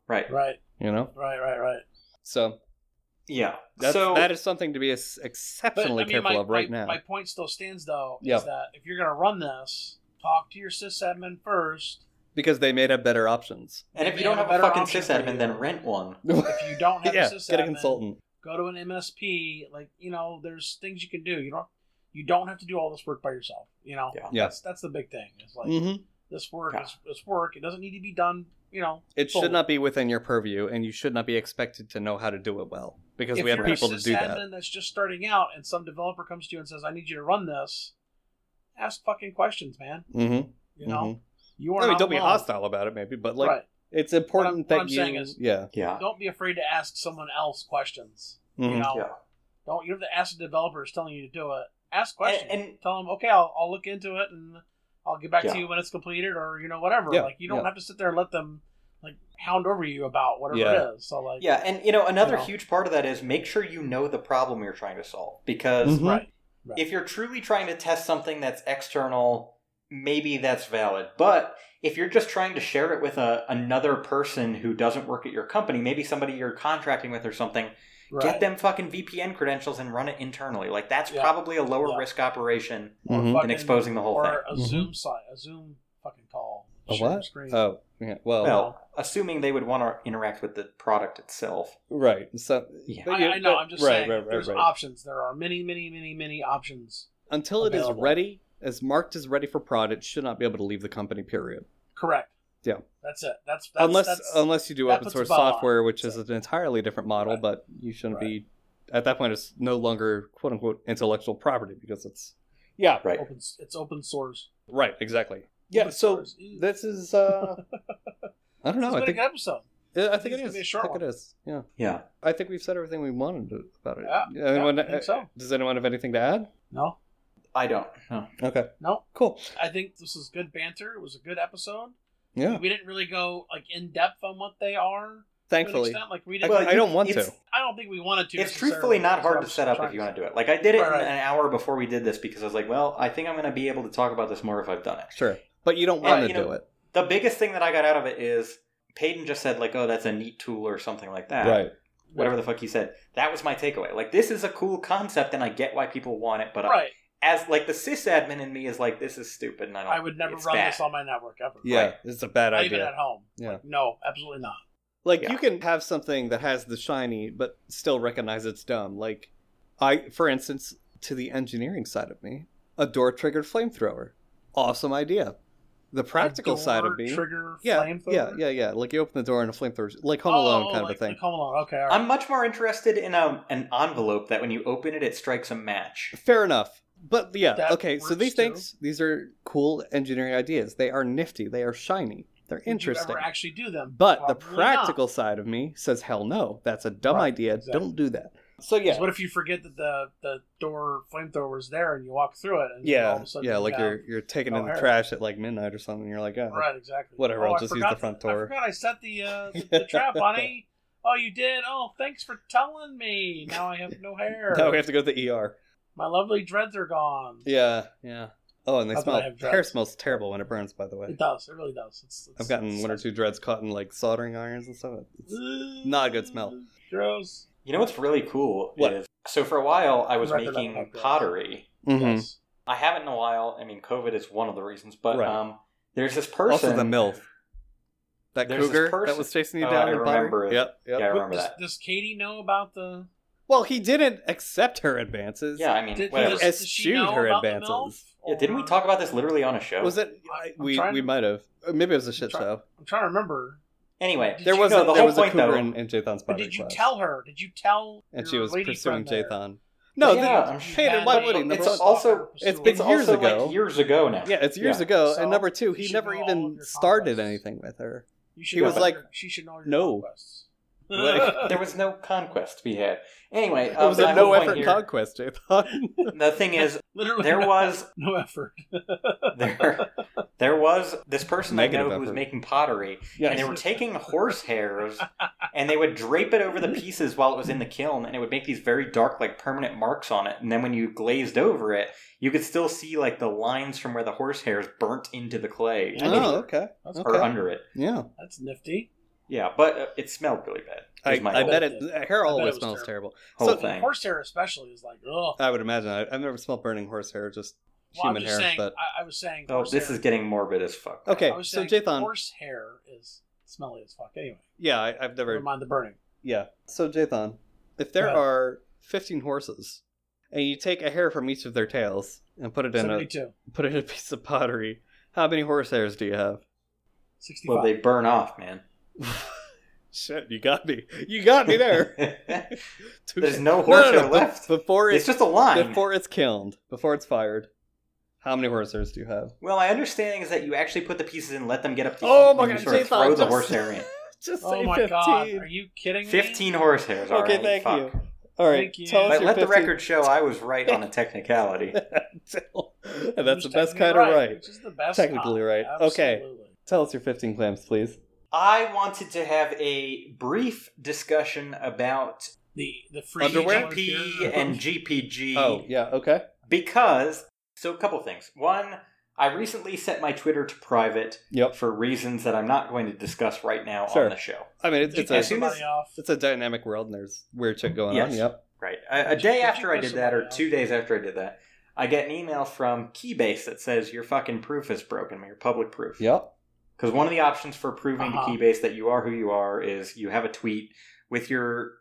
Speaker 2: right?
Speaker 3: Right,
Speaker 1: You know,
Speaker 3: right, right, right.
Speaker 1: so
Speaker 2: Yeah.
Speaker 1: that's,
Speaker 2: so
Speaker 1: that is something to be ex-
Speaker 3: But, I
Speaker 1: exceptionally
Speaker 3: mean,
Speaker 1: careful
Speaker 3: my,
Speaker 1: of right
Speaker 3: my,
Speaker 1: now.
Speaker 3: my point still stands though.
Speaker 1: Yeah.
Speaker 3: Is that if you're going to run this, talk to your sysadmin first.
Speaker 1: because they made up better options.
Speaker 2: and if
Speaker 3: they
Speaker 2: you don't
Speaker 3: have a
Speaker 2: have a
Speaker 3: better
Speaker 2: fucking
Speaker 3: option for you.
Speaker 2: sysadmin, then rent one.
Speaker 3: If you don't have
Speaker 1: yeah,
Speaker 3: a sysadmin,
Speaker 1: get a consultant.
Speaker 3: go to an MSP. Like you know, there's things you can do. You don't you don't have to do all this work by yourself. You know,
Speaker 2: Yeah.
Speaker 1: Yeah.
Speaker 3: that's that's the big thing. It's like
Speaker 1: hmm
Speaker 3: this work
Speaker 2: Yeah.
Speaker 3: is this work. It doesn't need to be done. You know,
Speaker 1: It
Speaker 3: fully.
Speaker 1: should not be within your purview, and you should not be expected to know how to do it well because
Speaker 3: if
Speaker 1: we have
Speaker 3: you're a
Speaker 1: people to do that.
Speaker 3: sysadmin that's just starting out, and some developer comes to you and says, "I need you to run this," ask fucking questions, man.
Speaker 1: Mm-hmm.
Speaker 3: You know, you are
Speaker 1: I mean,
Speaker 3: not
Speaker 1: don't be
Speaker 3: alone.
Speaker 1: hostile about it, maybe, but like
Speaker 3: right.
Speaker 1: it's important
Speaker 3: what
Speaker 1: that
Speaker 3: I'm
Speaker 1: you,
Speaker 3: saying is-
Speaker 1: yeah,
Speaker 2: Yeah.
Speaker 3: Don't be afraid to ask someone else questions. You
Speaker 1: Mhm.
Speaker 3: know,
Speaker 2: Yeah.
Speaker 3: don't you don't have to ask the developer who's telling you to do it. Ask questions.
Speaker 2: And- and-
Speaker 3: tell them, okay, I'll, I'll look into it and I'll get back
Speaker 2: Yeah.
Speaker 3: to you when it's completed, or you know, whatever.
Speaker 1: Yeah,
Speaker 3: Like you don't
Speaker 1: yeah.
Speaker 3: have to sit there and let them like hound over you about whatever
Speaker 1: Yeah.
Speaker 3: it is. So like,
Speaker 2: Yeah, and you know another
Speaker 3: You know.
Speaker 2: huge part of that is make sure you know the problem you're trying to solve because
Speaker 1: Mhm.
Speaker 3: right.
Speaker 2: if you're truly trying to test something that's external, maybe that's valid. But if you're just trying to share it with a, another person who doesn't work at your company, maybe somebody you're contracting with or something,
Speaker 3: Right.
Speaker 2: get them fucking VPN credentials and run it internally. Like that's
Speaker 3: Yeah.
Speaker 2: probably a lower
Speaker 3: Yeah.
Speaker 2: risk operation
Speaker 3: Or
Speaker 1: Mhm.
Speaker 2: than exposing the whole
Speaker 3: or
Speaker 2: thing.
Speaker 3: a
Speaker 1: Mhm.
Speaker 3: Zoom site, a Zoom fucking call.
Speaker 1: A
Speaker 3: share
Speaker 1: what?
Speaker 3: Screen.
Speaker 1: Oh, yeah. Well,
Speaker 2: Well, assuming they would want to interact with the product itself.
Speaker 1: right. So
Speaker 2: Yeah.
Speaker 1: but
Speaker 3: I,
Speaker 1: you-
Speaker 3: I know.
Speaker 1: but-
Speaker 3: I'm just
Speaker 1: right,
Speaker 3: saying.
Speaker 1: right, right,
Speaker 3: there's
Speaker 1: right.
Speaker 3: options. There are many, many, many, many options.
Speaker 1: until it is
Speaker 3: Available.
Speaker 1: ready, as marked as ready for prod, it should not be able to leave the company. Period.
Speaker 3: Correct.
Speaker 1: Yeah.
Speaker 3: That's it. That's, that's
Speaker 1: unless
Speaker 3: that's,
Speaker 1: unless you do
Speaker 3: that
Speaker 1: open
Speaker 3: puts
Speaker 1: source
Speaker 3: a bow on
Speaker 1: software,
Speaker 3: it,
Speaker 1: which is
Speaker 3: so.
Speaker 1: an entirely different model,
Speaker 3: Right.
Speaker 1: but you shouldn't
Speaker 3: Right.
Speaker 1: be at that point. It's no longer quote unquote intellectual property because it's yeah
Speaker 2: Right.
Speaker 3: open, it's open source.
Speaker 1: right exactly yeah.
Speaker 3: Open
Speaker 1: So
Speaker 3: source. Ew.
Speaker 1: this is uh I don't
Speaker 3: This
Speaker 1: know.
Speaker 3: has
Speaker 1: I
Speaker 3: been
Speaker 1: think
Speaker 3: a good episode.
Speaker 1: I think
Speaker 3: It's
Speaker 1: it
Speaker 3: gonna
Speaker 1: is.
Speaker 3: be a
Speaker 1: I
Speaker 3: short
Speaker 1: think it
Speaker 3: one.
Speaker 1: is. Yeah.
Speaker 2: Yeah.
Speaker 1: I think we've said everything we wanted to- about it.
Speaker 3: Yeah,
Speaker 1: anyone, uh,
Speaker 3: yeah, I think so.
Speaker 1: Does anyone have anything to add?
Speaker 3: No,
Speaker 2: I don't. No.
Speaker 1: Okay.
Speaker 3: no.
Speaker 1: Cool.
Speaker 3: I think this is good banter. It was a good episode.
Speaker 1: Yeah.
Speaker 3: We didn't really go like in depth on what they are.
Speaker 1: Thankfully,
Speaker 3: to an extent. like we
Speaker 1: I,
Speaker 3: didn't.
Speaker 2: Well,
Speaker 1: I don't want
Speaker 2: it's-
Speaker 1: to.
Speaker 3: I don't think we wanted to.
Speaker 2: It's truthfully not hard to set up if you want to do it. Like I did it
Speaker 3: Right, right.
Speaker 2: in an hour before we did this because I was like, well, I think I'm going to be able to talk about this more if I've done it.
Speaker 1: Sure, but you don't
Speaker 2: Yeah,
Speaker 1: want to
Speaker 2: you
Speaker 1: do
Speaker 2: know-
Speaker 1: it,
Speaker 2: The biggest thing that I got out of it is Peyton just said like, oh, that's a neat tool or something like
Speaker 3: uh,
Speaker 2: that.
Speaker 1: right?
Speaker 2: Whatever the fuck he said. That was my takeaway. Like this is a cool concept and I get why people want it, but I-
Speaker 3: Right.
Speaker 2: as like the sysadmin in me is like, this is stupid and I don't.
Speaker 3: I would never
Speaker 2: it's
Speaker 3: run
Speaker 2: bad.
Speaker 3: this on my network ever.
Speaker 1: Yeah,
Speaker 2: Right.
Speaker 1: it's a bad
Speaker 3: Not
Speaker 1: idea.
Speaker 3: even at home.
Speaker 1: Yeah.
Speaker 3: Like, no, absolutely not.
Speaker 1: Like
Speaker 2: Yeah.
Speaker 1: you can have something that has the shiny, but still recognize it's dumb. Like I, for instance, to the engineering side of me, a door triggered flamethrower, awesome idea. The practical
Speaker 3: Door,
Speaker 1: side of me,
Speaker 3: Trigger.
Speaker 1: yeah,
Speaker 3: flamethrower?
Speaker 1: yeah, yeah, yeah. Like you open the door and a flamethrower, like Home
Speaker 3: Oh,
Speaker 1: Alone
Speaker 3: oh,
Speaker 1: kind
Speaker 3: like
Speaker 1: of a thing.
Speaker 3: the Home Alone. Okay. All right.
Speaker 2: I'm much more interested in a, an envelope that when you open it, it strikes a match.
Speaker 1: Fair enough. But yeah,
Speaker 3: That
Speaker 1: okay. So
Speaker 3: works
Speaker 1: these
Speaker 3: too.
Speaker 1: things, these are cool engineering ideas. They are nifty. They are shiny. They're
Speaker 3: Would
Speaker 1: interesting.
Speaker 3: You ever actually do them?
Speaker 1: But the
Speaker 3: Probably not.
Speaker 1: practical side of me says, hell no, that's a dumb
Speaker 3: Right,
Speaker 1: idea.
Speaker 3: exactly.
Speaker 1: Don't do that. So
Speaker 3: 'Cause
Speaker 1: yeah,
Speaker 3: What if you forget that the the door flamethrower's there and you walk through it and all of
Speaker 1: yeah,
Speaker 3: a sudden
Speaker 1: yeah.
Speaker 3: you
Speaker 1: Like
Speaker 3: have-
Speaker 1: you're you're taking
Speaker 3: no
Speaker 1: in the
Speaker 3: hair.
Speaker 1: trash at like midnight or something. You're like, oh,
Speaker 3: Right, exactly.
Speaker 1: Whatever,
Speaker 3: Oh,
Speaker 1: I'll
Speaker 3: I
Speaker 1: just use
Speaker 3: forgot
Speaker 1: the front
Speaker 3: to-
Speaker 1: door.
Speaker 3: I forgot I set the uh, the, the trap on it. Oh, you did. Oh, thanks for telling me. Now I have no hair.
Speaker 1: now we have to go to the ER.
Speaker 3: My lovely dreads are gone.
Speaker 1: Yeah, yeah. Oh, and they
Speaker 3: How can I
Speaker 1: smell.
Speaker 3: have
Speaker 1: Hair
Speaker 3: dreads?
Speaker 1: smells terrible when it burns. By the way,
Speaker 3: It does. It really does. It's, it's,
Speaker 1: I've gotten
Speaker 3: it's
Speaker 1: one or two dreads caught in like soldering irons and stuff. It's- not a good smell.
Speaker 3: Gross.
Speaker 2: You know what's really cool
Speaker 1: What?
Speaker 2: is so for a while I was
Speaker 3: Record of
Speaker 2: making
Speaker 3: podcast.
Speaker 2: pottery.
Speaker 1: Mhm.
Speaker 3: Yes.
Speaker 2: I haven't in a while. I mean, COVID is one of the reasons, but
Speaker 1: Right.
Speaker 2: um, there's this person.
Speaker 1: Also the milf. That
Speaker 2: There's this
Speaker 1: cougar that
Speaker 2: person-
Speaker 1: was chasing you
Speaker 2: Oh,
Speaker 1: down.
Speaker 2: I
Speaker 1: in the pottery?
Speaker 2: remember it.
Speaker 1: Yep. yep.
Speaker 2: Yeah, I remember
Speaker 3: Does,
Speaker 2: that.
Speaker 3: does Katie know about the?
Speaker 1: Well, he didn't accept her advances.
Speaker 2: Yeah, I mean,
Speaker 3: Did,
Speaker 2: whatever.
Speaker 3: does,
Speaker 1: As-
Speaker 3: does she
Speaker 1: Eschewed
Speaker 3: know
Speaker 1: her
Speaker 3: about the
Speaker 1: advances.
Speaker 3: MILF?
Speaker 2: Yeah, didn't we
Speaker 3: Or-
Speaker 2: talk about this literally on a show?
Speaker 1: Was it?
Speaker 3: I- I'm
Speaker 1: we
Speaker 3: trying
Speaker 1: we
Speaker 3: to-
Speaker 1: might have. Uh, Maybe it was a shit
Speaker 3: trying-
Speaker 1: show.
Speaker 3: I'm trying to remember.
Speaker 2: Anyway,
Speaker 3: Did
Speaker 1: There
Speaker 3: you-
Speaker 1: was
Speaker 2: no,
Speaker 1: a,
Speaker 2: the
Speaker 1: there
Speaker 2: whole
Speaker 1: was a
Speaker 2: point,
Speaker 1: cougar
Speaker 2: though-
Speaker 1: in, in Jathan's
Speaker 3: But
Speaker 1: pottery
Speaker 3: did you
Speaker 1: class,
Speaker 3: tell her? Did you tell?
Speaker 1: and she
Speaker 3: your
Speaker 1: was
Speaker 3: lady
Speaker 1: pursuing
Speaker 3: friend there?
Speaker 1: Jathan. No,
Speaker 2: Yeah,
Speaker 1: that-
Speaker 2: I'm
Speaker 3: You
Speaker 2: sure.
Speaker 1: Peyton,
Speaker 3: had
Speaker 1: why
Speaker 3: a-
Speaker 1: would he? Number
Speaker 2: It's
Speaker 1: one-
Speaker 2: all- also-
Speaker 1: it's
Speaker 3: pursuing
Speaker 1: been
Speaker 2: it's
Speaker 3: her.
Speaker 1: years
Speaker 2: also
Speaker 1: ago.
Speaker 2: like years ago now.
Speaker 1: yeah, it's years
Speaker 2: Yeah.
Speaker 1: ago.
Speaker 3: So,
Speaker 1: and number two,
Speaker 3: you
Speaker 1: he
Speaker 3: should
Speaker 1: never
Speaker 3: know all of
Speaker 1: even
Speaker 3: your
Speaker 1: started
Speaker 3: conquests.
Speaker 1: anything with her.
Speaker 3: You should
Speaker 1: He
Speaker 3: know
Speaker 2: was
Speaker 3: all
Speaker 1: like,
Speaker 3: your- she should know your
Speaker 1: "No."
Speaker 3: conquests.
Speaker 1: Like-
Speaker 2: There was no conquest to be had. Anyway,
Speaker 1: It was
Speaker 2: um,
Speaker 1: a
Speaker 2: my whole
Speaker 1: no
Speaker 2: point
Speaker 1: effort
Speaker 2: here-
Speaker 1: conquest, Jathan.
Speaker 2: The thing is,
Speaker 3: literally
Speaker 2: there
Speaker 3: no,
Speaker 2: was
Speaker 3: no effort.
Speaker 2: there there was this person
Speaker 1: Negative
Speaker 2: I know who was
Speaker 1: effort.
Speaker 2: making pottery, and they were taking horse hairs and they would drape it over the pieces while it was in the kiln and it would make these very dark like permanent marks on it and then when you glazed over it you could still see like the lines from where the horsehair's burnt into the clay
Speaker 3: Yeah.
Speaker 2: underneath
Speaker 3: Oh,
Speaker 1: okay.
Speaker 3: That's
Speaker 2: or under it
Speaker 1: Yeah.
Speaker 3: That's nifty.
Speaker 2: yeah but uh, it smelled really bad
Speaker 1: I,
Speaker 2: is my
Speaker 1: I
Speaker 2: whole,
Speaker 1: bet it. Hair
Speaker 3: I bet it
Speaker 1: always
Speaker 3: was
Speaker 1: smells terrible.
Speaker 2: whole
Speaker 1: so-
Speaker 2: thing
Speaker 3: Horsehair especially is like, ugh.
Speaker 1: I would imagine. I, I've never smelled burning horsehair, just
Speaker 3: Well, I'm
Speaker 1: human hair.
Speaker 3: just saying.
Speaker 1: but
Speaker 3: I, I was saying.
Speaker 2: oh this
Speaker 3: horsehair-
Speaker 2: is getting morbid as fuck
Speaker 1: okay,
Speaker 3: I was
Speaker 1: so
Speaker 3: saying
Speaker 1: Jathan,
Speaker 3: horsehair is smelly as fuck. Anyway,
Speaker 1: yeah, I, I've never.
Speaker 3: never mind Uh, the burning.
Speaker 1: Yeah. So Jathan, if there
Speaker 3: Yeah.
Speaker 1: are fifteen horses, and you take a hair from each of their tails and put it in a
Speaker 3: Seventy-two.
Speaker 1: put it in a piece of pottery, how many horse hairs do you have?
Speaker 3: Sixty-five.
Speaker 2: well they burn off man
Speaker 1: Shit, you got me. You got me there.
Speaker 2: There's no horse hair
Speaker 1: be-
Speaker 2: left.
Speaker 1: Before
Speaker 2: it's
Speaker 1: it's,
Speaker 2: just a line
Speaker 1: before it's kilned, before it's fired. How many horse hairs do you have?
Speaker 2: Well, my understanding is that you actually put the pieces in, let them get up to
Speaker 1: Oh
Speaker 2: heat,
Speaker 1: my
Speaker 2: and you
Speaker 1: God,
Speaker 2: sort of
Speaker 1: Jason,
Speaker 2: throw the
Speaker 1: just-
Speaker 2: horsehair in.
Speaker 1: Just say
Speaker 3: oh my
Speaker 1: fifteen.
Speaker 3: god! Are you kidding me?
Speaker 2: Fifteen horsehair.
Speaker 1: Okay,
Speaker 2: alright,
Speaker 1: thank
Speaker 2: fuck.
Speaker 1: you. All right,
Speaker 3: Thank you.
Speaker 1: tell us
Speaker 2: But
Speaker 1: your
Speaker 2: let the
Speaker 1: 15
Speaker 2: record show I was right on a technicality.
Speaker 1: and that's the
Speaker 3: Who's
Speaker 1: best kind
Speaker 3: technically
Speaker 1: of right.
Speaker 3: Which is the best.
Speaker 1: Technically right. Okay.
Speaker 3: Absolutely.
Speaker 1: Tell us your 15 clams, please.
Speaker 2: I wanted to have a brief discussion about
Speaker 3: The the free
Speaker 1: Underwear?
Speaker 2: GP and GPG
Speaker 1: Oh, yeah, okay.
Speaker 2: because so a couple things. One, I recently set my Twitter to private
Speaker 1: Yep.
Speaker 2: for reasons that I'm not going to discuss right now
Speaker 1: Sure.
Speaker 2: on the show.
Speaker 1: I mean, it's,
Speaker 3: Did you
Speaker 1: it's,
Speaker 3: piss
Speaker 2: as
Speaker 1: a,
Speaker 2: soon
Speaker 3: somebody
Speaker 2: as-
Speaker 3: off?
Speaker 1: it's a dynamic world and there's weird shit going on.
Speaker 2: Yes.
Speaker 1: Yep.
Speaker 2: Right. A, a day
Speaker 3: you-
Speaker 2: after
Speaker 3: did
Speaker 2: I
Speaker 3: you
Speaker 2: did
Speaker 3: go
Speaker 2: that, or
Speaker 3: somewhere
Speaker 2: two days after I did that, I get an email from Keybase that says your fucking proof is broken, your public proof.
Speaker 1: Yep.
Speaker 2: Because one of the options for proving to
Speaker 3: Uh-huh.
Speaker 2: Keybase that you are who you are is you have a tweet with your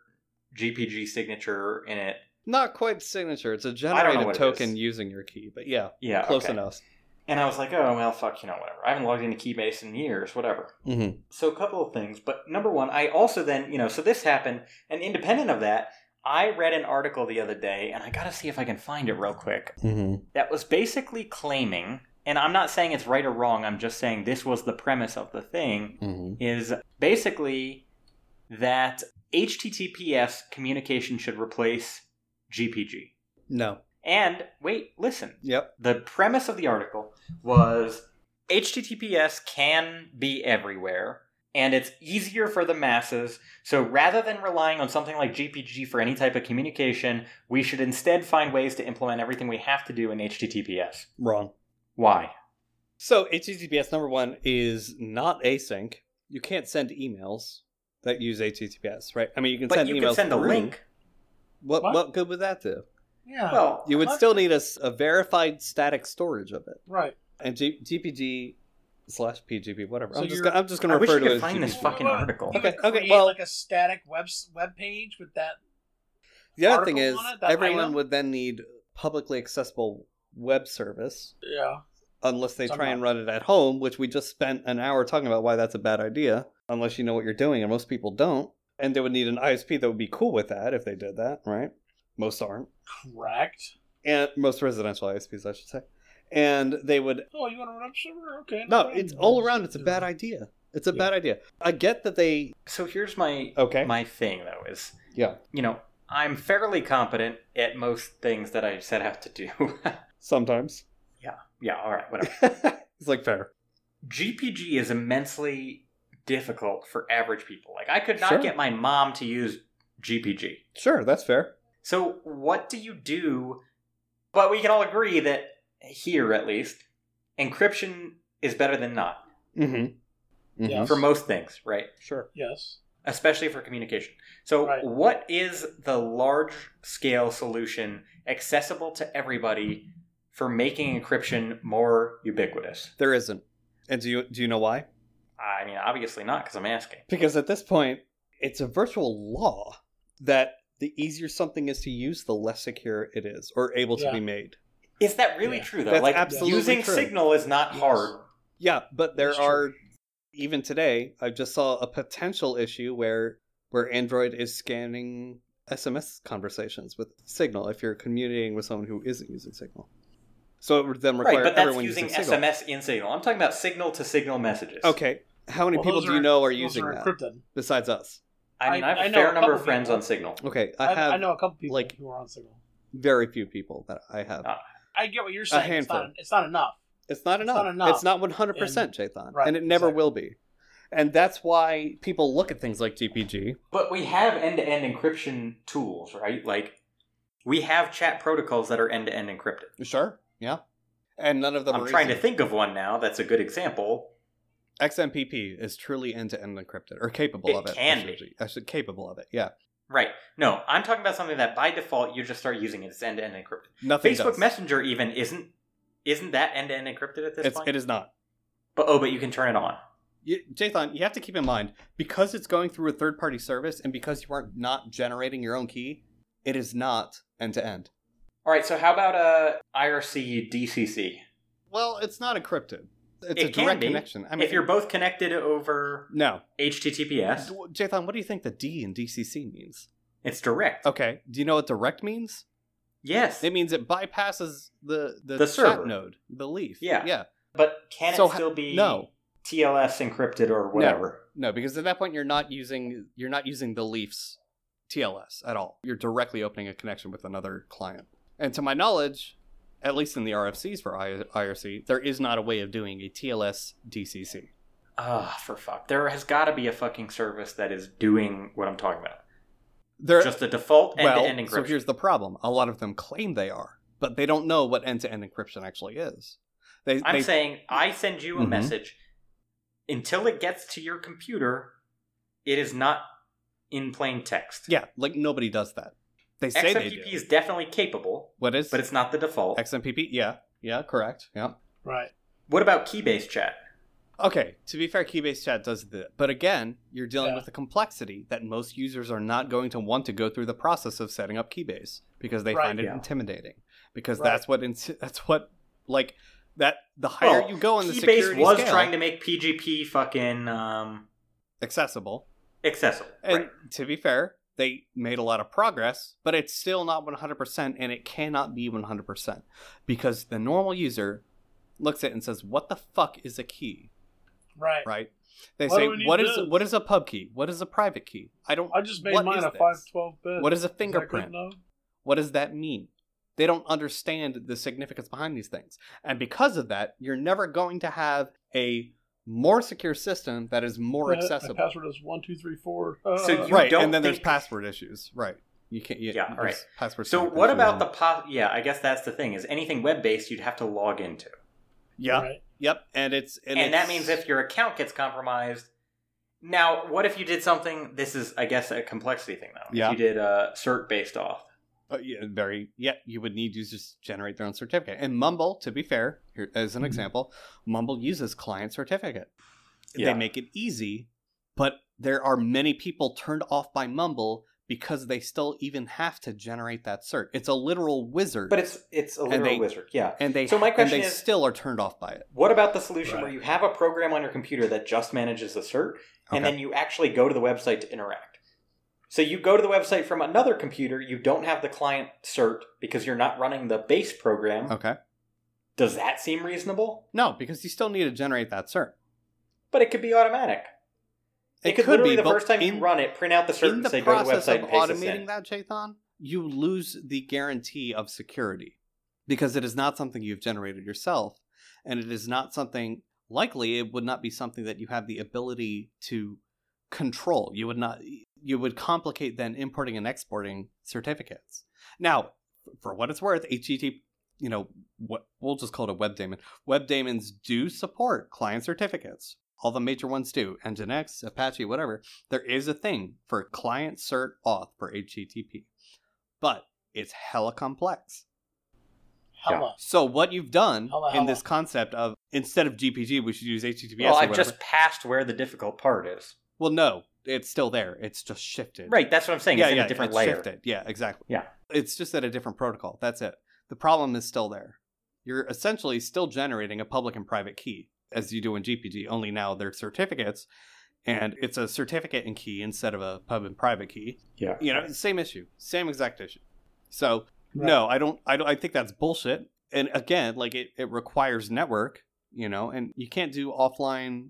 Speaker 2: GPG signature in it.
Speaker 1: Not quite signature. It's a
Speaker 2: what
Speaker 1: generated
Speaker 2: it
Speaker 1: token
Speaker 2: is.
Speaker 1: using your key, but yeah,
Speaker 2: Yeah.
Speaker 1: close
Speaker 2: okay.
Speaker 1: enough.
Speaker 2: And I was like, oh well, fuck, you know, whatever. I haven't logged into Keybase in years, whatever.
Speaker 1: Mm-hmm.
Speaker 2: So a couple of things, but number one, I also then you know, so this happened, and independent of that, I read an article the other day, and I got to see if I can find it real quick.
Speaker 1: Mm-hmm.
Speaker 2: that was basically claiming, and I'm not saying it's right or wrong, I'm just saying this was the premise of the thing,
Speaker 1: Mm-hmm.
Speaker 2: is basically that HTTPS communication should replace GPG.
Speaker 1: No.
Speaker 2: And wait, listen.
Speaker 1: Yep.
Speaker 2: The premise of the article was HTTPS can be everywhere, and it's easier for the masses. So rather than relying on something like GPG for any type of communication, we should instead find ways to implement everything we have to do in HTTPS.
Speaker 1: Wrong.
Speaker 2: Why?
Speaker 1: So HTTPS number one is not async. You can't send emails that use HTTPS, right? I mean, you can
Speaker 2: But
Speaker 1: send
Speaker 2: you
Speaker 1: emails
Speaker 2: can send a
Speaker 1: through.
Speaker 2: link.
Speaker 1: What,
Speaker 3: What?
Speaker 1: what good would that do?
Speaker 3: Yeah.
Speaker 2: Well,
Speaker 1: You would
Speaker 3: What?
Speaker 1: still need a, s- a verified static storage of it.
Speaker 3: right.
Speaker 1: And G- GPG slash PGP, whatever.
Speaker 3: So
Speaker 1: I'm, just
Speaker 3: you're-
Speaker 1: gonna, I'm just going
Speaker 2: I
Speaker 1: to
Speaker 2: wish
Speaker 1: refer
Speaker 2: you
Speaker 1: to it
Speaker 2: could
Speaker 1: as
Speaker 2: find this
Speaker 1: GPG.
Speaker 2: fucking
Speaker 3: You would-
Speaker 2: article.
Speaker 3: you would
Speaker 1: Okay, okay,
Speaker 3: create,
Speaker 1: well-
Speaker 3: like a static web web page with that.
Speaker 1: The other thing is,
Speaker 3: article on it, that
Speaker 1: everyone
Speaker 3: item?
Speaker 1: would then need publicly accessible web service
Speaker 3: Yeah.
Speaker 1: unless they
Speaker 3: Talking
Speaker 1: try
Speaker 3: about-
Speaker 1: and run it at home, which we just spent an hour talking about why that's a bad idea, unless you know what you're doing, and most people don't. And they would need an ISP that would be cool with that if they did that, right? Most aren't.
Speaker 3: Correct.
Speaker 1: And most residential ISPs, I should say. And they would
Speaker 3: Oh, you want to run up server? Okay.
Speaker 1: No,
Speaker 3: problem.
Speaker 1: it's all around. It's a bad idea. It's a
Speaker 3: Yeah.
Speaker 1: bad idea. I get that they.
Speaker 2: So here's my
Speaker 1: Okay.
Speaker 2: my thing though is
Speaker 1: Yeah.
Speaker 2: you know I'm fairly competent at most things that I set out to do.
Speaker 1: Sometimes.
Speaker 2: yeah, all right, whatever.
Speaker 1: it's like fair.
Speaker 2: GPG is immensely difficult for average people. Like I could not
Speaker 1: Sure.
Speaker 2: get my mom to use GPG.
Speaker 1: Sure, that's fair.
Speaker 2: So what do you do? But we can all agree that here at least encryption is better than not
Speaker 1: Mm-hmm.
Speaker 3: Yeah.
Speaker 2: for most things, right?
Speaker 1: Sure.
Speaker 3: Yes.
Speaker 2: especially for communication. So,
Speaker 3: Right.
Speaker 2: what is the large scale solution accessible to everybody for making encryption more ubiquitous?
Speaker 1: There isn't. And do you do you know why?
Speaker 2: I mean, obviously not because I'm asking.
Speaker 1: Because at this point, it's a virtual law that the easier something is to use, the less secure it is or able to
Speaker 3: Yeah.
Speaker 1: be made.
Speaker 2: Is that really
Speaker 3: Yeah.
Speaker 2: true though?
Speaker 1: That's
Speaker 2: like
Speaker 1: absolutely
Speaker 2: using
Speaker 1: true.
Speaker 2: Signal is not
Speaker 3: Yes.
Speaker 2: hard.
Speaker 1: Yeah, but there
Speaker 3: That's true.
Speaker 1: are even today. I just saw a potential issue where where Android is scanning SMS conversations with Signal if you're communicating with someone who isn't using Signal. So it would then require
Speaker 2: Right, but that's
Speaker 1: everyone
Speaker 2: using,
Speaker 1: Signal.
Speaker 2: SMS in Signal. I'm talking about signal to signal messages.
Speaker 1: Okay, how many
Speaker 3: Well,
Speaker 1: people
Speaker 3: those
Speaker 1: do you
Speaker 3: are-
Speaker 1: know are
Speaker 3: Those
Speaker 1: using
Speaker 3: are
Speaker 1: that
Speaker 3: encrypted.
Speaker 1: besides us?
Speaker 2: I mean,
Speaker 3: I-
Speaker 2: I have a
Speaker 3: I know
Speaker 2: fair
Speaker 3: a
Speaker 2: number
Speaker 3: couple
Speaker 2: of friends
Speaker 3: people.
Speaker 2: on Signal.
Speaker 1: Okay, I
Speaker 3: I,
Speaker 1: have
Speaker 3: I know a couple people
Speaker 1: like-
Speaker 3: who are on Signal.
Speaker 1: very few people that I have.
Speaker 2: Ah.
Speaker 3: I get what you're saying. It's
Speaker 1: handful.
Speaker 3: not, it's not enough.
Speaker 1: It's not
Speaker 3: It's
Speaker 1: enough.
Speaker 3: not enough.
Speaker 1: It's not 100% Jathan,
Speaker 3: Right,
Speaker 1: and it never
Speaker 3: exactly.
Speaker 1: will be. And that's why people look at things like TPG.
Speaker 2: But we have end to end encryption tools, right? Like, we have chat protocols that are end to end encrypted.
Speaker 1: Sure. Yeah. And none of them
Speaker 2: I'm
Speaker 1: are
Speaker 2: trying
Speaker 1: easy.
Speaker 2: to think of one now that's a good example.
Speaker 1: XMPP is truly end to end encrypted or capable
Speaker 2: It
Speaker 1: of it.
Speaker 2: can
Speaker 1: I should-
Speaker 2: be.
Speaker 1: I should capable of it. Yeah.
Speaker 2: Right. No, I'm talking about something that by default you just start using it. It's end to end encrypted.
Speaker 1: Nothing
Speaker 2: Facebook
Speaker 1: does.
Speaker 2: Messenger even isn't isn't that end to end encrypted at this
Speaker 1: It's,
Speaker 2: point?
Speaker 1: it is not.
Speaker 2: But oh, but you can turn it on.
Speaker 1: You, Jathan, you have to keep in mind because it's going through a third party service and because you are not generating your own key, it is not end to end.
Speaker 2: All right. So how about uh IRC DCC?
Speaker 1: Well, it's not encrypted. It's
Speaker 2: It
Speaker 1: a
Speaker 2: can
Speaker 1: direct
Speaker 2: be.
Speaker 1: connection. I mean,
Speaker 2: if you're both connected over
Speaker 1: no,
Speaker 2: HTTPS,
Speaker 1: Jathan, what do you think the D in DCC means?
Speaker 2: it's direct.
Speaker 1: Okay, do you know what direct means?
Speaker 2: Yes.
Speaker 1: It means it bypasses the the,
Speaker 2: The
Speaker 1: chat
Speaker 2: server.
Speaker 1: node, the leaf.
Speaker 2: Yeah.
Speaker 1: yeah.
Speaker 2: But can
Speaker 1: So
Speaker 2: it
Speaker 1: ho-
Speaker 2: still be
Speaker 1: No,
Speaker 2: TLS encrypted or whatever?
Speaker 1: no, because at that point you're not using you're not using the leaf's TLS at all. You're directly opening a connection with another client. And to my knowledge, at least in the RFCs for I- IRC, there is not a way of doing a TLS DCC.
Speaker 2: Ah, for fuck. There has got to be a fucking service that is doing what I'm talking about.
Speaker 1: There,
Speaker 2: Just a default end
Speaker 1: well,
Speaker 2: to end encryption.
Speaker 1: so here's the problem: a lot of them claim they are, but they don't know what end-to-end encryption actually is. They,
Speaker 2: I'm
Speaker 1: they
Speaker 2: saying I send you a
Speaker 1: Mhm.
Speaker 2: message. Until it gets to your computer, it is not in plain text.
Speaker 1: yeah, like nobody does that. They say they
Speaker 2: XMPP
Speaker 1: do.
Speaker 2: is definitely capable,
Speaker 1: What is
Speaker 2: but it's not the default.
Speaker 1: XMPP? Yeah, yeah, correct. Yeah.
Speaker 3: Right.
Speaker 2: what about keybase chat?
Speaker 1: Okay, to be fair, Keybase Chat does that. But again, you're dealing
Speaker 3: Yeah.
Speaker 1: with a complexity that most users are not going to want to go through the process of setting up Keybase because they
Speaker 3: Right,
Speaker 1: find it
Speaker 2: yeah.
Speaker 1: intimidating. Because
Speaker 3: Right.
Speaker 1: that's what inti- that's what like that the higher
Speaker 2: Well,
Speaker 1: you go in the
Speaker 2: Keybase
Speaker 1: security
Speaker 2: was
Speaker 1: scale,
Speaker 2: trying to make PGP fucking um,
Speaker 1: accessible.
Speaker 2: accessible.
Speaker 1: And
Speaker 2: right.
Speaker 1: to be fair, they made a lot of progress, but it's still not 100% and it cannot be 100% because the normal user looks at it and says, "What the fuck is a key?"
Speaker 3: Right.
Speaker 1: right? They
Speaker 3: Why
Speaker 1: say,
Speaker 3: do we need
Speaker 1: "What is
Speaker 3: this?"
Speaker 1: what is a pub key? What is a private key? I don't.
Speaker 3: I just made
Speaker 1: What
Speaker 3: mine
Speaker 1: is
Speaker 3: a
Speaker 1: this?
Speaker 3: five twelve bit.
Speaker 1: What is a
Speaker 3: that good
Speaker 1: fingerprint?
Speaker 3: enough?
Speaker 1: What does that mean?" They don't understand the significance behind these things, and because of that, you're never going to have a more secure system that is more
Speaker 3: Yeah,
Speaker 1: accessible.
Speaker 3: My password is one two three four. Uh,
Speaker 2: So you-
Speaker 1: right,
Speaker 2: don't
Speaker 1: and then there's
Speaker 2: think-
Speaker 1: password issues. Right, you can't. You,
Speaker 2: Yeah, all
Speaker 1: there's
Speaker 2: right.
Speaker 1: Password.
Speaker 2: So what about the pop? Yeah, I guess that's the thing. Is anything web based, you'd have to log into,
Speaker 1: Yeah.
Speaker 3: Right.
Speaker 1: Yep. And it's
Speaker 2: and,
Speaker 1: and,
Speaker 2: that
Speaker 1: it's-
Speaker 2: means if your account gets compromised. Now, what if you did something? This is, I guess, a complexity thing though.
Speaker 1: Yeah.
Speaker 2: If you did uh, cert based off.
Speaker 1: Uh, yeah, very. Yeah, you would need users to generate their own certificate. And Mumble, to be fair, here as an example, Mumble uses client certificate.
Speaker 2: Yeah.
Speaker 1: They make it easy, but there are many people turned off by Mumble because they still even have to generate that cert. It's a literal wizard,
Speaker 2: But it's it's a literal
Speaker 1: they-
Speaker 2: wizard, yeah.
Speaker 1: and they
Speaker 2: so my
Speaker 1: and
Speaker 2: question
Speaker 1: they
Speaker 2: is-
Speaker 1: still are turned off by it.
Speaker 2: What about the solution
Speaker 3: Right.
Speaker 2: where you have a program on your computer that just manages the cert,
Speaker 1: Okay.
Speaker 2: and then you actually go to the website to interact? So you go to the website from another computer. You don't have the client cert because you're not running the base program.
Speaker 1: Okay.
Speaker 2: Does that seem reasonable?
Speaker 1: No, because you still need to generate that cert.
Speaker 2: But it could be automatic. It, could,
Speaker 1: be
Speaker 2: literally the
Speaker 1: but
Speaker 2: first time
Speaker 1: in-
Speaker 2: you run it, print out the cert,
Speaker 1: in
Speaker 2: and
Speaker 1: the
Speaker 2: say go to the
Speaker 1: process
Speaker 2: website
Speaker 1: of
Speaker 2: and paste this in.
Speaker 1: automating that, Jathan, you lose the guarantee of security because it is not something you've generated yourself, and it is not something likely it would not be something that you have the ability to control. You would not you would complicate then importing and exporting certificates. Now, for what it's worth, HTTP, you know, what we'll just call it a web daemon. Web daemons do support client certificates. All the major ones do: Nginx, Apache, whatever there is a thing for client cert auth for HTTP, but it's hella complex.
Speaker 3: Hella.
Speaker 1: So what you've done
Speaker 3: Hella,
Speaker 1: in
Speaker 3: hella.
Speaker 1: this concept of instead of GPG, we should use HTTPS.
Speaker 2: well,
Speaker 1: or
Speaker 2: I've
Speaker 1: whatever.
Speaker 2: just passed where the difficult part is.
Speaker 1: well, no, it's still there. It's just shifted.
Speaker 2: Right, that's what I'm saying.
Speaker 1: Yeah,
Speaker 2: it's in
Speaker 1: yeah,
Speaker 2: a different
Speaker 1: it's
Speaker 2: layer.
Speaker 1: shifted. Yeah, exactly.
Speaker 2: Yeah.
Speaker 1: It's just at a different protocol. That's it. The problem is still there. You're essentially still generating a public and private key as you do in GPG, only now they're certificates and it's a certificate and key instead of a pub and private key.
Speaker 2: Yeah.
Speaker 1: You know, same issue, same exact issue. So,
Speaker 3: Right.
Speaker 1: no, I don't I don't I think that's bullshit. And again, like it it requires network, you know, and you can't do offline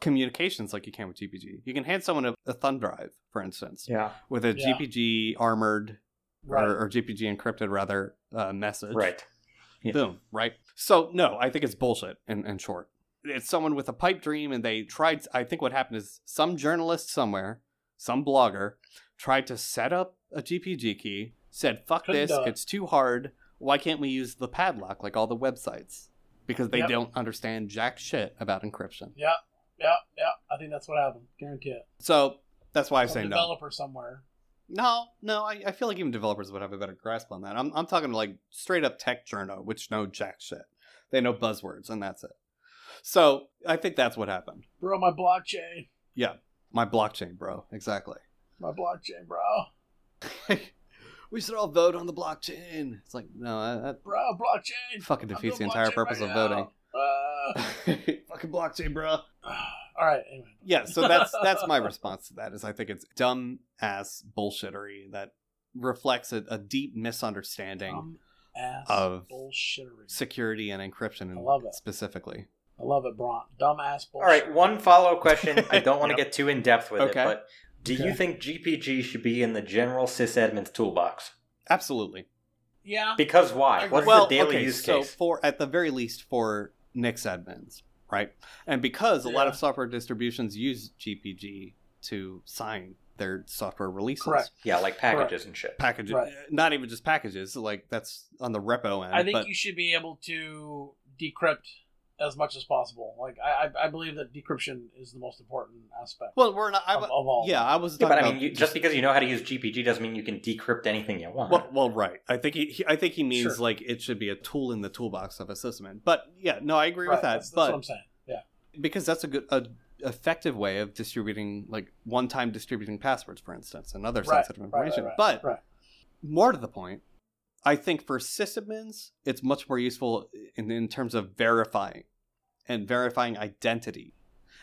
Speaker 1: communications like you can with GPG. You can hand someone a, a thumb drive, for instance
Speaker 2: Yeah.
Speaker 1: with a
Speaker 3: Yeah.
Speaker 1: GPG armored
Speaker 3: Right.
Speaker 1: or, or GPG encrypted rather uh, message.
Speaker 2: Right.
Speaker 1: Boom. Right. So no, I think it's bullshit. In, in short, it's someone with a pipe dream and they tried i think what happened is some journalist somewhere some blogger tried to set up a gpg key said fuck
Speaker 3: Couldn't
Speaker 1: this
Speaker 3: do it."
Speaker 1: it's too hard why can't we use the padlock like all the websites because they
Speaker 3: Yep.
Speaker 1: don't understand jack shit about encryption
Speaker 3: Yeah, yeah, yeah. I think that's what happened. Guarantee it.
Speaker 1: so that's why i
Speaker 3: A
Speaker 1: say no
Speaker 3: developer somewhere.
Speaker 1: no no I, I feel like even developers would have a better grasp on that i'm, I'm talking like straight up tech journo which know jack shit they know buzzwords and that's it so i think that's what happened
Speaker 3: Bro, my blockchain.
Speaker 1: My blockchain, bro. Exactly.
Speaker 3: My blockchain, bro.
Speaker 1: we should all vote on the blockchain. It's like, no, that- that
Speaker 3: Bro, blockchain.
Speaker 1: fucking
Speaker 3: I'm
Speaker 1: defeats the
Speaker 3: doing
Speaker 1: entire
Speaker 3: blockchain
Speaker 1: purpose
Speaker 3: right
Speaker 1: of
Speaker 3: now.
Speaker 1: voting.
Speaker 3: Uh,
Speaker 1: fucking blockchain, bro.
Speaker 3: all right. Anyway.
Speaker 1: Yeah, so that's that's my response to that. Is I think it's dumb ass bullshittery that reflects a, a deep misunderstanding
Speaker 3: Dumb ass
Speaker 1: Of-
Speaker 3: bullshittery.
Speaker 1: security and encryption,
Speaker 3: I
Speaker 1: and
Speaker 3: love it.
Speaker 1: specifically.
Speaker 3: I love it, Bront. Dumb ass
Speaker 2: All
Speaker 3: bullshit.
Speaker 2: right, one follow up question. I don't want to
Speaker 1: Yep.
Speaker 2: get too in depth with
Speaker 1: Okay.
Speaker 2: it, but do you
Speaker 3: Okay.
Speaker 2: think GPG should be in the general sysadmins toolbox?
Speaker 1: Absolutely.
Speaker 3: Yeah.
Speaker 2: Because why? What's
Speaker 1: Uh, well,
Speaker 2: the daily
Speaker 1: okay,
Speaker 2: use
Speaker 1: so
Speaker 2: case?
Speaker 1: for at the very least for Nix admins, right? And because a lot of
Speaker 3: Yeah.
Speaker 1: software distributions use GPG to sign their software releases,
Speaker 3: Correct.
Speaker 2: yeah, like packages and shit.
Speaker 1: packages,
Speaker 3: Right.
Speaker 1: not even just packages, like that's on the repo end.
Speaker 3: I think
Speaker 1: but
Speaker 3: you should be able to decrypt as much as possible. Like I, I, I believe that decryption is the most important aspect
Speaker 1: well, we're not. I,
Speaker 3: of, of all.
Speaker 1: yeah, I was.
Speaker 2: Yeah,
Speaker 1: talking
Speaker 2: but I mean,
Speaker 1: about
Speaker 2: you, just because you know how to use GPG doesn't mean you can decrypt anything you want.
Speaker 1: Well, well, right. I think he, he I think he means
Speaker 3: Sure.
Speaker 1: like it should be a tool in the toolbox of a sysadmin. But yeah, no, I agree
Speaker 3: Right,
Speaker 1: with that.
Speaker 3: That's, that's
Speaker 1: but
Speaker 3: what I'm saying. Yeah.
Speaker 1: because that's a good a effective way of distributing like one time distributing passwords for instance and other
Speaker 3: Right,
Speaker 1: sensitive
Speaker 3: right,
Speaker 1: information
Speaker 3: right,
Speaker 1: but
Speaker 3: right.
Speaker 1: more to the point i think for sysadmins it's much more useful in, in terms of verifying and verifying identity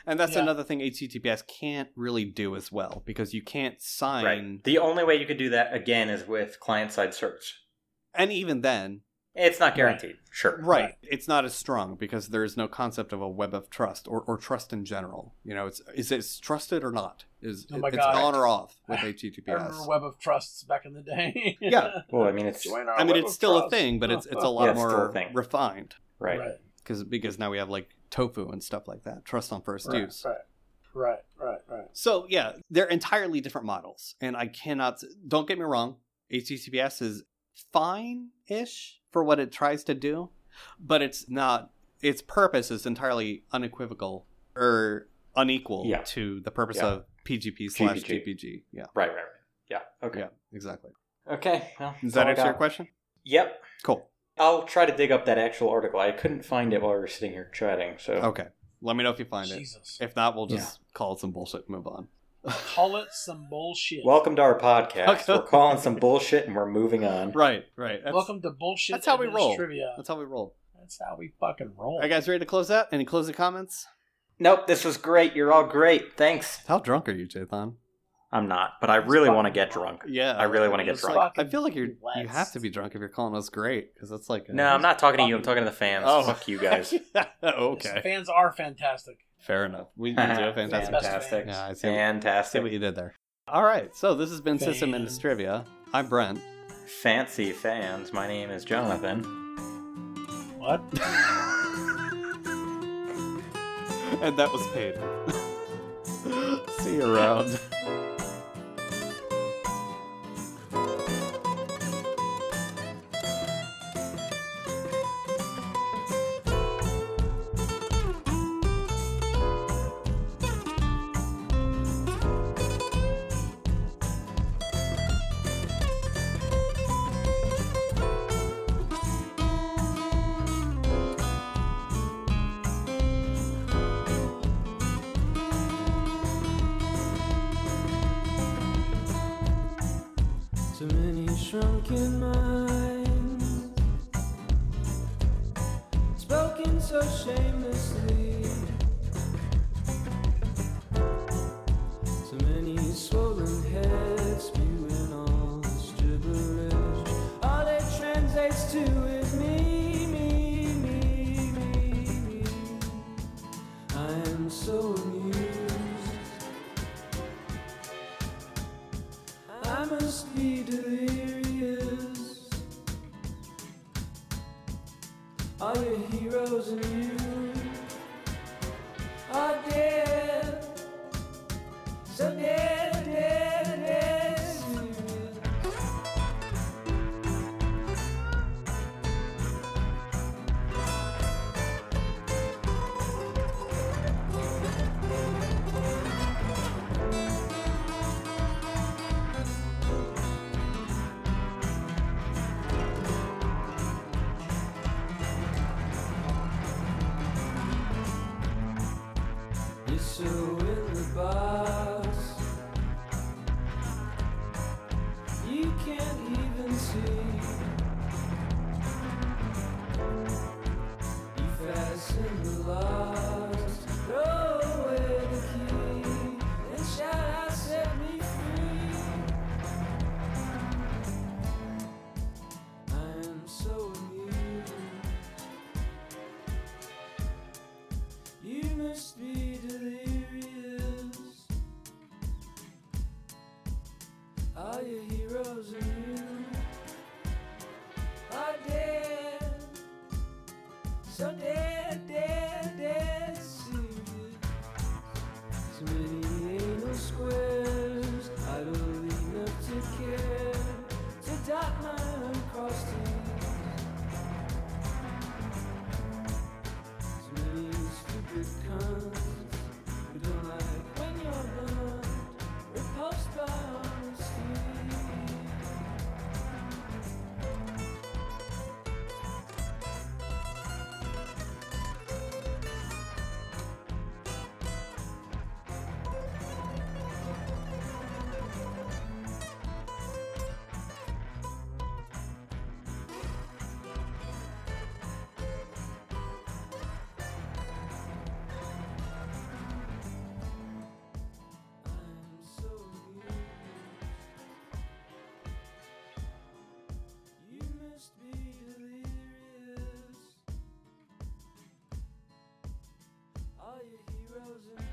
Speaker 1: and that's
Speaker 3: Yeah.
Speaker 1: another thing https can't really do as well because you can't sign
Speaker 2: right. The only way you could do that again is with client side search.
Speaker 1: and even then
Speaker 2: It's not guaranteed. Sure.
Speaker 1: right,
Speaker 3: Right.
Speaker 1: it's not as strong because there is no concept of a web of trust or, or trust in general you know it's is it trusted or not is
Speaker 3: Oh my
Speaker 1: it's
Speaker 3: God.
Speaker 1: on or off with
Speaker 3: I remember
Speaker 1: https
Speaker 3: Web of Trusts back in the day.
Speaker 1: Yeah.
Speaker 2: Well, I mean, it's
Speaker 3: Join our
Speaker 1: I mean,
Speaker 3: Web
Speaker 1: it's
Speaker 3: of
Speaker 1: still a
Speaker 3: Trust.
Speaker 1: thing, but it's it's a lot
Speaker 2: Yeah, it's still a
Speaker 1: more
Speaker 2: thing.
Speaker 1: refined
Speaker 2: right.
Speaker 3: Right.
Speaker 1: because because now we have like tofu and stuff like that. Trust on first
Speaker 3: Right,
Speaker 1: use.
Speaker 3: Right, right, right, right.
Speaker 1: So yeah, they're entirely different models, and I cannot. Don't get me wrong, HTTPS is fine-ish for what it tries to do, but it's not. Its purpose is entirely unequivocal or unequal
Speaker 2: Yeah.
Speaker 1: to the purpose
Speaker 2: Yeah.
Speaker 1: of PGP slash
Speaker 2: GPG.
Speaker 1: GPG. Yeah,
Speaker 2: Right. Right. Right. Yeah. Okay.
Speaker 1: yeah, exactly.
Speaker 2: Okay. Well,
Speaker 1: Does
Speaker 2: that's
Speaker 1: that
Speaker 2: all I
Speaker 1: answer your
Speaker 2: got.
Speaker 1: question?
Speaker 2: Yep.
Speaker 1: Cool.
Speaker 2: I'll try to dig up that actual article. I couldn't find it while we were sitting here chatting. So
Speaker 1: Okay. Let me know if you find it.
Speaker 3: Jesus.
Speaker 1: If not, we'll just call it some bullshit and move on.
Speaker 3: Call it some bullshit.
Speaker 2: welcome to our podcast.
Speaker 1: Okay.
Speaker 2: We're calling some bullshit and we're moving on.
Speaker 1: Right, right. That's,
Speaker 3: Welcome to bullshit.
Speaker 1: that's how we
Speaker 3: Admin
Speaker 1: roll.
Speaker 3: Trivia.
Speaker 1: That's how we roll.
Speaker 3: That's how we fucking roll.
Speaker 1: Are you guys ready to close out? Any closing comments?
Speaker 2: Nope. This was great. You're all great. Thanks.
Speaker 1: How drunk are you, Jathan?
Speaker 2: I'm not, but I really want to get drunk.
Speaker 1: Yeah,
Speaker 2: I really want to get
Speaker 3: It's
Speaker 2: drunk.
Speaker 3: like-
Speaker 1: I feel like you're you
Speaker 3: Relaxed.
Speaker 1: have to be drunk if you're calling us great because that's like a-
Speaker 2: No, I'm not talking to you. I'm talking to the fans.
Speaker 1: Oh.
Speaker 2: Fuck you guys.
Speaker 3: Yes,
Speaker 1: okay,
Speaker 3: Fans are fantastic.
Speaker 1: fair enough. We, we do a fantastic.
Speaker 3: Fantastic.
Speaker 1: job. Yeah, I see. I see
Speaker 2: Fantastic.
Speaker 1: what you did there. All right, so this has been System
Speaker 3: Fan.
Speaker 1: Minutes Trivia. I'm Brent.
Speaker 2: Fancy fans. My name is Jonathan.
Speaker 3: What?
Speaker 1: and that was paid. see you around.
Speaker 4: Too many shrunken minds spoken so shamelessly. Too many swollen heads spewing all this gibberish. All it translates to is me, me, me, me, me. I am so amused. I must be delirious. Are your heroes and you? queso in the box. You can't even see. You fasten the locks, throw away the key, and shout out, set me free. I am so amused. You must be delirious. All your heroes and you are dead. So dead, dead, dead serious. So many anal squares, I don't enough to care. To dot my uncrossed T's. So many stupid cunts who don't like when you're blunt, repulsed by honesty. I'm so amused. You must be delirious. All your heroes and